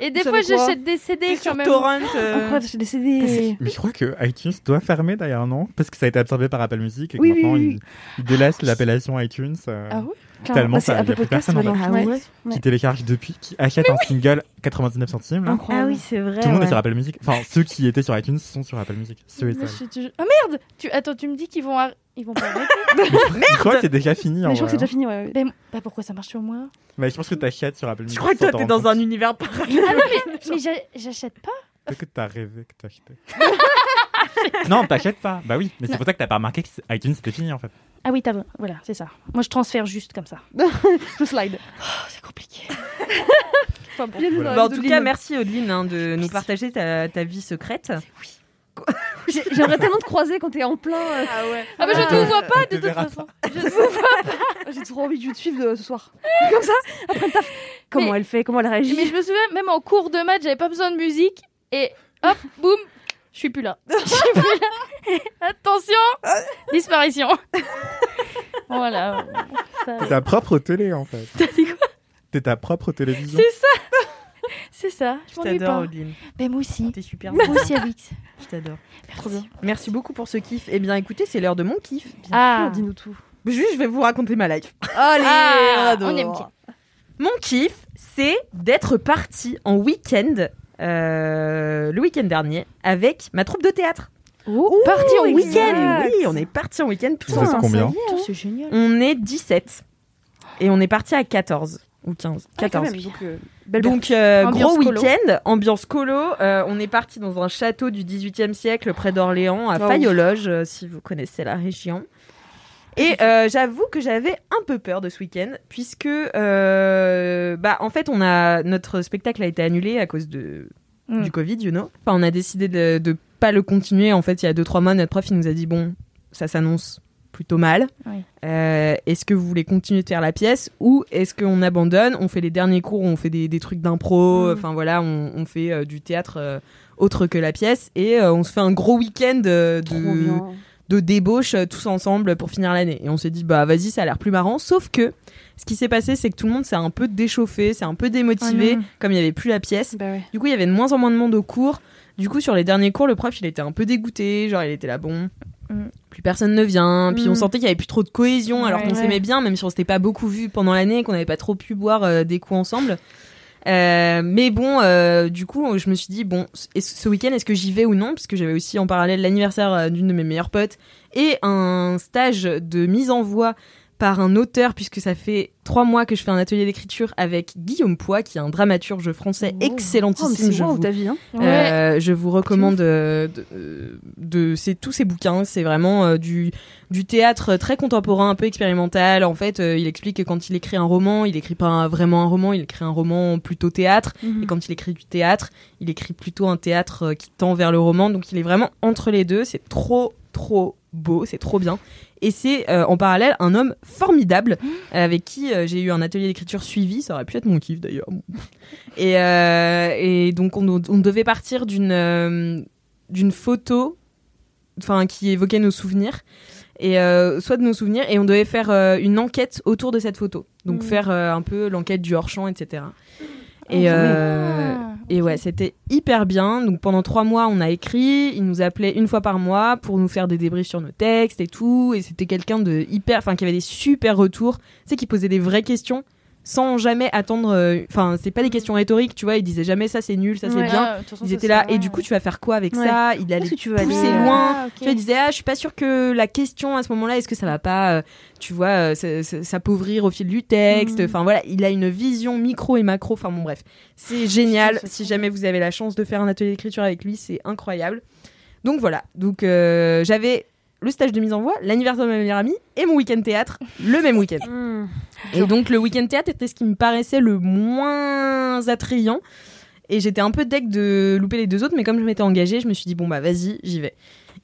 Speaker 3: et des
Speaker 5: Vous
Speaker 3: fois
Speaker 5: savez quoi
Speaker 3: j'achète des CD
Speaker 2: t'es
Speaker 3: quand
Speaker 2: sur
Speaker 3: même.
Speaker 2: Torrent. euh,
Speaker 5: Incroyable, j'ai des CD.
Speaker 4: Mais je crois que iTunes doit fermer d'ailleurs, non Parce que ça a été absorbé par Apple Music et que
Speaker 5: Oui,
Speaker 4: maintenant
Speaker 5: oui, oui.
Speaker 4: ils, ils délaissent l'appellation iTunes. euh,
Speaker 5: Ah oui
Speaker 4: Tellement
Speaker 5: Bah, c'est
Speaker 4: ça, y a
Speaker 5: Apple
Speaker 4: plus
Speaker 5: Podcast
Speaker 4: personne, en fait.
Speaker 5: maintenant.
Speaker 2: Ah
Speaker 5: Ouais.
Speaker 2: ouais.
Speaker 5: ouais.
Speaker 4: Qui téléchargent depuis, qui achètent un single 99 centimes. là.
Speaker 2: Ah
Speaker 5: Incroyable.
Speaker 2: oui c'est vrai.
Speaker 4: Tout le monde
Speaker 2: ouais.
Speaker 4: est sur Apple Music. Enfin, ceux qui étaient sur iTunes sont sur Apple Music. Ceux et
Speaker 3: Mais
Speaker 4: celles.
Speaker 3: je te jure- Ah merde Tu attends, tu me dis qu'ils vont arr- ils vont pas arrêter.
Speaker 4: Je crois que c'est déjà fini en
Speaker 5: Mais je crois
Speaker 4: vrai.
Speaker 5: que
Speaker 4: hein.
Speaker 5: c'est déjà fini, ouais. ouais.
Speaker 3: Mais bah, pourquoi ça marche sur moi
Speaker 4: Mais je pense que t'achètes sur Apple Music.
Speaker 2: Je crois que toi,
Speaker 4: sans
Speaker 2: t'es dans
Speaker 4: t'en rendre
Speaker 2: un univers parallèle.
Speaker 3: Ah non mais, mais j'a- j'achète pas.
Speaker 4: compte. Peut-être que t'as rêvé que t'achetais. non, t'achètes pas. Bah oui, mais c'est pour ça que t'as pas remarqué que c'est- iTunes c'était fini en fait.
Speaker 3: Ah oui, t'as voilà, c'est ça. Moi je transfère juste comme ça.
Speaker 5: Je slide.
Speaker 3: Oh, c'est compliqué.
Speaker 4: Voilà.
Speaker 2: Bah, en tout cas, merci Audeline hein, de nous partager ta, ta vie secrète.
Speaker 5: J'ai- J'aimerais tellement te croiser quand t'es en plein. euh,
Speaker 3: Ah bah je
Speaker 4: Ah.
Speaker 3: ne vous vois pas
Speaker 4: Te
Speaker 3: de toute
Speaker 4: verra
Speaker 3: façon.
Speaker 5: J'ai trop envie de te suivre euh, ce soir. Comme ça, après le taf. Comment
Speaker 3: Mais-
Speaker 5: elle fait Comment elle réagit
Speaker 3: Mais je me souviens, même en cours de match, j'avais pas besoin de musique. Et hop, boum, je suis plus là. Je suis plus là. Attention, disparition. voilà. Ça-
Speaker 4: T'es ta propre télé en fait.
Speaker 3: T'as dit quoi
Speaker 4: T'es ta propre télévision.
Speaker 3: C'est ça. C'est ça. Je
Speaker 2: Je
Speaker 3: m'ennuie
Speaker 2: t'adore
Speaker 3: pas.
Speaker 2: Audeline.
Speaker 3: Mais moi aussi.
Speaker 2: T'es super.
Speaker 3: Moi aussi, Alix.
Speaker 2: Je t'adore.
Speaker 3: Merci.
Speaker 2: Merci beaucoup pour ce kiff. Eh bien écoutez, c'est l'heure de mon kiff.
Speaker 3: Ah,
Speaker 5: Dis-nous tout.
Speaker 2: Juste, je vais vous raconter ma life.
Speaker 5: Allez,
Speaker 3: Ah,
Speaker 5: adore.
Speaker 3: on aime bien.
Speaker 2: Mon kiff, c'est d'être parti en week-end, euh, le week-end dernier, avec ma troupe de théâtre.
Speaker 5: Oh,
Speaker 2: Parti en
Speaker 5: exact.
Speaker 2: week-end Oui, on est parti en week-end tous
Speaker 4: Vous êtes
Speaker 2: ensemble.
Speaker 4: combien
Speaker 5: Putain,
Speaker 3: C'est génial.
Speaker 2: On est 17. Et on est parti à 14 ou 15.
Speaker 5: Ah, quand
Speaker 2: 14.
Speaker 5: même. Donc, euh, belle barre.
Speaker 2: Donc, euh,
Speaker 3: Ambiance
Speaker 2: gros
Speaker 3: colo.
Speaker 2: week-end, ambiance colo. Euh, on est parti dans un château du 18e siècle près d'Orléans, à
Speaker 3: Oh
Speaker 5: Ah, ouf.
Speaker 2: Fayologe, euh, si vous connaissez la région. Et euh, j'avoue que j'avais un peu peur de ce week-end, puisque, euh, bah, en fait, on a notre spectacle a été annulé à cause de,
Speaker 3: Mm.
Speaker 2: du Covid, you know. Enfin, on a décidé de, de pas le continuer. En fait, il y a 2-3 mois, notre prof, il nous a dit, bon, ça s'annonce plutôt mal.
Speaker 3: Oui.
Speaker 2: Euh, est-ce que vous voulez continuer de faire la pièce ou est-ce qu'on abandonne On fait les derniers cours, on fait des, des trucs
Speaker 3: Mhm.
Speaker 2: d'impro, enfin voilà, on, on fait euh, du théâtre euh, autre que la pièce et euh, on se fait un gros week-end euh,
Speaker 5: Trop
Speaker 2: de,
Speaker 5: bien.
Speaker 2: de débauche euh, tous ensemble pour finir l'année. Et on s'est dit, bah vas-y, ça a l'air plus marrant. Sauf que ce qui s'est passé, c'est que tout le monde s'est un peu déchauffé, s'est un peu démotivé,
Speaker 3: Oh non.
Speaker 2: comme il n'y avait plus la pièce.
Speaker 5: Bah ouais.
Speaker 2: Du coup, il y avait de moins en moins de monde au cours. Du coup, sur les derniers cours, le prof, il était un peu dégoûté. Genre, il était là, bon,
Speaker 3: Mm.
Speaker 2: plus personne ne vient. Puis
Speaker 3: Mm.
Speaker 2: on sentait qu'il y avait plus trop de cohésion, alors
Speaker 3: Ouais.
Speaker 2: qu'on s'aimait bien, même si on s'était pas beaucoup vu pendant l'année, et qu'on n'avait pas trop pu boire euh, des coups ensemble. Euh, mais bon, euh, du coup, je me suis dit, bon, est-ce- ce week-end, est-ce que j'y vais ou non Parce que j'avais aussi en parallèle l'anniversaire euh, d'une de mes meilleures potes et un stage de mise en voix par un auteur, puisque ça fait trois mois que je fais un atelier d'écriture avec Guillaume Poix, qui est un dramaturge français
Speaker 3: Wow.
Speaker 5: Oh, mais
Speaker 2: excellentissime.
Speaker 5: c'est
Speaker 2: je,
Speaker 5: wow,
Speaker 2: vous,
Speaker 5: ta vie. Hein.
Speaker 3: Ouais.
Speaker 2: euh, je vous recommande euh, de, euh, de- c'est tous ses bouquins. C'est vraiment euh, du, du théâtre très contemporain, un peu expérimental. En fait, euh, il explique que quand il écrit un roman, il écrit pas un- vraiment un roman, il écrit un roman plutôt théâtre.
Speaker 5: Mhm.
Speaker 2: Et quand il écrit du théâtre, il écrit plutôt un théâtre euh, qui tend vers le roman. Donc il est vraiment entre les deux. C'est trop, trop beau, c'est trop bien. Et c'est euh, en parallèle un homme formidable euh, avec qui euh, j'ai eu un atelier d'écriture suivi. Ça aurait pu être mon kiff d'ailleurs. Et, euh, et donc on, on devait partir d'une euh, d'une photo enfin qui évoquait nos souvenirs et euh, soit de nos souvenirs et on devait faire euh, une enquête autour de cette photo donc
Speaker 3: Mm.
Speaker 2: faire euh, un peu l'enquête du hors champ etc
Speaker 3: Oh,
Speaker 2: et euh, et ouais, c'était hyper bien. Donc pendant trois mois, on a écrit. Il nous appelait une fois par mois pour nous faire des débriefs sur nos textes et tout. Et c'était quelqu'un de hyper, enfin qui avait des super retours. Tu sais, qui posait des vraies questions sans jamais attendre. euh, Enfin, c'est pas des questions rhétoriques, tu vois. Il disait jamais ça c'est nul, ça c'est
Speaker 5: Ouais.
Speaker 2: bien.
Speaker 3: Ah, de toute façon,
Speaker 2: Ils
Speaker 3: ça,
Speaker 2: étaient
Speaker 3: c'est
Speaker 2: là.
Speaker 3: vraiment-
Speaker 2: Et du coup, tu vas faire quoi avec
Speaker 5: Ouais.
Speaker 2: ça Il allait
Speaker 5: Est-ce que tu veux
Speaker 2: pousser
Speaker 5: aller
Speaker 2: c'est
Speaker 5: euh,
Speaker 2: loin.
Speaker 3: Ah, ok.
Speaker 2: tu vois, il disait ah je suis pas sûr que la question à ce moment-là est-ce que ça va pas euh, tu vois euh, s- s- s'appauvrir au fil du texte
Speaker 3: Mhm.
Speaker 2: enfin voilà il a une vision micro et macro enfin bon bref c'est génial
Speaker 3: Putain, c'est
Speaker 2: si
Speaker 3: trop
Speaker 2: jamais vous avez la chance de faire un atelier d'écriture avec lui c'est incroyable donc voilà donc euh, j'avais le stage de mise en voix l'anniversaire de ma meilleure amie et mon week-end théâtre le même week-end
Speaker 5: Mmh.
Speaker 2: et donc le week-end théâtre était ce qui me paraissait le moins attrayant. Et j'étais un peu deck de louper les deux autres, mais comme je m'étais engagée, je me suis dit bon bah vas-y, j'y vais.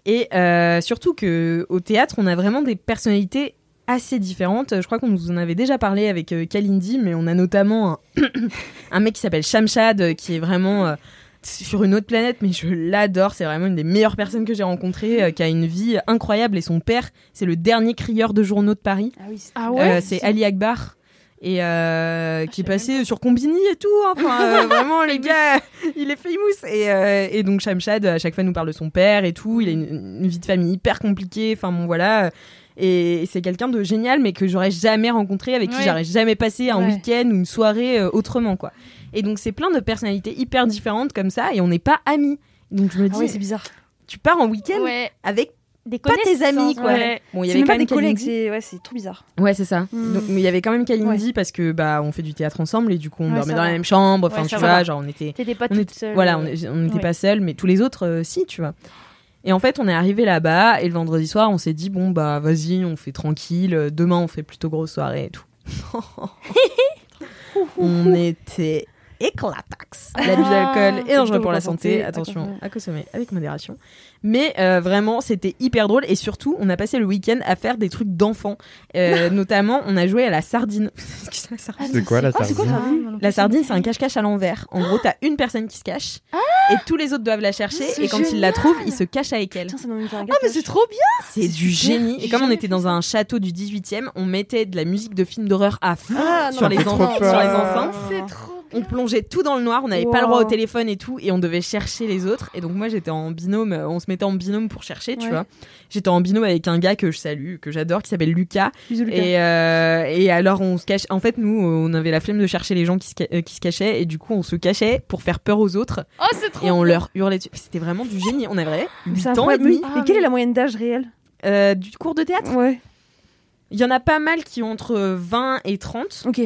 Speaker 2: Et euh, surtout que au théâtre, on a vraiment des personnalités assez différentes. Je crois qu'on vous en avait déjà parlé avec euh, Kalindi, mais on a notamment un, un mec qui s'appelle Shamshad, euh, qui est vraiment euh, sur une autre planète, mais je l'adore. C'est vraiment une des meilleures personnes que j'ai rencontrées, euh, qui a une vie incroyable. Et son père, c'est le dernier crieur de journaux de Paris.
Speaker 5: Ah oui, c'est
Speaker 3: Ah
Speaker 2: Euh,
Speaker 3: ouais
Speaker 2: c'est Ali Akbar et euh, qui est
Speaker 3: savais
Speaker 2: passé sur Combini et tout hein. enfin euh, vraiment les gars il est famous et, euh, et donc Shamshad à chaque fois nous parle de son père et tout il a une, une vie de famille hyper compliquée enfin bon voilà et c'est quelqu'un de génial mais que j'aurais jamais rencontré avec qui
Speaker 3: Ouais.
Speaker 2: j'aurais jamais passé un
Speaker 3: Ouais.
Speaker 2: week-end ou une soirée euh, autrement quoi et donc c'est plein de personnalités hyper différentes comme ça et on n'est pas amis donc je me dis
Speaker 5: Ah ouais, c'est bizarre.
Speaker 2: tu pars en week-end
Speaker 3: Ouais.
Speaker 2: avec
Speaker 3: Des
Speaker 2: pas tes
Speaker 3: connaissances,
Speaker 2: amis quoi
Speaker 3: ouais.
Speaker 2: bon il y
Speaker 5: C'est
Speaker 2: avait
Speaker 5: même
Speaker 2: quand
Speaker 5: pas
Speaker 2: même
Speaker 5: des collègues,
Speaker 2: Kalindi.
Speaker 5: c'est ouais, c'est trop bizarre.
Speaker 2: Ouais, c'est ça.
Speaker 5: Hmm.
Speaker 2: Donc, mais il y avait quand même Kalindi parce que bah on fait du théâtre ensemble et du coup on
Speaker 3: Ouais,
Speaker 2: dormait
Speaker 3: ça
Speaker 2: dans la
Speaker 3: va.
Speaker 2: même chambre. Enfin,
Speaker 3: Ouais,
Speaker 2: tu
Speaker 3: ça
Speaker 2: vois,
Speaker 3: va.
Speaker 2: genre on était,
Speaker 3: T'étais pas
Speaker 2: on
Speaker 3: toute
Speaker 2: était-
Speaker 3: seule. euh,
Speaker 2: voilà, on est- on n'était
Speaker 3: Ouais.
Speaker 2: pas seuls, mais tous les autres euh, si, tu vois. Et en fait, on est arrivé là-bas et le vendredi soir, on s'est dit bon bah vas-y, on fait tranquille. euh, Demain, on fait plutôt grosse soirée et tout. on était éclatax. L'abus
Speaker 3: Ah,
Speaker 2: d'alcool est
Speaker 5: c'est
Speaker 2: dangereux pour la santé.
Speaker 5: à
Speaker 2: Attention
Speaker 5: consommer.
Speaker 2: à consommer avec modération. Mais euh, vraiment, c'était hyper drôle et surtout, on a passé le week-end à faire des trucs d'enfants. Euh, notamment, on a joué à la sardine. Qu'est-ce que c'est la sardine
Speaker 3: Ah,
Speaker 4: C'est quoi, la
Speaker 3: ah, c'est quoi,
Speaker 5: sardine
Speaker 3: ça Non, non,
Speaker 2: la
Speaker 3: non,
Speaker 2: sardine, c'est un cache-cache à l'envers. En gros, t'as une personne qui se cache et tous les autres doivent la chercher.
Speaker 3: C'est
Speaker 2: Et quand ils la trouvent, ils se cachent avec elle.
Speaker 5: Putain, ça m'a mis un
Speaker 3: Ah, mais c'est trop bien
Speaker 2: C'est du génie. Et comme on était dans un château du 18 e on mettait de la musique de films d'horreur à fond
Speaker 5: Ah, non,
Speaker 2: sur, les
Speaker 5: mais Ah.
Speaker 2: en-
Speaker 4: trop
Speaker 2: sur les
Speaker 4: peur.
Speaker 2: enceintes.
Speaker 3: C'est trop
Speaker 2: On plongeait tout dans le noir, on n'avait pas
Speaker 5: Wow.
Speaker 2: le droit au téléphone et tout, et on devait chercher les autres. Et donc moi j'étais en binôme, euh, on se mettait en binôme pour chercher, tu
Speaker 5: Ouais.
Speaker 2: vois. J'étais en binôme avec un gars que je salue, que j'adore, qui s'appelle Lucas.
Speaker 5: Bisous, Lucas.
Speaker 2: Et, euh, et alors on se cache. En fait, nous, on avait la flemme de chercher les gens qui se, ca- euh, qui se cachaient, et du coup on se cachait pour faire peur aux autres,
Speaker 3: Oh, c'est trop
Speaker 2: et on leur hurlait dessus. C'était vraiment du génie. On avait
Speaker 5: C'est
Speaker 2: 8 ans et
Speaker 5: incroyable.
Speaker 2: demi
Speaker 5: Mais quelle est la moyenne d'âge réelle
Speaker 2: euh, du cours de théâtre.
Speaker 5: Ouais.
Speaker 2: Il y en a pas mal qui ont entre 20 et 30.
Speaker 5: Ok.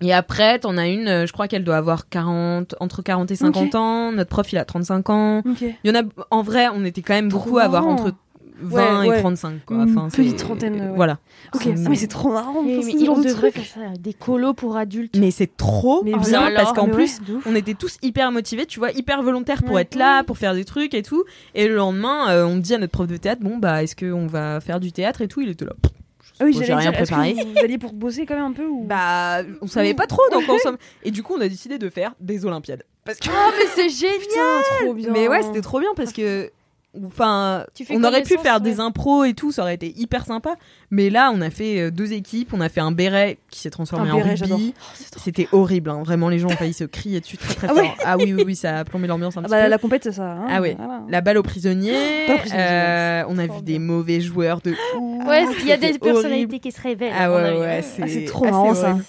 Speaker 2: Et après, t'en as une, euh, je crois qu'elle doit avoir 40, entre 40 et 50 ans. Notre prof, il a 35 ans.
Speaker 5: Ok.
Speaker 2: Il y en a, en vrai, on était quand même
Speaker 5: Trop
Speaker 2: beaucoup à avoir
Speaker 5: marrant.
Speaker 2: entre 20
Speaker 5: Ouais,
Speaker 2: et
Speaker 5: ouais. Mm.
Speaker 2: 35. Quoi.
Speaker 5: Une
Speaker 2: Enfin,
Speaker 5: petite
Speaker 2: c'est-
Speaker 5: trentaine, ouais.
Speaker 2: Voilà.
Speaker 5: Ok.
Speaker 2: C'est-
Speaker 5: Ah, mais c'est trop marrant.
Speaker 3: Mais,
Speaker 5: c'est
Speaker 3: mais
Speaker 5: ce
Speaker 3: ils
Speaker 5: genre
Speaker 3: ont
Speaker 5: de
Speaker 3: devrait
Speaker 5: truc.
Speaker 3: faire ça, des colos pour adultes.
Speaker 2: Mais c'est trop
Speaker 5: Mais
Speaker 2: bien
Speaker 3: voilà.
Speaker 2: parce qu'en
Speaker 5: Mais
Speaker 2: plus,
Speaker 5: ouais, de ouf.
Speaker 2: on était tous hyper motivés, tu vois, hyper volontaires pour
Speaker 5: Ouais.
Speaker 2: être là, pour faire des trucs et tout. Et le lendemain, euh, on dit à notre prof de théâtre, bon, bah, est-ce qu'on va faire du théâtre et tout Il était là. Pff, je sais
Speaker 5: Ah oui,
Speaker 2: pas,
Speaker 5: j'allais
Speaker 2: j'ai rien
Speaker 5: dire, est-ce que
Speaker 2: préparé.
Speaker 5: Vous alliez pour bosser quand même un peu ou
Speaker 2: Bah, on savait pas trop, donc en somme. Et du coup, on a décidé de faire des Olympiades. Parce que
Speaker 3: Oh, mais c'est génial
Speaker 5: Putain, trop bien.
Speaker 2: Mais ouais, c'était trop bien parce que. Enfin,
Speaker 3: Tu fais
Speaker 2: on aurait pu
Speaker 3: connaissance,
Speaker 2: faire
Speaker 3: ouais.
Speaker 2: des impros et tout, ça aurait été hyper sympa. Mais là, on a fait euh, deux équipes, on a fait un béret qui s'est transformé
Speaker 5: Un
Speaker 2: en
Speaker 5: béret, j'adore. Oh,
Speaker 2: rugby. C'était horrible, hein. vraiment, les gens ont failli se crier dessus très très
Speaker 5: Ah
Speaker 2: fort.
Speaker 5: ouais
Speaker 2: Ah oui, oui, oui, ça a plombé l'ambiance un
Speaker 5: Ah
Speaker 2: petit
Speaker 5: bah,
Speaker 2: peu.
Speaker 5: la compète, ça. hein,
Speaker 2: Ah ouais.
Speaker 5: voilà.
Speaker 2: La balle aux prisonniers,
Speaker 5: Pas aux prisonniers,
Speaker 2: euh, on a
Speaker 3: trop
Speaker 2: vu des
Speaker 3: bien.
Speaker 2: mauvais joueurs de
Speaker 3: Ouais, il y a des
Speaker 2: c'était
Speaker 3: personnalités
Speaker 2: horrible.
Speaker 3: qui se révèlent.
Speaker 2: Ah
Speaker 3: on a
Speaker 2: ouais,
Speaker 3: eu-
Speaker 2: ouais, c'est
Speaker 5: Ah, c'est trop
Speaker 2: ah, c'est
Speaker 5: marrant, ça.
Speaker 2: horrible.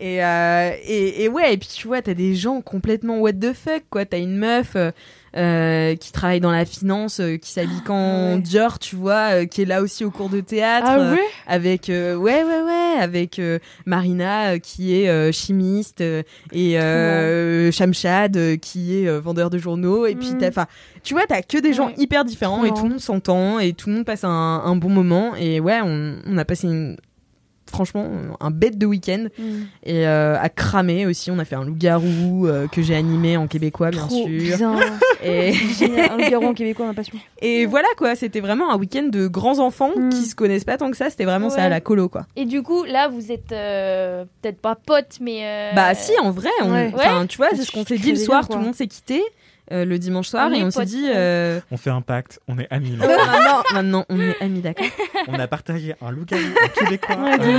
Speaker 2: Et, euh, et, et ouais, et puis tu vois, t'as des gens complètement what the fuck, quoi. T'as une meuf euh, euh, qui travaille dans la finance, euh, qui s'habille qu'en
Speaker 5: Ah ouais.
Speaker 2: Dior, tu vois, euh, qui est là aussi au cours de théâtre.
Speaker 3: Ah
Speaker 2: euh,
Speaker 3: ouais
Speaker 2: avec, euh, ouais, ouais, ouais, avec euh, Marina euh, qui est euh, chimiste euh, et euh, Shamshad euh, qui est euh, vendeur de journaux. Et puis,
Speaker 5: Mm.
Speaker 2: t'as, 'fin, tu vois, t'as que des gens
Speaker 3: Ouais.
Speaker 2: hyper différents
Speaker 3: Trop
Speaker 2: et tout
Speaker 3: marrant.
Speaker 2: le monde s'entend et tout le monde passe un, un bon moment. Et ouais, on, on a passé une- franchement un bête de week-end et euh, à cramer aussi. On a fait un loup-garou euh, que j'ai animé en québécois, bien sûr.
Speaker 5: Trop bien.
Speaker 2: Et,
Speaker 5: Génial. Un garou en québécois, ma passion.
Speaker 2: et voilà quoi, c'était vraiment un week-end de grands enfants
Speaker 5: Mm.
Speaker 2: qui se connaissent pas tant que ça. C'était vraiment ça
Speaker 3: Ouais.
Speaker 2: à la colo quoi.
Speaker 3: Et du coup, là, vous êtes euh, peut-être pas potes, mais. euh,
Speaker 2: Bah si, en vrai, on-
Speaker 5: Ouais.
Speaker 2: enfin, tu vois,
Speaker 5: Ah,
Speaker 2: c'est ce
Speaker 5: tu-
Speaker 2: qu'on
Speaker 5: tu
Speaker 2: s'est dit
Speaker 5: crées
Speaker 2: le
Speaker 5: des liens,
Speaker 2: soir,
Speaker 5: quoi.
Speaker 2: tout le monde s'est quitté euh, le dimanche soir
Speaker 3: On
Speaker 2: et
Speaker 3: est
Speaker 2: on s'est
Speaker 3: potes,
Speaker 2: dit.
Speaker 3: ouais.
Speaker 2: euh,
Speaker 4: On fait un pacte, on est amis.
Speaker 2: oh, maintenant, maintenant, on est amis, d'accord.
Speaker 4: on a partagé un loup un québécois. euh,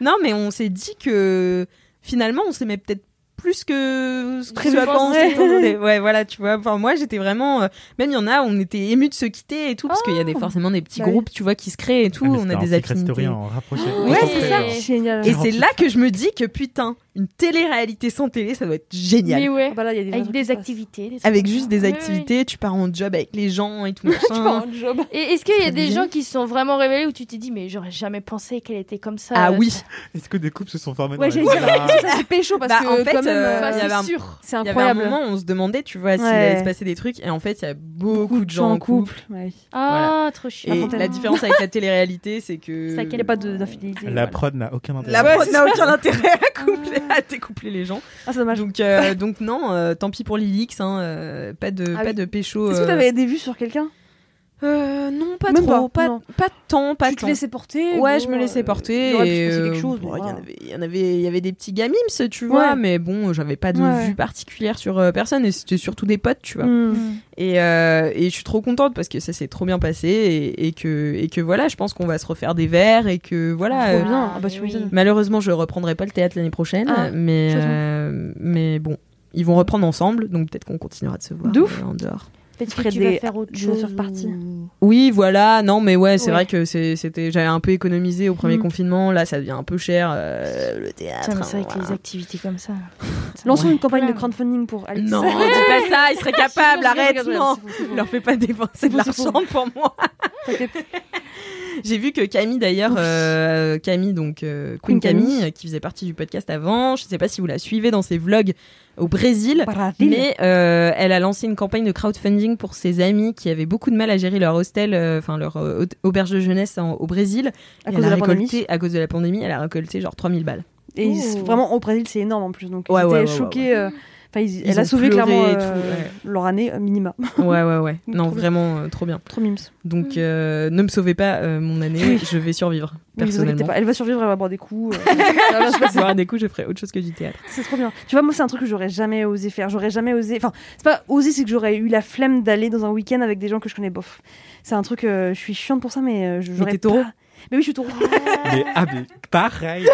Speaker 2: Non, mais on s'est dit que finalement, on s'aimait peut-être plus que ce
Speaker 5: Prévu,
Speaker 2: ce à quoi on
Speaker 5: ouais.
Speaker 2: s'attendait. Ouais, voilà, tu vois. Enfin, moi, j'étais vraiment. euh, Même il y en a, on était émus de se quitter et tout, parce qu'il y a des, forcément des petits
Speaker 5: Bah oui.
Speaker 2: groupes, tu vois, qui se créent et tout.
Speaker 4: Ah, mais
Speaker 2: on
Speaker 4: c'était
Speaker 2: a
Speaker 4: un
Speaker 2: des
Speaker 4: secret story hein.
Speaker 2: affinités.
Speaker 4: en rapproché.
Speaker 2: Ouais,
Speaker 4: concentré,
Speaker 2: c'est ça.
Speaker 4: euh,
Speaker 5: Génial.
Speaker 2: Et c'est là que je me dis que putain, une télé-réalité sans télé, ça doit être génial.
Speaker 3: Mais ouais.
Speaker 5: Ah bah là, il y a des
Speaker 3: Avec
Speaker 5: trucs
Speaker 3: des
Speaker 5: qui se
Speaker 3: activités. des trucs
Speaker 2: Avec
Speaker 3: comme
Speaker 2: juste
Speaker 3: ça.
Speaker 2: des
Speaker 3: Ouais,
Speaker 2: activités, tu pars en job avec les gens et tout
Speaker 5: passent.
Speaker 2: machin.
Speaker 3: Et est-ce qu'il y a
Speaker 2: Très
Speaker 3: des
Speaker 2: bien.
Speaker 3: gens qui se sont vraiment révélés où tu t'es dit, mais j'aurais jamais pensé qu'elle était comme ça
Speaker 2: Ah
Speaker 3: euh,
Speaker 2: oui.
Speaker 4: Est-ce que des couples se sont formés
Speaker 5: Ouais,
Speaker 4: dans
Speaker 5: j'allais
Speaker 4: la
Speaker 5: dire,
Speaker 4: vie, là
Speaker 5: ça c'est pécho parce
Speaker 2: Bah,
Speaker 5: que
Speaker 2: en fait,
Speaker 5: quand même,
Speaker 2: euh,
Speaker 5: euh,
Speaker 3: Bah,
Speaker 2: il y
Speaker 3: c'est
Speaker 2: avait un-
Speaker 3: sûr.
Speaker 2: Il
Speaker 5: c'est
Speaker 2: y avait un
Speaker 5: incroyable.
Speaker 2: moment où on se demandait, tu vois, s'il
Speaker 5: Ouais.
Speaker 2: allait se passer des trucs. Et en fait, il y a beaucoup, de gens en couple.
Speaker 5: Ouais.
Speaker 3: Ah, trop chiant.
Speaker 2: Et
Speaker 5: Par contre,
Speaker 2: la
Speaker 5: elle-
Speaker 2: différence avec la télé-réalité, c'est que.
Speaker 3: C'est à quel
Speaker 5: Il n'y a pas de- d'infidélité.
Speaker 4: La
Speaker 5: voilà.
Speaker 4: prod n'a aucun intérêt.
Speaker 2: La prod n'a aucun intérêt à, coupler, à découpler les gens.
Speaker 5: Ah, c'est dommage.
Speaker 2: Donc, euh, donc non, euh, tant pis pour Lilix, hein, euh, pas de,
Speaker 5: Ah
Speaker 2: pas
Speaker 5: oui.
Speaker 2: de pécho.
Speaker 5: Est-ce que
Speaker 2: euh,
Speaker 5: t'avais des vues sur quelqu'un
Speaker 2: euh, Non, pas
Speaker 5: Même
Speaker 2: trop,
Speaker 5: pas,
Speaker 2: pas,
Speaker 5: non.
Speaker 2: pas, tant, pas
Speaker 5: Tu te
Speaker 2: tant.
Speaker 5: laissais porter
Speaker 2: Ouais,
Speaker 5: bon,
Speaker 2: je me laissais
Speaker 5: euh,
Speaker 2: porter.
Speaker 5: il aurait pu se
Speaker 2: et,
Speaker 5: passer
Speaker 2: euh,
Speaker 5: quelque chose.
Speaker 2: bon,
Speaker 5: bon,
Speaker 2: il y en
Speaker 5: voilà.
Speaker 2: avait- il y en avait, il y avait des petits gamims, tu vois,
Speaker 5: Ouais.
Speaker 2: mais bon, j'avais pas de
Speaker 5: Ouais.
Speaker 2: vue particulière sur euh, personne, et c'était surtout des potes, tu vois.
Speaker 5: Hmm.
Speaker 2: Et, euh, et je suis trop contente parce que ça s'est trop bien passé et, et que et que voilà, je pense qu'on va se refaire des verres et que voilà. euh,
Speaker 5: Trop bien. Ah
Speaker 3: mais
Speaker 5: bah, tu
Speaker 3: oui.
Speaker 5: m'étonnes.
Speaker 2: malheureusement, je reprendrai pas le théâtre l'année prochaine,
Speaker 5: Ah,
Speaker 2: mais
Speaker 5: chouette.
Speaker 2: euh, mais bon, ils vont reprendre ensemble, donc peut-être qu'on continuera de se voir
Speaker 5: De ouf.
Speaker 2: euh, en dehors.
Speaker 3: Peut-être que
Speaker 5: ferais
Speaker 3: tu
Speaker 5: des-
Speaker 3: vas faire autre
Speaker 5: des
Speaker 3: chose.
Speaker 5: surparties.
Speaker 3: ou-
Speaker 2: Oui, voilà. Non, mais ouais, c'est
Speaker 3: Ouais.
Speaker 2: vrai que c'est- c'était, j'avais un peu économisé au premier
Speaker 5: Mm.
Speaker 2: confinement. Là, ça devient un peu cher euh, le théâtre.
Speaker 3: Putain, mais c'est vrai que
Speaker 2: hein,
Speaker 3: les activités comme ça.
Speaker 5: Lançons une campagne de
Speaker 3: Plein.
Speaker 5: crowdfunding pour Alex.
Speaker 2: Non, dis pas ça, ils seraient capables, arrête, non.
Speaker 5: non.
Speaker 2: Leur fais pas dépenser de
Speaker 5: C'est faux, c'est
Speaker 2: l'argent pour moi. J'ai vu que Camille d'ailleurs,
Speaker 5: Oui.
Speaker 2: euh, Camille donc euh, Queen
Speaker 5: Queen Camille.
Speaker 2: Camille, euh, qui faisait partie du podcast avant, je sais pas si vous la suivez dans ses vlogs au Brésil, mais euh, elle a lancé une campagne de crowdfunding pour ses amis qui avaient beaucoup de mal à gérer leur hostel, euh, enfin leur euh, au- auberge de jeunesse en- au Brésil.
Speaker 5: à
Speaker 2: Et
Speaker 5: cause
Speaker 2: elle
Speaker 5: de
Speaker 2: a
Speaker 5: la
Speaker 2: récolté,
Speaker 5: pandémie.
Speaker 2: à cause de la pandémie, elle a récolté genre 3000 balles.
Speaker 5: Et ils-
Speaker 3: Ouh.
Speaker 5: vraiment, au Brésil, c'est énorme en plus. Donc,
Speaker 2: Ouais,
Speaker 5: ils
Speaker 2: ouais,
Speaker 5: étaient
Speaker 2: ouais,
Speaker 5: choqués. euh, Enfin, ils-
Speaker 2: Ils
Speaker 5: elle
Speaker 2: ont
Speaker 5: a sauvé
Speaker 2: pleuré
Speaker 5: clairement
Speaker 2: et tout,
Speaker 5: euh,
Speaker 2: ouais.
Speaker 5: leur année euh, minima.
Speaker 2: Ouais ouais ouais. non
Speaker 5: Trop bien.
Speaker 2: vraiment euh, trop bien.
Speaker 5: Trop mimes.
Speaker 2: Donc euh, ne me sauvez pas euh, mon année, je vais survivre
Speaker 5: Mais vous inquiétez
Speaker 2: personnellement.
Speaker 5: pas, elle va survivre, elle va boire des coups. euh, ça va se passer.
Speaker 2: Boire des coups, je ferai autre chose que du théâtre.
Speaker 5: C'est trop bien. Tu vois, moi, c'est un truc que j'aurais jamais osé faire. J'aurais jamais osé. Enfin, c'est pas osé, c'est que j'aurais eu la flemme d'aller dans un week-end avec des gens que je connais bof. C'est un truc, euh, je suis chiante pour ça, mais euh, je- j'aurais.
Speaker 2: t'es taureau
Speaker 5: pas- Mais oui, je suis taureau.
Speaker 4: Mais, ah, mais pareil.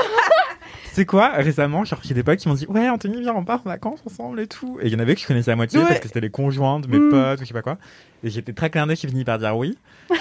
Speaker 4: sais quoi, récemment, j'ai reçu des potes qui m'ont dit Ouais, Anthony, viens, on part en vacances ensemble et tout. Et il y en avait que je connaissais à moitié
Speaker 5: Ouais.
Speaker 4: parce que c'était les conjoints de mes
Speaker 5: Mm.
Speaker 4: potes ou je sais pas quoi. Et j'étais très clin d'œil, j'ai fini par dire oui. Et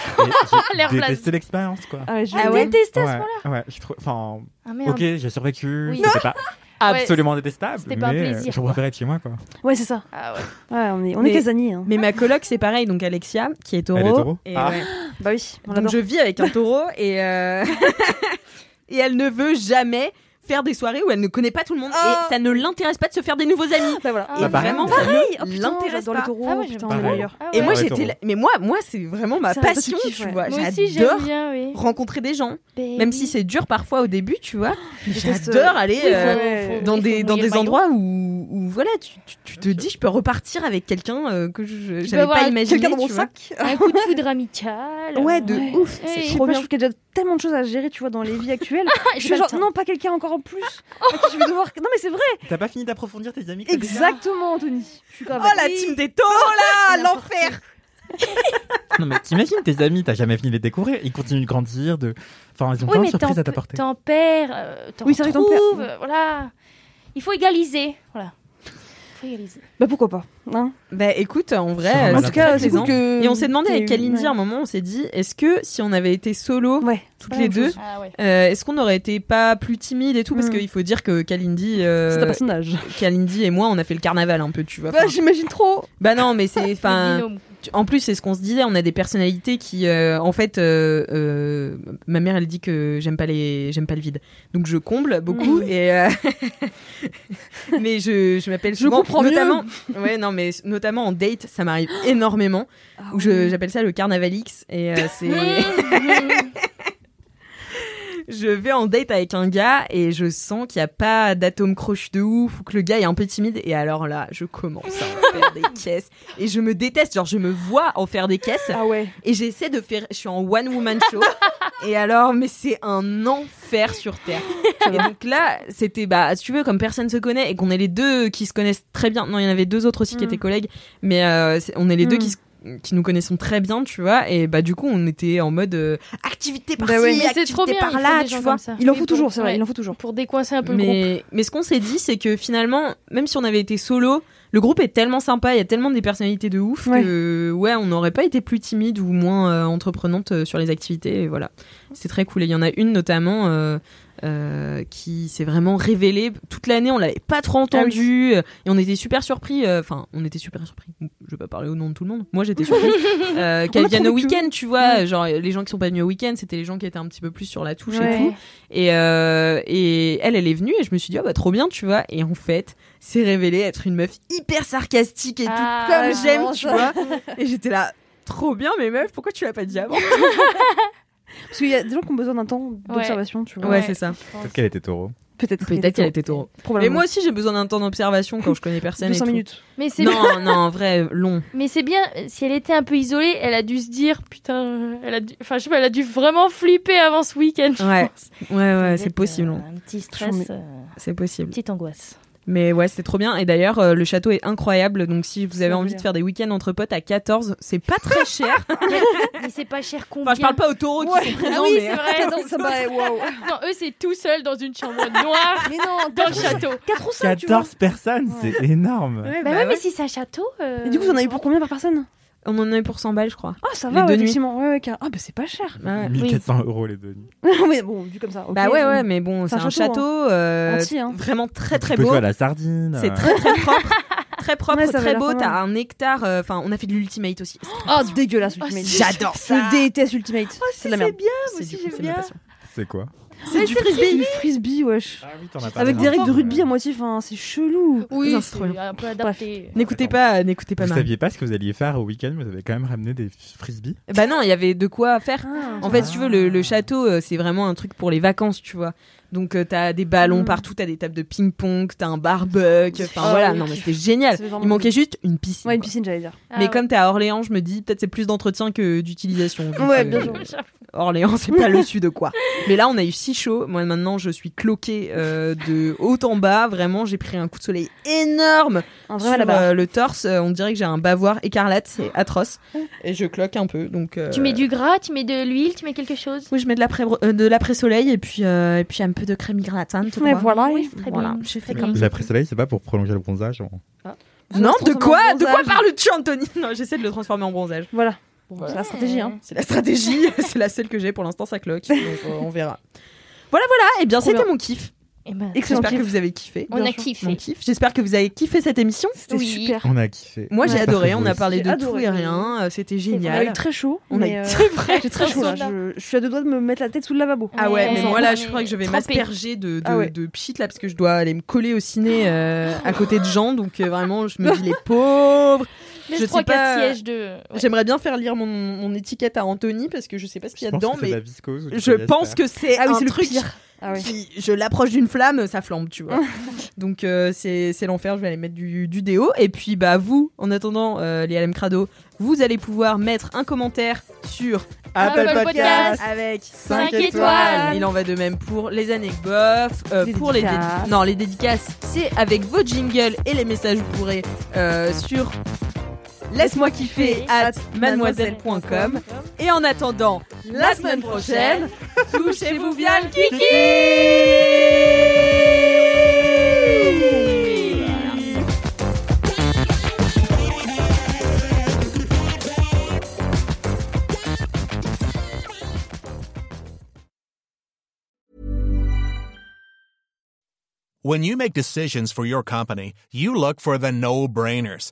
Speaker 3: L'air
Speaker 4: j'ai
Speaker 3: blase.
Speaker 4: détesté l'expérience, quoi.
Speaker 5: Ah ouais, je-
Speaker 2: Ah ouais
Speaker 3: détesté
Speaker 4: ouais, ouais, je trouve. Enfin,
Speaker 3: Ah merde.
Speaker 4: ok, j'ai survécu,
Speaker 3: Oui.
Speaker 4: c'était pas
Speaker 3: Ouais,
Speaker 4: absolument détestable,
Speaker 3: c'était
Speaker 4: mais
Speaker 3: pas un
Speaker 4: euh,
Speaker 3: plaisir,
Speaker 4: je préférais être chez moi, quoi.
Speaker 5: Ouais, c'est ça.
Speaker 3: Ah ouais.
Speaker 5: Ouais, on est, on
Speaker 2: Mais-
Speaker 5: est casaniers. hein.
Speaker 2: Mais ma coloc, c'est pareil, donc Alexia, qui est taureau.
Speaker 4: Elle est taureau
Speaker 2: et
Speaker 4: Ah.
Speaker 2: ouais.
Speaker 5: Bah oui, on
Speaker 2: Donc
Speaker 5: l'adore.
Speaker 2: je vis avec un taureau et, euh, et elle ne veut jamais faire des soirées où elle ne connaît pas tout le monde
Speaker 5: Oh.
Speaker 2: et ça ne l'intéresse pas de se faire des nouveaux amis.
Speaker 5: Bah voilà.
Speaker 3: Ah,
Speaker 2: Et
Speaker 4: Bah, pareil.
Speaker 2: vraiment,
Speaker 5: Pareil,
Speaker 2: ça
Speaker 5: oh,
Speaker 2: ne
Speaker 5: putain,
Speaker 2: l'intéresse
Speaker 5: j'adore
Speaker 2: pas.
Speaker 5: les taureaux,
Speaker 3: Ah ouais,
Speaker 5: putain,
Speaker 3: je-
Speaker 5: on est
Speaker 4: Pareil.
Speaker 5: meilleurs.
Speaker 3: Ah
Speaker 2: Et
Speaker 3: ouais.
Speaker 2: moi
Speaker 4: Ouais,
Speaker 2: j'étais
Speaker 4: taureau.
Speaker 2: là- mais moi moi c'est vraiment ma
Speaker 5: C'est un peu
Speaker 2: passion,
Speaker 5: kiff,
Speaker 2: tu
Speaker 5: ouais.
Speaker 2: vois.
Speaker 3: Moi aussi, j'aime
Speaker 2: J'adore
Speaker 3: bien, oui.
Speaker 2: rencontrer des gens, même si c'est dur parfois au début, tu vois. mais
Speaker 5: Je reste,
Speaker 2: J'adore aller
Speaker 3: Oui,
Speaker 2: euh,
Speaker 3: faut- faut-
Speaker 2: dans
Speaker 3: faut
Speaker 2: des
Speaker 3: mouiller
Speaker 2: dans
Speaker 3: le
Speaker 2: des
Speaker 3: maillot.
Speaker 2: endroits où, où, voilà, tu, tu- tu te dis je peux repartir avec quelqu'un euh, que je
Speaker 3: peux
Speaker 2: j'avais
Speaker 3: avoir
Speaker 2: pas imaginé,
Speaker 5: Quelqu'un dans mon
Speaker 2: tu vois.
Speaker 5: sac
Speaker 3: un Ah, coup de foudre amical.
Speaker 2: Ouais, de
Speaker 5: Ouais.
Speaker 2: ouf,
Speaker 3: Ouais,
Speaker 2: c'est
Speaker 5: Je
Speaker 3: et-
Speaker 5: sais
Speaker 2: trop
Speaker 5: pas, Ah, je
Speaker 2: bien.
Speaker 5: trouve qu'il y a déjà tellement de choses à gérer, tu vois, dans les vies actuelles. je suis
Speaker 3: pas
Speaker 5: genre,
Speaker 3: le temps.
Speaker 5: non, pas quelqu'un encore en plus. à qui je vais devoir- Non, mais c'est vrai.
Speaker 4: T'as pas fini d'approfondir tes amis
Speaker 5: Exactement, Anthony. Je suis grave.
Speaker 2: Oh la team des taureaux là, l'enfer.
Speaker 4: Non, mais t'imagines, tes amis, t'as jamais fini de les découvrir. Ils continuent de grandir, de. Enfin, ils ont
Speaker 3: Oui,
Speaker 4: plein de
Speaker 3: mais t'en,
Speaker 4: surprises à t'apporter.
Speaker 3: t'en perds, euh, t'en
Speaker 5: Oui, c'est vrai, t'en perds.
Speaker 3: trouves, euh, voilà. Il faut égaliser, voilà. Il faut égaliser.
Speaker 5: Bah pourquoi pas. hein.
Speaker 2: Bah écoute, en
Speaker 4: C'est
Speaker 2: vrai,
Speaker 4: vraiment
Speaker 2: euh,
Speaker 5: en
Speaker 4: Bah,
Speaker 5: tout
Speaker 4: la
Speaker 5: cas,
Speaker 2: très
Speaker 5: c'est cool
Speaker 2: plaisant.
Speaker 5: que.
Speaker 2: Et on s'est demandé
Speaker 5: t'aies
Speaker 2: avec
Speaker 5: eu-
Speaker 2: Kalindi hein. à un
Speaker 5: ouais.
Speaker 2: moment, on s'est dit, est-ce que si on avait été solo
Speaker 5: Ouais.
Speaker 2: toutes
Speaker 5: pas
Speaker 2: les
Speaker 5: la même
Speaker 2: deux,
Speaker 5: chose.
Speaker 3: Ah ouais.
Speaker 2: euh, est-ce qu'on n'aurait été pas plus timide et tout Parce
Speaker 5: Mm.
Speaker 2: qu'il faut dire que Kalindi, euh,
Speaker 5: C'est un personnage.
Speaker 2: Kalindi et moi, on a fait le carnaval un peu, tu vois. Enfin,
Speaker 5: j'imagine trop.
Speaker 2: bah non, mais c'est,
Speaker 3: Le
Speaker 2: enfin,
Speaker 3: binôme.
Speaker 2: tu- en plus c'est ce qu'on se disait, on a des personnalités qui, euh, en fait, euh, euh, ma mère elle dit que j'aime pas les, j'aime pas le vide, donc je comble beaucoup
Speaker 5: Mm.
Speaker 2: et, euh, mais je, je m'appelle
Speaker 5: Je
Speaker 2: souvent,
Speaker 5: comprends mieux.
Speaker 2: notamment, ouais non mais notamment en date, ça m'arrive énormément. Ah
Speaker 5: Ah
Speaker 2: Ou je- J'appelle ça le carnavalix et euh, c'est je vais en date avec un gars et je sens qu'il n'y a pas d'atome croche de ouf ou que le gars est un peu timide et alors là je commence à en faire des caisses et je me déteste genre je me vois en faire des caisses
Speaker 5: Ah ouais.
Speaker 2: et j'essaie de faire je suis en one woman show et alors mais c'est un enfer sur terre et donc là c'était bah si tu veux comme personne se connaît et qu'on est les deux qui se connaissent très bien non il y en avait deux autres aussi qui
Speaker 5: Mm.
Speaker 2: étaient collègues mais euh, c'est- on est les deux
Speaker 5: Mm.
Speaker 2: qui se- qui nous connaissons très bien, tu vois, et bah du coup on était en mode euh, activité par-ci,
Speaker 5: Bah ouais. Mais
Speaker 2: activité
Speaker 3: c'est trop bien. il faut
Speaker 2: par-là,
Speaker 3: des
Speaker 2: tu
Speaker 3: gens
Speaker 2: vois.
Speaker 3: comme ça.
Speaker 5: Il en
Speaker 3: Oui,
Speaker 5: faut
Speaker 3: pour-
Speaker 5: toujours, c'est vrai,
Speaker 3: ouais.
Speaker 5: il en faut toujours.
Speaker 3: Pour décoincer un peu le groupe.
Speaker 2: mais, mais ce qu'on s'est dit, c'est que finalement, même si on avait été solo, le groupe est tellement sympa, il y a tellement des personnalités de ouf
Speaker 5: Ouais.
Speaker 2: que ouais, on n'aurait pas été plus timide ou moins euh, entreprenante euh, sur les activités. Et voilà, c'est très cool. Et il y en a une notamment euh, euh, qui s'est vraiment révélée toute l'année. On l'avait pas trop entendue euh, et on était super surpris. euh, Enfin, on était super surpris. Je vais pas parler au nom de tout le monde. Moi, j'étais surprise euh,
Speaker 5: On
Speaker 2: qu'elle
Speaker 5: a
Speaker 2: vienne
Speaker 5: trouvé
Speaker 2: au
Speaker 5: que-
Speaker 2: week-end. Tu vois, genre les gens qui sont pas venus au week-end, c'était les gens qui étaient un petit peu plus sur la touche et
Speaker 5: Ouais.
Speaker 2: tout. Et, euh, et elle, elle est venue et je me suis dit, ah bah trop bien, tu vois. Et en fait, c'est révélé être une meuf hyper sarcastique et tout,
Speaker 3: Ah,
Speaker 2: comme
Speaker 3: ouais,
Speaker 2: j'aime,
Speaker 5: vraiment,
Speaker 2: tu
Speaker 5: ça.
Speaker 2: vois. Et j'étais là, trop bien, mais meuf, pourquoi tu l'as pas dit avant
Speaker 5: Parce qu'il y a des gens qui ont besoin d'un temps d'observation, tu vois.
Speaker 2: Ouais, c'est ça.
Speaker 3: je pense.
Speaker 4: Peut-être qu'elle était taureau.
Speaker 5: Peut-être.
Speaker 2: Peut-être qu'elle était taureau. Mais
Speaker 5: Probablement.
Speaker 2: moi aussi, j'ai besoin d'un temps d'observation quand je connais personne.
Speaker 5: 200
Speaker 2: et tout.
Speaker 5: minutes.
Speaker 3: Mais c'est
Speaker 2: Non, non, en vrai, long.
Speaker 3: Mais c'est bien, euh, si elle était un peu isolée, elle a dû se dire, putain, euh, elle a dû, enfin, je sais pas, elle a dû vraiment flipper avant ce week-end. je
Speaker 2: Ouais.
Speaker 3: pense.
Speaker 2: Ouais, ouais, c'est
Speaker 3: Peut-être,
Speaker 2: possible.
Speaker 3: euh,
Speaker 2: long.
Speaker 3: Un petit
Speaker 5: Toujours,
Speaker 3: stress,
Speaker 5: mais-
Speaker 3: euh,
Speaker 2: C'est possible.
Speaker 3: petite angoisse.
Speaker 2: Mais ouais, c'était trop bien. Et d'ailleurs, euh, le château est incroyable. Donc, si vous avez
Speaker 5: Ça
Speaker 2: envie
Speaker 5: veut
Speaker 2: de
Speaker 5: dire.
Speaker 2: faire des week-ends entre potes à 14, c'est pas très cher.
Speaker 3: Mais c'est pas cher combien Ah
Speaker 2: Enfin, je parle pas aux taureaux qui sont présents, mais- hein.
Speaker 5: Attends, ça me paraît waouh.
Speaker 3: Non, eux, c'est tout seul dans une chambre noire,
Speaker 5: Mais non,
Speaker 3: dans le château.
Speaker 5: 4 ou 5, tu vois.
Speaker 4: 14 personnes, c'est énorme.
Speaker 5: Ouais,
Speaker 3: Bah,
Speaker 5: bah
Speaker 3: ouais,
Speaker 5: ouais.
Speaker 3: mais si c'est un château. euh,
Speaker 5: Et du coup, vous en avez pour combien par personne
Speaker 2: On en a eu pour 100 balles, je crois.
Speaker 5: Ah, ça
Speaker 2: Les
Speaker 5: va,
Speaker 2: deux
Speaker 5: ouais,
Speaker 2: nuits.
Speaker 5: effectivement. Ouais, ouais, car- Ah, bah c'est pas cher.
Speaker 2: Ouais.
Speaker 4: 1400 euros les deux nuits.
Speaker 5: Non, mais bon, vu comme ça. ok.
Speaker 2: Bah ouais, ouais, mais bon, c'est un château, euh,
Speaker 5: Entier, hein.
Speaker 2: vraiment très très
Speaker 4: Tu peux
Speaker 2: beau.
Speaker 4: jouer à la sardine.
Speaker 2: C'est
Speaker 4: euh,
Speaker 2: très très propre, très propre,
Speaker 5: Ouais, ça avait
Speaker 2: très
Speaker 5: l'air
Speaker 2: beau.
Speaker 5: pas mal.
Speaker 2: T'as un hectare. euh, Enfin, on a fait de l'ultimate aussi. C'est
Speaker 5: Oh, dégueulasse,
Speaker 2: Oh,
Speaker 5: Ultimate.
Speaker 2: c'est- j'adore ça.
Speaker 5: Je déteste Ultimate. c'est de la merde.
Speaker 2: bien,
Speaker 5: moi aussi, j'aime
Speaker 2: c'est ma
Speaker 5: bien.
Speaker 2: passion.
Speaker 4: C'est quoi
Speaker 2: C'est du frisbee.
Speaker 5: Du frisbee, wesh.
Speaker 4: Ah oui, t'en as
Speaker 5: Avec des règles de rugby à moitié, enfin, c'est chelou. Ah,
Speaker 3: Oui,
Speaker 2: Non, c'est
Speaker 3: c'est
Speaker 2: trop
Speaker 3: un peu adapté.
Speaker 2: N'écoutez pas, euh, n'écoutez pas
Speaker 4: Vous
Speaker 2: Marie.
Speaker 4: saviez pas ce que vous alliez faire au week-end, mais vous avez quand même ramené des frisbees.
Speaker 2: Bah non, il y avait de quoi faire.
Speaker 5: Ah,
Speaker 2: En fait, si tu veux, le, le château, euh, c'est vraiment un truc pour les vacances, tu vois. Donc, euh, t'as des ballons
Speaker 5: Mm.
Speaker 2: partout, t'as des tables de ping-pong, t'as un barbecue. Enfin,
Speaker 5: Ah
Speaker 2: voilà,
Speaker 5: oui,
Speaker 2: non, mais
Speaker 5: kiff.
Speaker 2: c'était génial.
Speaker 5: C'est vraiment
Speaker 2: Il manquait juste une piscine.
Speaker 5: Ouais, une
Speaker 2: quoi.
Speaker 5: piscine, j'allais dire.
Speaker 3: Ah
Speaker 2: Mais
Speaker 3: ouais.
Speaker 2: comme t'es à Orléans, je me dis peut-être c'est plus d'entretien que d'utilisation. Donc,
Speaker 5: Ouais,
Speaker 2: euh,
Speaker 5: bien sûr.
Speaker 2: Orléans, c'est pas le sud, quoi. Mais là, on a eu si chaud. Moi, maintenant, je suis cloquée euh, de haut en bas. Vraiment, j'ai pris un coup de soleil énorme
Speaker 5: En vrai,
Speaker 2: sur
Speaker 5: là-bas.
Speaker 2: euh, le torse. Euh, On dirait que j'ai un bavoir écarlate. C'est atroce. Et je cloque un peu. Donc, euh,
Speaker 3: Tu mets du gras, tu mets de l'huile, tu mets quelque chose.
Speaker 2: Oui, je mets de l'après euh, de l'après-soleil et puis euh, et puis un peu de crème hydratante.
Speaker 5: Mais
Speaker 2: quoi.
Speaker 5: voilà.
Speaker 3: Oui, c'est très
Speaker 2: Voilà,
Speaker 3: bien.
Speaker 2: j'ai fait
Speaker 3: Très
Speaker 2: comme
Speaker 3: bien.
Speaker 4: L'après-soleil, c'est pas pour prolonger le bronzage. hein.
Speaker 2: Non, de quoi De quoi
Speaker 5: Bronzage.
Speaker 2: parles-tu, Anthony Non, j'essaie de le transformer en bronzage.
Speaker 5: Voilà.
Speaker 2: Voilà.
Speaker 5: C'est la stratégie. Hein.
Speaker 2: C'est la stratégie, c'est la seule que j'ai pour l'instant, ça cloque. Donc euh, on verra. Voilà, voilà. Et bien,
Speaker 3: Trop
Speaker 2: c'était
Speaker 3: bien.
Speaker 2: mon kiff.
Speaker 3: Eh ben,
Speaker 5: Excellent
Speaker 2: J'espère que
Speaker 5: kiff.
Speaker 2: vous avez kiffé.
Speaker 3: on
Speaker 5: bien
Speaker 3: a
Speaker 5: sûr.
Speaker 3: kiffé.
Speaker 2: Mon kiff. J'espère que vous avez kiffé cette émission.
Speaker 5: C'était
Speaker 3: Oui.
Speaker 5: super.
Speaker 4: On a kiffé.
Speaker 2: Moi, j'ai
Speaker 4: Ouais.
Speaker 2: adoré. On a parlé
Speaker 5: J'ai
Speaker 2: de tout
Speaker 5: adoré.
Speaker 2: et rien. euh, C'était
Speaker 5: On a
Speaker 2: génial.
Speaker 5: eu très chaud.
Speaker 2: On a
Speaker 5: mais,
Speaker 2: eu-
Speaker 5: euh,
Speaker 2: C'est vrai.
Speaker 5: j'ai très chaud là. Je, je suis à deux doigts de me mettre la tête sous le lavabo.
Speaker 2: Ah ouais, mais
Speaker 5: On
Speaker 2: moi
Speaker 5: s'en-
Speaker 2: là,
Speaker 3: on
Speaker 2: je
Speaker 3: est
Speaker 2: crois que je vais
Speaker 3: trempés.
Speaker 2: m'asperger de, de,
Speaker 5: Ah ouais.
Speaker 2: de pchit, là, parce que je dois aller me coller au ciné euh, à côté de gens. Donc euh, vraiment, je me dis les pauvres.
Speaker 3: Les
Speaker 2: Je sais
Speaker 3: 3-4
Speaker 2: pas.
Speaker 3: sièges de. ouais.
Speaker 2: J'aimerais bien faire lire mon, mon étiquette à Anthony parce que je sais pas ce qu'il y a
Speaker 4: pense
Speaker 2: dedans,
Speaker 4: que c'est de la
Speaker 2: mais
Speaker 4: viscose ou du
Speaker 2: je pense
Speaker 4: polyester.
Speaker 2: que c'est
Speaker 5: Ah oui,
Speaker 2: un
Speaker 5: c'est le
Speaker 2: truc
Speaker 5: pire. Ah ouais.
Speaker 2: qui- je l'approche d'une flamme, ça flambe, tu vois. Donc euh, c'est c'est l'enfer, je vais aller mettre du, du déo. Et puis bah vous, en attendant euh, les LM Crado, vous allez pouvoir mettre un commentaire sur
Speaker 3: Apple Podcast.
Speaker 2: avec
Speaker 3: Cinq étoiles.
Speaker 2: Il en va de même pour les anecdotes, euh,
Speaker 5: Les
Speaker 2: pour les dédicaces.
Speaker 5: dédicaces.
Speaker 2: Non, les dédicaces, c'est avec vos jingles et les messages bourrés euh, sur laisse-moi kiffer at mademoiselle.com. Et en attendant, la semaine prochaine, touchez-vous bien le kiki
Speaker 8: When you make decisions for your company, you look for the no brainers.